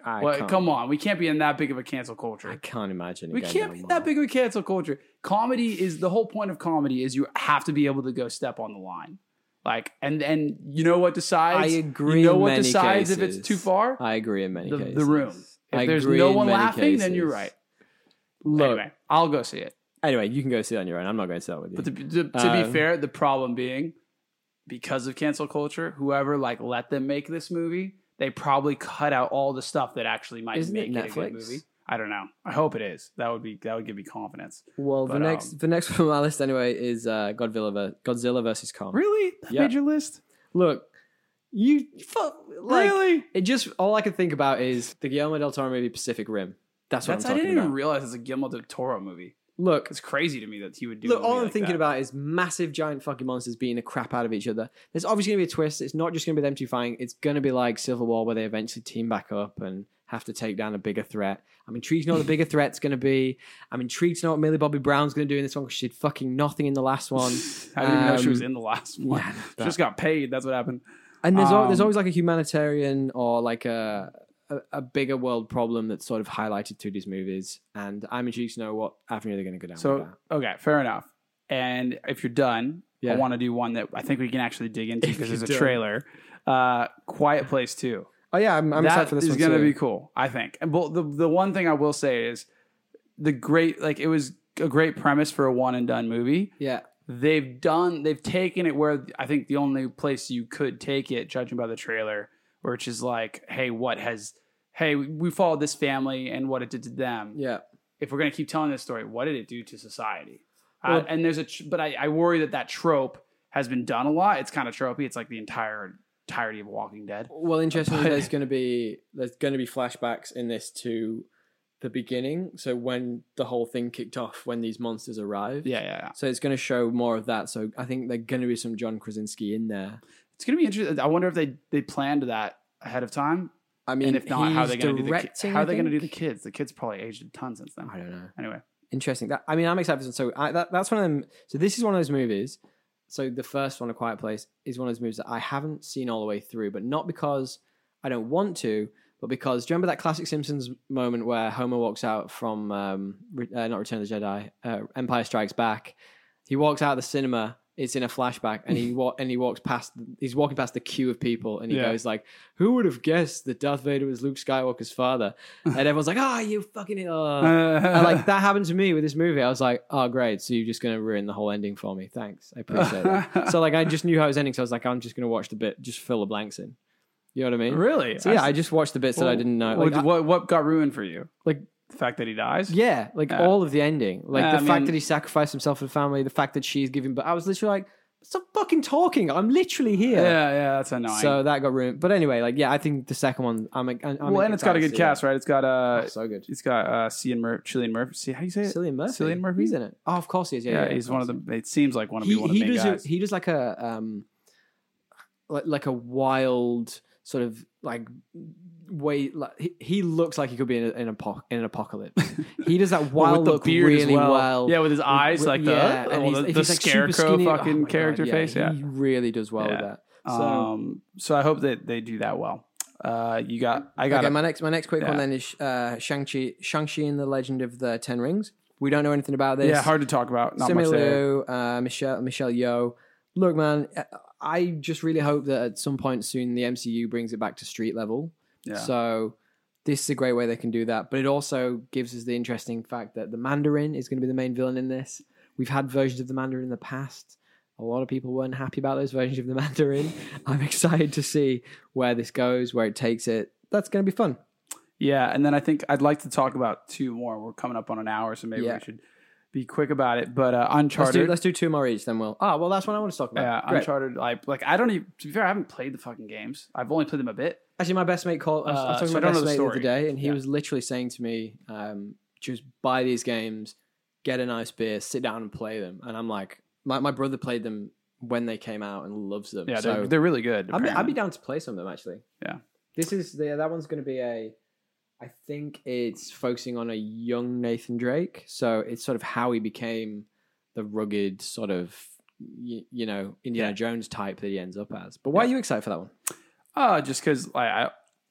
Speaker 1: I
Speaker 2: Well,
Speaker 1: can't-
Speaker 2: come on, we can't be in that big of a cancel
Speaker 1: I
Speaker 2: culture.
Speaker 1: can't imagine. it
Speaker 2: We
Speaker 1: going
Speaker 2: can't
Speaker 1: down
Speaker 2: be
Speaker 1: well.
Speaker 2: that big of a cancel culture. Comedy is the whole point of comedy is you have to be able to go step on the line, like and and you know what
Speaker 1: I
Speaker 2: decides.
Speaker 1: agree.
Speaker 2: you know
Speaker 1: in
Speaker 2: what
Speaker 1: many
Speaker 2: decides if
Speaker 1: cases.
Speaker 2: it's too far.
Speaker 1: I agree in many
Speaker 2: The- the
Speaker 1: cases.
Speaker 2: room. If
Speaker 1: I
Speaker 2: there's
Speaker 1: agree
Speaker 2: no
Speaker 1: in
Speaker 2: one
Speaker 1: many
Speaker 2: laughing, then you're
Speaker 1: cases.
Speaker 2: right.
Speaker 1: Look, anyway.
Speaker 2: anyway, I'll go see it.
Speaker 1: you can go see it on your own. I'm not going to see that with you.
Speaker 2: But to, to, to
Speaker 1: Uh,
Speaker 2: be fair, the problem being because of cancel culture, whoever like let them make this movie, they probably cut out all the stuff that actually might
Speaker 1: Isn't
Speaker 2: make
Speaker 1: it
Speaker 2: it, a good
Speaker 1: Netflix?
Speaker 2: movie. I don't know. I hope it is. That would be that would give me confidence.
Speaker 1: well, the
Speaker 2: but,
Speaker 1: next
Speaker 2: um,
Speaker 1: the next one on my list anyway is uh, Godzilla ver- Godzilla versus Kong.
Speaker 2: Really? That
Speaker 1: Yeah.
Speaker 2: made your list?
Speaker 1: Look, you fuck, like
Speaker 2: really?
Speaker 1: it. Just all I can think about is the Guillermo del Toro movie Pacific Rim. That's what
Speaker 2: That's
Speaker 1: I'm
Speaker 2: I
Speaker 1: talking
Speaker 2: didn't even
Speaker 1: about.
Speaker 2: realize it's a Guillermo del Toro movie.
Speaker 1: Look,
Speaker 2: It's crazy to me that he would do.
Speaker 1: Look,
Speaker 2: a movie
Speaker 1: all I'm
Speaker 2: like
Speaker 1: thinking
Speaker 2: that.
Speaker 1: about is massive, giant fucking monsters beating the crap out of each other. There's obviously going to be a twist. It's not just going to be them two fighting. It's going to be like Civil War, where they eventually team back up and have to take down a bigger threat. I'm intrigued to know what the bigger threat's going to be. I'm intrigued to know what Millie Bobby Brown's going to do in this one because she did fucking nothing in the last one.
Speaker 2: I didn't even know she was
Speaker 1: Um,
Speaker 2: in the last one.
Speaker 1: yeah,
Speaker 2: She just got paid. That's what happened.
Speaker 1: And there's al- there's
Speaker 2: Um,
Speaker 1: always like a humanitarian or like a, a a bigger world problem that's sort of highlighted through these movies. And I'm intrigued to know what avenue they're going to go down. with
Speaker 2: So
Speaker 1: that.
Speaker 2: okay, fair enough. And if you're done, I
Speaker 1: Yeah.
Speaker 2: want to do one that I think we can actually dig into
Speaker 1: If
Speaker 2: because
Speaker 1: you're
Speaker 2: there's a
Speaker 1: done.
Speaker 2: trailer. Uh, Quiet Place Two.
Speaker 1: oh yeah, I'm, I'm
Speaker 2: That
Speaker 1: excited for this
Speaker 2: is
Speaker 1: one
Speaker 2: gonna
Speaker 1: too.
Speaker 2: be cool, I think. And well, the the one thing I will say is the great like it was a great premise for a one and done movie.
Speaker 1: yeah.
Speaker 2: They've done they've taken it where I think the only place you could take it, judging by the trailer, which is like, hey, what has hey we followed this family and what it did to them
Speaker 1: Yeah.
Speaker 2: if we're going to keep telling this story, what did it do to society? uh,
Speaker 1: Well-
Speaker 2: and there's a, tr- but I, I worry that that trope has been done a lot. It's kind of tropey. It's like the entire entirety of Walking Dead.
Speaker 1: Well, interestingly,
Speaker 2: But-
Speaker 1: there's going to be there's going to be flashbacks in this to the beginning. So when the whole thing kicked off, when these monsters arrived.
Speaker 2: Yeah, yeah. yeah.
Speaker 1: So it's going to show more of that. So I think there's going to be some John Krasinski in there.
Speaker 2: It's going to be interesting. I wonder if they they planned that ahead of time,
Speaker 1: I mean,
Speaker 2: and if not, how are they
Speaker 1: going to
Speaker 2: do the ki- how are they going to do the kids? The kids probably aged a ton since then.
Speaker 1: I don't know.
Speaker 2: Anyway,
Speaker 1: Interesting. That I mean, I'm excited for this. one. So I, that, that's one of them. So this is one of those movies. So the first one, A Quiet Place, is one of those movies that I haven't seen all the way through, but not because I don't want to, but because do you remember that classic Simpsons moment where Homer walks out from um, Re- uh, not Return of the Jedi, uh, Empire Strikes Back. He walks out of the cinema. It's in a flashback, and he wa- and he walks past. He's walking past the queue of people, and he
Speaker 2: Yeah.
Speaker 1: goes like, "Who would have guessed that Darth Vader was Luke Skywalker's father?" And everyone's like, "Ah, you fucking." Uh. And, like that happened to me with this movie. I was like, "Oh, great! So you're just gonna ruin the whole ending for me? Thanks, I appreciate that." so like, I just knew how it was ending, so I was like, "I'm just gonna watch the bit, just fill the blanks in." You know what I mean?
Speaker 2: really?
Speaker 1: So yeah, I just watched the bits that I didn't know. Like,
Speaker 2: What,
Speaker 1: I-
Speaker 2: what what got ruined for you?
Speaker 1: Like-
Speaker 2: the fact that he dies.
Speaker 1: yeah, like
Speaker 2: Yeah.
Speaker 1: all of the ending, like
Speaker 2: Yeah,
Speaker 1: the
Speaker 2: I
Speaker 1: fact
Speaker 2: mean-
Speaker 1: that he sacrificed himself for the family, the fact that she's giving. But I was literally like, "Stop fucking talking! I'm literally
Speaker 2: yeah,
Speaker 1: here."
Speaker 2: yeah. That's annoying.
Speaker 1: so that got ruined. But anyway, like yeah, I think the second one, I'm. I'm
Speaker 2: well, and it's got a good cast, right? It's got uh,
Speaker 1: Oh, so good.
Speaker 2: He's got uh, Cillian Murphy. Cillian Murphy. See how do you say it?
Speaker 1: Cillian Murphy.
Speaker 2: Cillian Murphy?
Speaker 1: He's in it. Oh, of course he is. Yeah,
Speaker 2: yeah,
Speaker 1: yeah,
Speaker 2: he's one
Speaker 1: course.
Speaker 2: of the. It seems like one of
Speaker 1: he,
Speaker 2: be one of
Speaker 1: he
Speaker 2: the main
Speaker 1: does
Speaker 2: guys.
Speaker 1: A, he does like a um like, like a wild sort of like way like he, he looks like he could be in, a, in, a po- in an apocalypse he does that
Speaker 2: Well,
Speaker 1: wild look really well,
Speaker 2: Yeah, with his eyes,
Speaker 1: With-
Speaker 2: like
Speaker 1: yeah,
Speaker 2: the
Speaker 1: and
Speaker 2: well,
Speaker 1: he's-
Speaker 2: the,
Speaker 1: if
Speaker 2: the
Speaker 1: he's, like, super
Speaker 2: scarecrow
Speaker 1: skinny- oh
Speaker 2: fucking
Speaker 1: my God,
Speaker 2: character face. Yeah.
Speaker 1: he really does well with
Speaker 2: Yeah.
Speaker 1: that so
Speaker 2: um. So I hope that they do that well. Uh, you got. I got.
Speaker 1: okay
Speaker 2: a-
Speaker 1: my next my next quick
Speaker 2: yeah.
Speaker 1: one then is uh shang-chi shang-chi and the legend of the ten rings We don't know anything about this.
Speaker 2: yeah, hard to talk about. Not much there.
Speaker 1: Similu, uh, Michelle, Michelle Yeoh. Look, man, I- I just really hope that at some point soon the MCU brings it back to street level.
Speaker 2: Yeah.
Speaker 1: So this is a great way they can do that. But it also gives us the interesting fact that the Mandarin is going to be the main villain in this. We've had versions of the Mandarin in the past. A lot of people weren't happy about those versions of the Mandarin. I'm excited to see where this goes, where it takes it. That's going to be fun.
Speaker 2: Yeah, and then I think I'd like to talk about two more. We're coming up on an hour, so maybe
Speaker 1: Yeah.
Speaker 2: we should be quick about it. But uh,
Speaker 1: Let's do,
Speaker 2: Uncharted,
Speaker 1: let's do two more each, then we'll. Oh, well, that's what I want to talk about.
Speaker 2: yeah,
Speaker 1: Great.
Speaker 2: Uncharted. Like, like I don't even. To be fair, I haven't played the fucking games. I've only played them a bit.
Speaker 1: Actually, my best mate called. I was, I was
Speaker 2: Uh,
Speaker 1: talking
Speaker 2: so I
Speaker 1: to my
Speaker 2: don't
Speaker 1: best
Speaker 2: know the
Speaker 1: mate the other
Speaker 2: story.
Speaker 1: day, and he
Speaker 2: Yeah.
Speaker 1: was literally saying to me, um, "Just buy these games, get a nice beer, sit down and play them." And I'm like, my, my brother played them when they came out and loves them.
Speaker 2: Yeah,
Speaker 1: so
Speaker 2: they're, they're really
Speaker 1: I'd,
Speaker 2: good.
Speaker 1: be, I'd be
Speaker 2: apparently.
Speaker 1: down to play some of them actually.
Speaker 2: Yeah.
Speaker 1: this is the, that one's going to be a. I think it's focusing on a young Nathan Drake, so it's sort of how he became the rugged sort of. You, you know Indiana
Speaker 2: Yeah.
Speaker 1: Jones type that he ends up as, but why are you excited for that one?
Speaker 2: Uh, just because like, I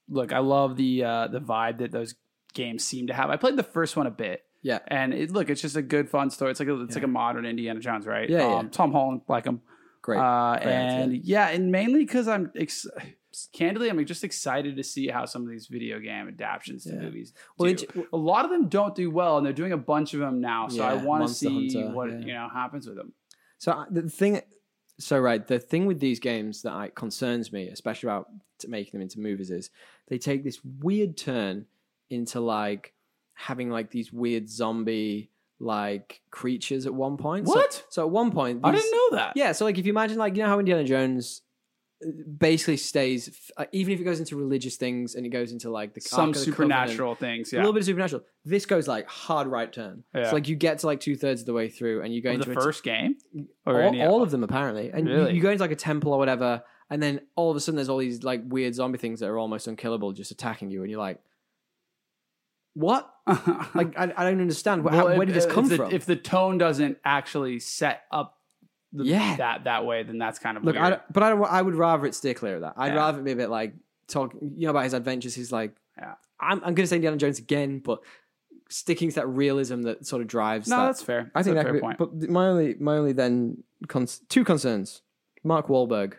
Speaker 2: look, I love the uh, the vibe that those games seem to have. I played the first one a bit.
Speaker 1: Yeah.
Speaker 2: and it look, it's just a good fun story. It's like a, it's
Speaker 1: Yeah.
Speaker 2: like a modern Indiana Jones, right? Um,
Speaker 1: Yeah, yeah.
Speaker 2: Tom Holland, like him.
Speaker 1: Great,
Speaker 2: Uh,
Speaker 1: Great idea.
Speaker 2: and yeah, and mainly because I'm ex- candidly, I'm just excited to see how some of these video game adaptions to
Speaker 1: Yeah.
Speaker 2: movies.
Speaker 1: Well,
Speaker 2: do.
Speaker 1: it-
Speaker 2: a lot of them don't do well, and they're doing a bunch of them now. So I
Speaker 1: Yeah,
Speaker 2: want to
Speaker 1: Monster
Speaker 2: see
Speaker 1: Hunter,
Speaker 2: what
Speaker 1: yeah.
Speaker 2: you know happens with them.
Speaker 1: So I- the thing, so right, the thing with these games that I, concerns me, especially about t- making them into movies, is they take this weird turn into like having like these weird zombie like creatures at one point. So-
Speaker 2: What?
Speaker 1: So, at one point,
Speaker 2: I
Speaker 1: these-
Speaker 2: didn't know that.
Speaker 1: yeah. So like if you imagine like you know how Indiana Jones uh, basically stays, f- uh, even if it goes into religious things and it goes into like the Ark
Speaker 2: Some
Speaker 1: of the Covenant,
Speaker 2: supernatural things.
Speaker 1: a
Speaker 2: Yeah,
Speaker 1: little bit of supernatural. This goes like hard right turn. It's
Speaker 2: Yeah.
Speaker 1: like you get to like two thirds of the way through and you go
Speaker 2: Of
Speaker 1: into
Speaker 2: the
Speaker 1: a t-
Speaker 2: first game or
Speaker 1: all,
Speaker 2: any
Speaker 1: all of them apparently. And you-
Speaker 2: Really?
Speaker 1: you, go into like a temple or whatever, and then all of a sudden there's all these like weird zombie things that are almost unkillable just attacking you, and you're like, what? Like I, I don't understand. Wh- how-
Speaker 2: Well,
Speaker 1: where
Speaker 2: if- uh,
Speaker 1: did this
Speaker 2: if
Speaker 1: come
Speaker 2: the-
Speaker 1: from?
Speaker 2: If the tone doesn't actually set up the,
Speaker 1: Yeah.
Speaker 2: that that way, then that's kind of
Speaker 1: Look,
Speaker 2: weird.
Speaker 1: I don't- but I, don't- I would rather it stay clear of that. I'd
Speaker 2: Yeah.
Speaker 1: rather it be a bit like talk, you know, about his adventures. He's like,
Speaker 2: Yeah.
Speaker 1: I'm, I'm going to say Indiana Jones again, but sticking to that realism that sort of drives.
Speaker 2: no,
Speaker 1: that.
Speaker 2: that's fair.
Speaker 1: I
Speaker 2: That's
Speaker 1: think
Speaker 2: a
Speaker 1: that
Speaker 2: fair
Speaker 1: could be,
Speaker 2: point.
Speaker 1: But my only, my only then cons- two concerns: Mark Wahlberg,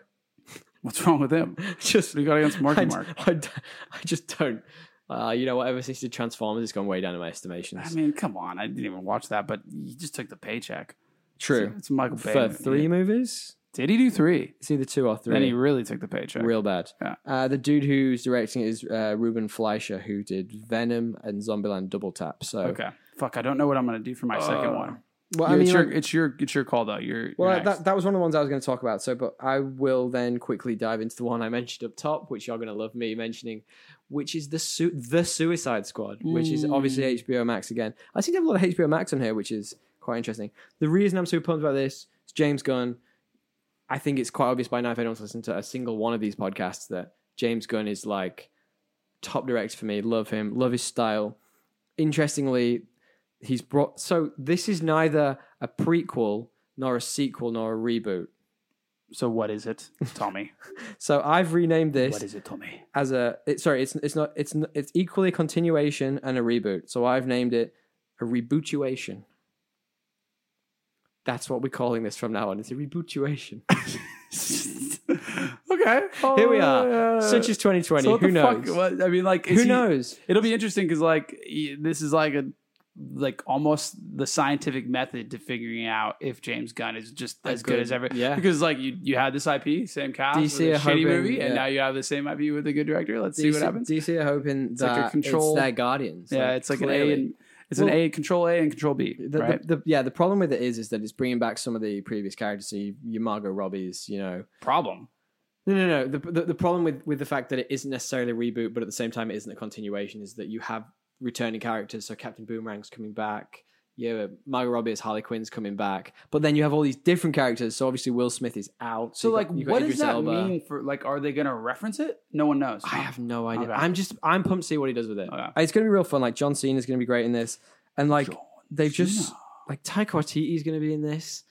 Speaker 2: What's wrong with him?
Speaker 1: just
Speaker 2: What do you got against Marky
Speaker 1: I,
Speaker 2: Mark?
Speaker 1: I d- I just don't. Uh, you know what? Ever since the Transformers, it's gone way down in my estimations.
Speaker 2: I mean, come on. I didn't even watch that, but you just took the paycheck.
Speaker 1: True.
Speaker 2: It's, it's Michael Bay.
Speaker 1: For
Speaker 2: movie.
Speaker 1: three movies,
Speaker 2: Did he do three?
Speaker 1: it's either two or
Speaker 2: Then he
Speaker 1: three.
Speaker 2: really took the paycheck.
Speaker 1: Real bad.
Speaker 2: Yeah.
Speaker 1: Uh, the dude who's directing it is uh, Ruben Fleischer, who did Venom and Zombieland Double Tap. So,
Speaker 2: Okay. Fuck, I don't know what I'm going to do for my second
Speaker 1: Uh,
Speaker 2: one.
Speaker 1: well,
Speaker 2: You-
Speaker 1: I mean,
Speaker 2: it's, your,
Speaker 1: like-
Speaker 2: it's your it's your call, though. You're, you're
Speaker 1: well,
Speaker 2: next.
Speaker 1: that, that was one of the ones I was going to talk about. So, but I will then quickly dive into the one I mentioned up top, which you're going to love me mentioning, which is the su- the Suicide Squad, which is obviously HBO Max again. I seem to have a lot of HBO Max on here, which is quite interesting. The reason I'm super pumped about this is James Gunn. I think it's quite obvious by now if anyone's listened to a single one of these podcasts that James Gunn is like top director for me. Love him. Love his style. Interestingly, he's brought. So this is neither a prequel nor a sequel nor a reboot.
Speaker 2: so what is it, Tommy?
Speaker 1: So I've renamed
Speaker 2: what
Speaker 1: this
Speaker 2: is it, Tommy?
Speaker 1: as a. It, sorry, it's it's not it's n- it's equally a continuation and a reboot. So I've named it a rebootuation. That's what we're calling this from now on. It's a rebootuation.
Speaker 2: okay.
Speaker 1: Here we are.
Speaker 2: Uh,
Speaker 1: Such as 2020.
Speaker 2: so what
Speaker 1: Who
Speaker 2: the fuck-
Speaker 1: knows?
Speaker 2: what- I mean, like, is
Speaker 1: Who
Speaker 2: he-
Speaker 1: knows?
Speaker 2: It'll be interesting because, like, y- this is like a like almost the scientific method to figuring out if James Gunn is just as good,
Speaker 1: good-
Speaker 2: as ever.
Speaker 1: yeah.
Speaker 2: Because like you, you had this IP, same cast,
Speaker 1: DC
Speaker 2: with a
Speaker 1: are
Speaker 2: shitty
Speaker 1: hoping-
Speaker 2: movie, and
Speaker 1: yeah.
Speaker 2: now you have the same IP with a good director. Let's see
Speaker 1: DC,
Speaker 2: what happens.
Speaker 1: DC are hoping
Speaker 2: like a
Speaker 1: that it's,
Speaker 2: control-
Speaker 1: their guardians.
Speaker 2: yeah, it's like an
Speaker 1: clearly.
Speaker 2: A and it's an
Speaker 1: Well-
Speaker 2: A control A and control B,
Speaker 1: The,
Speaker 2: right?
Speaker 1: the, the, yeah, the problem with it is, is that it's bringing back some of the previous characters. So you, your Margot Robbie's, you know,
Speaker 2: Problem.
Speaker 1: No, no, no. The, the the problem with with the fact that it isn't necessarily a reboot, but at the same time, it isn't a continuation, is that you have returning characters. So Captain Boomerang's coming back. Yeah, Margot Robbie as Harley Quinn's coming back, but then you have all these different characters. So obviously, Will Smith is out.
Speaker 2: So
Speaker 1: you've
Speaker 2: like,
Speaker 1: got- you've got
Speaker 2: what does
Speaker 1: Idris
Speaker 2: that
Speaker 1: Elba.
Speaker 2: mean for like? Are they gonna reference it? No one knows.
Speaker 1: I have no idea.
Speaker 2: Okay.
Speaker 1: I'm just I'm pumped to see what he does with it.
Speaker 2: Okay.
Speaker 1: Uh, It's gonna be real fun. Like John Cena's gonna be great in this, and like
Speaker 2: John
Speaker 1: they've just
Speaker 2: Cena.
Speaker 1: like Taika Waititi's gonna be in this.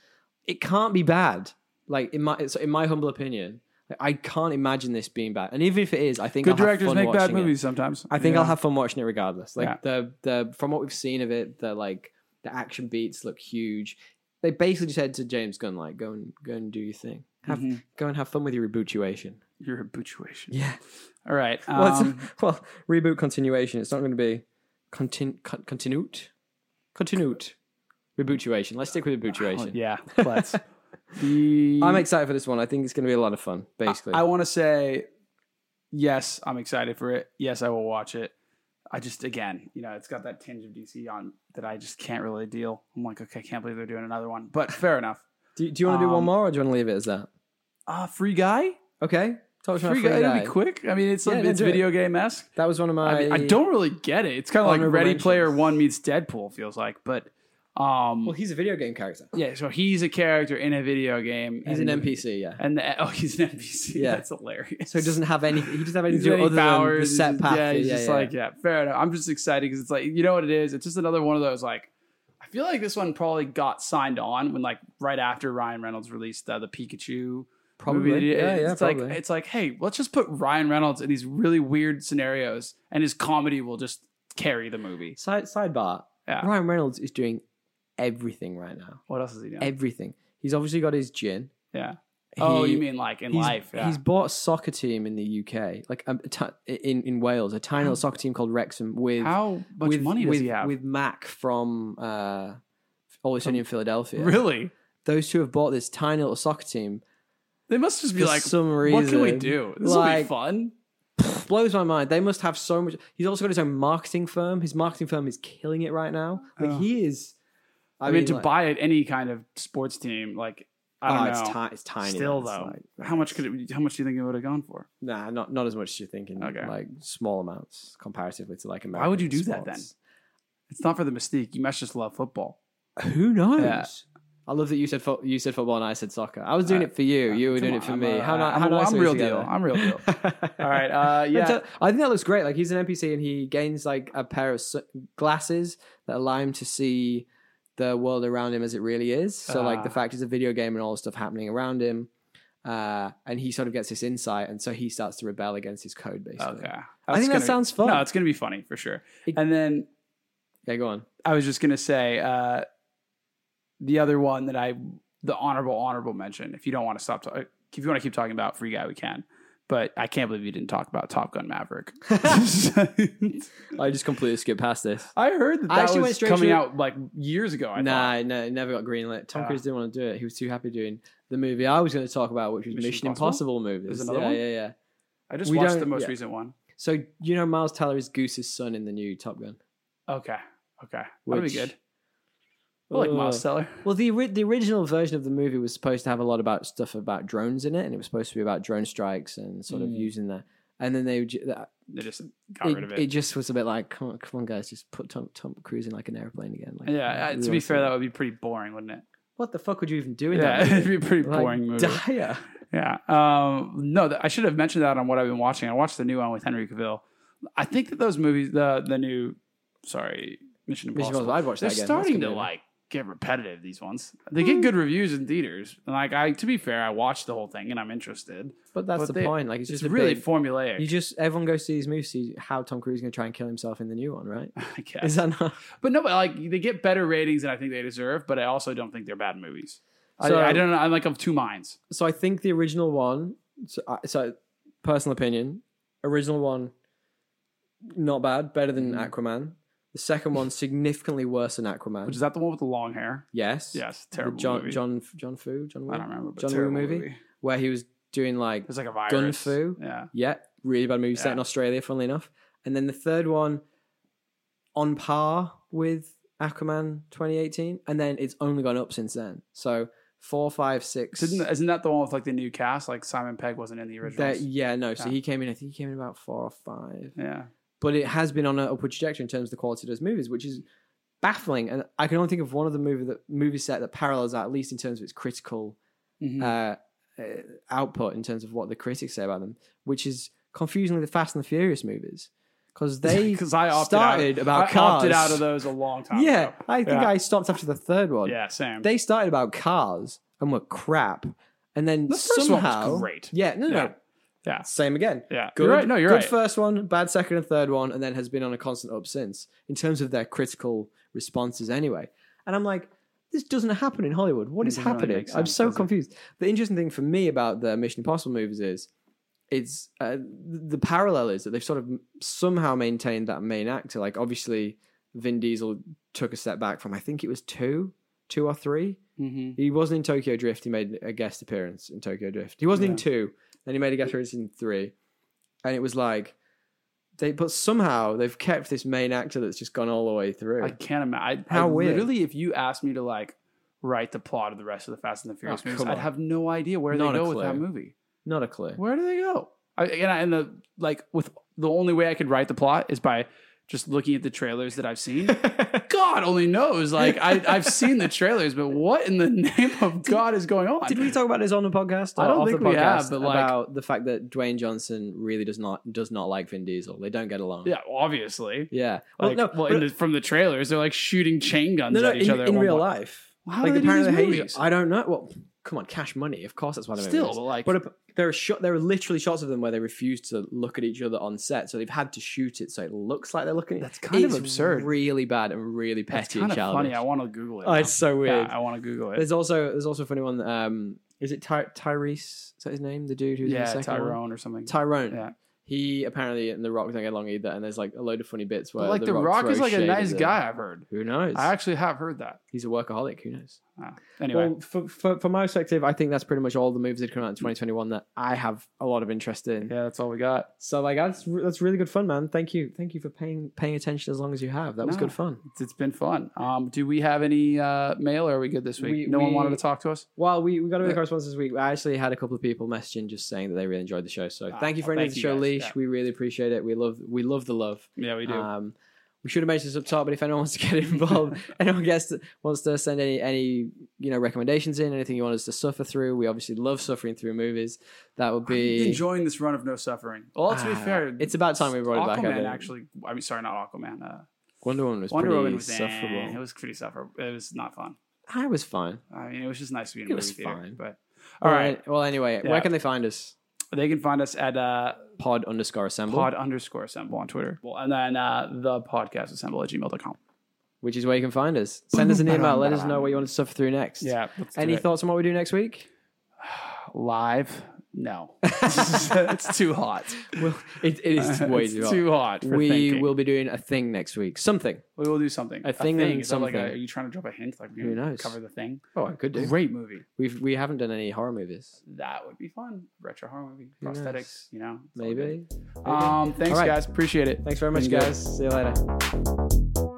Speaker 1: It can't be bad. Like in my it's- in my humble opinion, like, I can't imagine this being bad. And even if it is, I think
Speaker 2: Good
Speaker 1: I'll have
Speaker 2: directors
Speaker 1: fun
Speaker 2: make bad
Speaker 1: watching it.
Speaker 2: movies sometimes.
Speaker 1: I think
Speaker 2: Yeah.
Speaker 1: I'll have fun watching it regardless. Like
Speaker 2: Yeah.
Speaker 1: the the from what we've seen of it, the like The action beats look huge. They basically just said to James Gunn, like, go and go and do your thing. Have
Speaker 2: Mhm.
Speaker 1: go and have fun with your rebootuation.
Speaker 2: Your habituation.
Speaker 1: Yeah.
Speaker 2: All right. Um,
Speaker 1: Well, it's- well, reboot continuation. It's not going to be contin, con, continued, continued rebootuation. Let's stick with
Speaker 2: oh,
Speaker 1: rebootuation.
Speaker 2: yeah. Let's. The-
Speaker 1: I'm excited for this one. I think it's going to be a lot of fun. Basically,
Speaker 2: I, want to say, yes, I'm excited for it. Yes, I will watch it. I just, again, you know, it's got that tinge of DC on that I just can't really deal. I'm like, okay, I can't believe they're doing another one, but fair enough.
Speaker 1: do, do you want to do one
Speaker 2: um,
Speaker 1: more, or do you want to leave it as that?
Speaker 2: Uh, free guy?
Speaker 1: Okay, talk to me about
Speaker 2: Free,
Speaker 1: free
Speaker 2: guy? It'll
Speaker 1: Guy.
Speaker 2: be quick. I mean, it's,
Speaker 1: Yeah,
Speaker 2: some-
Speaker 1: no,
Speaker 2: it's
Speaker 1: do it.
Speaker 2: video game esque.
Speaker 1: That was one of my.
Speaker 2: I, mean, I don't really get it. It's kind of like
Speaker 1: Honorable
Speaker 2: Ready
Speaker 1: mentions.
Speaker 2: Player One meets Deadpool, feels like, but. Um,
Speaker 1: Well, he's a video game character.
Speaker 2: yeah, so he's a character in a video game.
Speaker 1: He's
Speaker 2: and-
Speaker 1: an NPC. Yeah.
Speaker 2: And the, oh, he's an NPC.
Speaker 1: Yeah.
Speaker 2: That's hilarious.
Speaker 1: So he doesn't have any. He doesn't have
Speaker 2: He
Speaker 1: anything
Speaker 2: doesn't
Speaker 1: to do
Speaker 2: have any
Speaker 1: other than the
Speaker 2: powers.
Speaker 1: set
Speaker 2: he's-
Speaker 1: path.
Speaker 2: Yeah, he's just like, yeah, fair enough. I'm just excited because it's like, you know what it is? It's just another one of those like, I feel like this one probably got signed on when like right after Ryan Reynolds released uh, the Pikachu movie.
Speaker 1: probably.
Speaker 2: It-
Speaker 1: Yeah, yeah,
Speaker 2: it's
Speaker 1: probably.
Speaker 2: like it's like, hey, let's just put Ryan Reynolds in these really weird scenarios, and his comedy will just carry the movie.
Speaker 1: Side, sidebar:
Speaker 2: Yeah.
Speaker 1: Ryan Reynolds is doing everything right now.
Speaker 2: What else is he doing?
Speaker 1: Everything. He's obviously got his gin.
Speaker 2: yeah. oh,
Speaker 1: He-
Speaker 2: you mean like in
Speaker 1: he's,
Speaker 2: life? Yeah.
Speaker 1: He's bought a soccer team in the UK, like um, a ti- in in Wales, a tiny little soccer team called Wrexham with
Speaker 2: How much
Speaker 1: with,
Speaker 2: money does
Speaker 1: with,
Speaker 2: he have?
Speaker 1: with Mac from uh, Always Sunny in Philadelphia.
Speaker 2: Really?
Speaker 1: Those two have bought this tiny little soccer team.
Speaker 2: They must just be
Speaker 1: For
Speaker 2: like,
Speaker 1: some
Speaker 2: what can we
Speaker 1: reason,
Speaker 2: do? This will be
Speaker 1: like-
Speaker 2: fun.
Speaker 1: Blows my mind. They must have so much. He's also got his own marketing firm. His marketing firm is killing it right now. Like
Speaker 2: Oh.
Speaker 1: he is.
Speaker 2: I, mean, to
Speaker 1: like-
Speaker 2: buy it any kind of sports team, like I
Speaker 1: oh,
Speaker 2: don't know.
Speaker 1: It's, ti- it's tiny.
Speaker 2: Still
Speaker 1: It's
Speaker 2: though,
Speaker 1: like-
Speaker 2: how much could it? How much do you think it would have gone for?
Speaker 1: Nah, not not as much as you're thinking.
Speaker 2: Okay.
Speaker 1: Like small amounts comparatively to like American.
Speaker 2: Why would you do that then?
Speaker 1: sports.
Speaker 2: It's not for the mystique. You must just love football.
Speaker 1: Who knows?
Speaker 2: Yeah.
Speaker 1: I love that you said fo- you said football and I said soccer. I was doing
Speaker 2: Uh,
Speaker 1: it for you.
Speaker 2: uh,
Speaker 1: you were
Speaker 2: come
Speaker 1: doing
Speaker 2: on,
Speaker 1: it for
Speaker 2: I'm
Speaker 1: me.
Speaker 2: a-
Speaker 1: how, ni-
Speaker 2: I'm
Speaker 1: how
Speaker 2: a-
Speaker 1: nice
Speaker 2: I'm
Speaker 1: are we
Speaker 2: real
Speaker 1: together?
Speaker 2: deal. I'm real deal. All
Speaker 1: All
Speaker 2: right, uh, yeah.
Speaker 1: I think that looks great. Like he's an NPC and he gains like a pair of s- glasses that allow him to see the world around him as it really is. So like the
Speaker 2: Ah.
Speaker 1: fact is a video game and all the stuff happening around him. Uh, and he sort of gets this insight, and so he starts to rebel against his code. Basically,
Speaker 2: Okay,
Speaker 1: I think
Speaker 2: was
Speaker 1: that
Speaker 2: gonna-
Speaker 1: sounds fun.
Speaker 2: No, it's gonna be funny for sure.
Speaker 1: It-
Speaker 2: and then
Speaker 1: yeah, go on.
Speaker 2: I was just gonna say uh, the other one that I, the honorable honorable mention. If you don't want to stop, ta- uh, if you want to keep talking about Free Guy, we can. But I can't believe you didn't talk about Top Gun Maverick.
Speaker 1: I just completely skipped past this.
Speaker 2: I heard that
Speaker 1: I
Speaker 2: that
Speaker 1: actually went
Speaker 2: was
Speaker 1: straight
Speaker 2: coming
Speaker 1: to-
Speaker 2: out like years ago. Oh, I thought.
Speaker 1: nah, no, it never got greenlit. Tom
Speaker 2: Ah.
Speaker 1: Cruise didn't want to do it. He was too happy doing the movie I was going to talk about, which was
Speaker 2: Mission
Speaker 1: Mission,
Speaker 2: Impossible?
Speaker 1: Impossible, movies.
Speaker 2: There's another
Speaker 1: yeah,
Speaker 2: one?
Speaker 1: yeah, yeah.
Speaker 2: I just
Speaker 1: We
Speaker 2: watched
Speaker 1: don't-
Speaker 2: the most
Speaker 1: yeah.
Speaker 2: recent one.
Speaker 1: So you know, Miles Teller is Goose's son in the new Top Gun.
Speaker 2: Okay, okay, that'll be
Speaker 1: Which-
Speaker 2: good. I like Miles Teller.
Speaker 1: Well, the ori- the original version of the movie was supposed to have a lot about stuff about drones in it, and it was supposed to be about drone strikes and sort of
Speaker 2: Mm.
Speaker 1: using that. And then they ju- that-
Speaker 2: They just got
Speaker 1: it,
Speaker 2: rid of
Speaker 1: it
Speaker 2: it.
Speaker 1: just was a bit like, come on, come on, guys, just put Tom, Tom Cruise in like an airplane again. Like,
Speaker 2: yeah, uh,
Speaker 1: we
Speaker 2: to
Speaker 1: wanna
Speaker 2: be
Speaker 1: see
Speaker 2: fair, that would be pretty boring, wouldn't it?
Speaker 1: what the fuck would you even do in
Speaker 2: Yeah,
Speaker 1: that? Movie?
Speaker 2: it'd be a pretty
Speaker 1: Like,
Speaker 2: boring movie.
Speaker 1: Dire.
Speaker 2: Yeah. Um, no, th- I should have mentioned that on what I've been watching. I watched the new one with Henry Cavill. I think that those movies, the the new, sorry, Mission
Speaker 1: Mission
Speaker 2: Impossible.
Speaker 1: Impossible. I'd watch
Speaker 2: They're
Speaker 1: that again. That's Hmm.
Speaker 2: starting
Speaker 1: good
Speaker 2: to
Speaker 1: movie.
Speaker 2: like get repetitive. These ones, they get good reviews in theaters. And like I, to be fair, I watched the whole thing and I'm interested.
Speaker 1: but that's
Speaker 2: but
Speaker 1: the
Speaker 2: they-
Speaker 1: point. Like, it's
Speaker 2: It's,
Speaker 1: just a
Speaker 2: really
Speaker 1: big-
Speaker 2: formulaic.
Speaker 1: You just everyone goes see these movies, see how Tom Cruise is going to try and kill himself in the new one, right?
Speaker 2: I guess.
Speaker 1: Is that not?
Speaker 2: But no, but like they get better ratings than I think they deserve. But I also don't think they're bad movies.
Speaker 1: So-
Speaker 2: I, I don't know. I'm like of two minds.
Speaker 1: So I think the original one. So, I so personal opinion, original one, not bad, better than
Speaker 2: Mhm.
Speaker 1: Aquaman. The second one significantly worse than Aquaman.
Speaker 2: Which is that the one with the long hair?
Speaker 1: yes,
Speaker 2: Yes,
Speaker 1: The
Speaker 2: terrible
Speaker 1: John
Speaker 2: movie.
Speaker 1: John John Fu John
Speaker 2: I
Speaker 1: Woo,
Speaker 2: don't remember. But
Speaker 1: John Woo
Speaker 2: terrible
Speaker 1: movie? where he was doing like
Speaker 2: It's like a virus.
Speaker 1: Gun Fu?
Speaker 2: Yeah.
Speaker 1: yeah, really bad movie set
Speaker 2: Yeah.
Speaker 1: in Australia, funnily enough. And then the third one, on par with Aquaman 2018, and then it's only gone up since then. So four, five, six.
Speaker 2: Isn't, isn't that the one with like the new cast? Like Simon Pegg wasn't in the original.
Speaker 1: That, yeah, no. So
Speaker 2: Yeah.
Speaker 1: he came in. I think he came in about four or five.
Speaker 2: Yeah.
Speaker 1: But it has been on an upward trajectory in terms of the quality of those movies, which is baffling. And I can only think of one of the movie that movie set that parallels that, at least in terms of its critical
Speaker 2: Mhm.
Speaker 1: uh, uh, output, in terms of what the critics say about them, which is confusingly the Fast and the Furious movies, because they
Speaker 2: 'Cause I opted
Speaker 1: started
Speaker 2: out.
Speaker 1: about
Speaker 2: I
Speaker 1: cars.
Speaker 2: opted out of those a long time
Speaker 1: yeah,
Speaker 2: ago.
Speaker 1: I think
Speaker 2: Yeah.
Speaker 1: I stopped after the third one.
Speaker 2: Yeah, same.
Speaker 1: They started about cars and were crap, and then
Speaker 2: The first one was
Speaker 1: somehow
Speaker 2: great.
Speaker 1: Yeah, no, no,
Speaker 2: yeah.
Speaker 1: no,
Speaker 2: Yeah.
Speaker 1: same again.
Speaker 2: Yeah.
Speaker 1: Good,
Speaker 2: you're right. No, you're
Speaker 1: good
Speaker 2: right.
Speaker 1: first one, bad second and third one, and then has been on a constant up since in terms of their critical responses anyway. And I'm like, this doesn't happen in Hollywood. What
Speaker 2: It
Speaker 1: is
Speaker 2: doesn't really
Speaker 1: happening?
Speaker 2: make
Speaker 1: I'm
Speaker 2: sense,
Speaker 1: so
Speaker 2: does it?
Speaker 1: confused. The interesting thing for me about the Mission Impossible movies is it's uh, the parallel is that they've sort of somehow maintained that main actor. Like obviously, Vin Diesel took a step back from I think it was two, two or three.
Speaker 2: Mm-hmm.
Speaker 1: He wasn't in Tokyo Drift. He made a guest appearance in Tokyo Drift. He wasn't in
Speaker 2: Yeah.
Speaker 1: two. Then he made a guest appearance in three, and it was like they. But somehow they've kept this main actor that's just gone all the way through.
Speaker 2: I can't imagine.
Speaker 1: How
Speaker 2: I,
Speaker 1: weird.
Speaker 2: Literally, if you asked me to like write the plot of the rest of the Fast and the Furious
Speaker 1: Oh,
Speaker 2: movies,
Speaker 1: come
Speaker 2: I'd
Speaker 1: on.
Speaker 2: have no idea where
Speaker 1: Not
Speaker 2: they
Speaker 1: a
Speaker 2: go with that
Speaker 1: clue.
Speaker 2: movie.
Speaker 1: Not a clue.
Speaker 2: Where do they go? I, and, I, and the like with the only way I could write the plot is by just looking at the trailers that I've seen. God only knows. Like I, I've seen the trailers, but what in the name of God is going on?
Speaker 1: Did we talk about this on the podcast?
Speaker 2: I
Speaker 1: or
Speaker 2: don't
Speaker 1: off
Speaker 2: think
Speaker 1: the podcast
Speaker 2: we have, but, like-
Speaker 1: about the fact that Dwayne Johnson really does not does not like Vin Diesel. They don't get along.
Speaker 2: Yeah, obviously.
Speaker 1: yeah. Well,
Speaker 2: Like,
Speaker 1: no,
Speaker 2: well, in
Speaker 1: but-
Speaker 2: the, from the trailers, they're like shooting chain guns
Speaker 1: no, no,
Speaker 2: at each
Speaker 1: in,
Speaker 2: other. at
Speaker 1: in
Speaker 2: one
Speaker 1: real
Speaker 2: point.
Speaker 1: life,
Speaker 2: Well, how
Speaker 1: like the
Speaker 2: do they do
Speaker 1: parents
Speaker 2: these
Speaker 1: hate
Speaker 2: movies?
Speaker 1: I don't know. Well, come on, Cash Money. Of course, that's why they're making this.
Speaker 2: Still, like,
Speaker 1: But if- there are shot, there are literally shots of them where they refuse to look at each other on set, so they've had to shoot it so it looks like they're looking. at
Speaker 2: that's kind
Speaker 1: it's
Speaker 2: of absurd.
Speaker 1: Really bad and really petty
Speaker 2: That's kind
Speaker 1: and
Speaker 2: of
Speaker 1: childish.
Speaker 2: funny. I want to Google it.
Speaker 1: oh,
Speaker 2: now.
Speaker 1: it's so weird.
Speaker 2: Yeah, I want to Google it.
Speaker 1: there's also there's also a funny one. Um, is it Ty- Tyrese? Is that his name? The dude who's in the
Speaker 2: Yeah,
Speaker 1: second one?
Speaker 2: Tyrone or something.
Speaker 1: Tyrone.
Speaker 2: Yeah.
Speaker 1: He apparently and The Rock don't get along either, and there's like a load of funny bits where
Speaker 2: But like the, Rock,
Speaker 1: throws
Speaker 2: is like a
Speaker 1: shade at
Speaker 2: nice
Speaker 1: him.
Speaker 2: guy. I've heard.
Speaker 1: Who knows?
Speaker 2: I actually have heard that.
Speaker 1: He's a workaholic. Who knows?
Speaker 2: Ah, anyway,
Speaker 1: Well, for, for, from my perspective, I think that's pretty much all the movies that come out in 2021 that I have a lot of interest in.
Speaker 2: yeah, that's all we got.
Speaker 1: So like that's re- that's really good fun, man. Thank you, thank you for paying paying attention as long as you have. That was
Speaker 2: No.
Speaker 1: good fun.
Speaker 2: It's, it's been fun. Um, do we have any uh, mail? or Are we good this week?
Speaker 1: We-
Speaker 2: no one
Speaker 1: we-
Speaker 2: wanted to talk to us.
Speaker 1: Well, we, we got a bit
Speaker 2: Uh,
Speaker 1: of correspondence this week. I actually had a couple of people messaging just saying that they really enjoyed the show. So
Speaker 2: Ah,
Speaker 1: thank you for
Speaker 2: well,
Speaker 1: ending
Speaker 2: thank
Speaker 1: the
Speaker 2: you
Speaker 1: show,
Speaker 2: guys.
Speaker 1: Leash.
Speaker 2: Yeah.
Speaker 1: We really appreciate it. We love we love the love.
Speaker 2: Yeah, we do.
Speaker 1: Um, we should have mentioned this up top, but if anyone wants to get involved, anyone gets to, wants to send any any you know recommendations in, anything you want us to suffer through, we obviously love suffering through movies. That would be
Speaker 2: I'm enjoying this run of no suffering. Well, to be
Speaker 1: Ah,
Speaker 2: fair,
Speaker 1: It's about time we brought it back. I
Speaker 2: Aquaman
Speaker 1: think.
Speaker 2: actually. I mean, sorry, not Aquaman. Uh,
Speaker 1: Wonder Woman was
Speaker 2: Wonder
Speaker 1: pretty
Speaker 2: Woman eh? was eh,
Speaker 1: sufferable.
Speaker 2: it was pretty sufferable. It was not fun.
Speaker 1: I was fine.
Speaker 2: I mean, it was just nice to be in
Speaker 1: It
Speaker 2: a movie
Speaker 1: was
Speaker 2: theater.
Speaker 1: fine.
Speaker 2: But all right,
Speaker 1: Well, anyway,
Speaker 2: Yeah.
Speaker 1: where can they find us?
Speaker 2: they can find us at uh,
Speaker 1: Pod underscore assemble,
Speaker 2: pod underscore assemble on Twitter, Well, and then uh, the podcast assemble at gmail.com.
Speaker 1: which is where you can find us. Send us an email. Let us know what you want to suffer through next.
Speaker 2: Yeah. let's do
Speaker 1: Any
Speaker 2: it.
Speaker 1: thoughts on what we do next week?
Speaker 2: live? No, it's too hot.
Speaker 1: Well, it, it is way
Speaker 2: It's
Speaker 1: too hot.
Speaker 2: too hot. for
Speaker 1: we
Speaker 2: thinking.
Speaker 1: will be doing a thing next week. Something.
Speaker 2: We will do something.
Speaker 1: A thing and
Speaker 2: Is that Like a,
Speaker 1: something.
Speaker 2: are you trying to drop a hint? Like we
Speaker 1: Who knows?
Speaker 2: cover the thing.
Speaker 1: Oh, I could do.
Speaker 2: Great movie.
Speaker 1: We've we haven't done any horror movies.
Speaker 2: That would be fun. Retro horror movie.
Speaker 1: Who knows?
Speaker 2: Prosthetics. You know. it's all good.
Speaker 1: Maybe. Maybe.
Speaker 2: Um. Thanks,
Speaker 1: All right.
Speaker 2: guys. Appreciate it.
Speaker 1: Thanks very much,
Speaker 2: Been good.
Speaker 1: guys. See you later.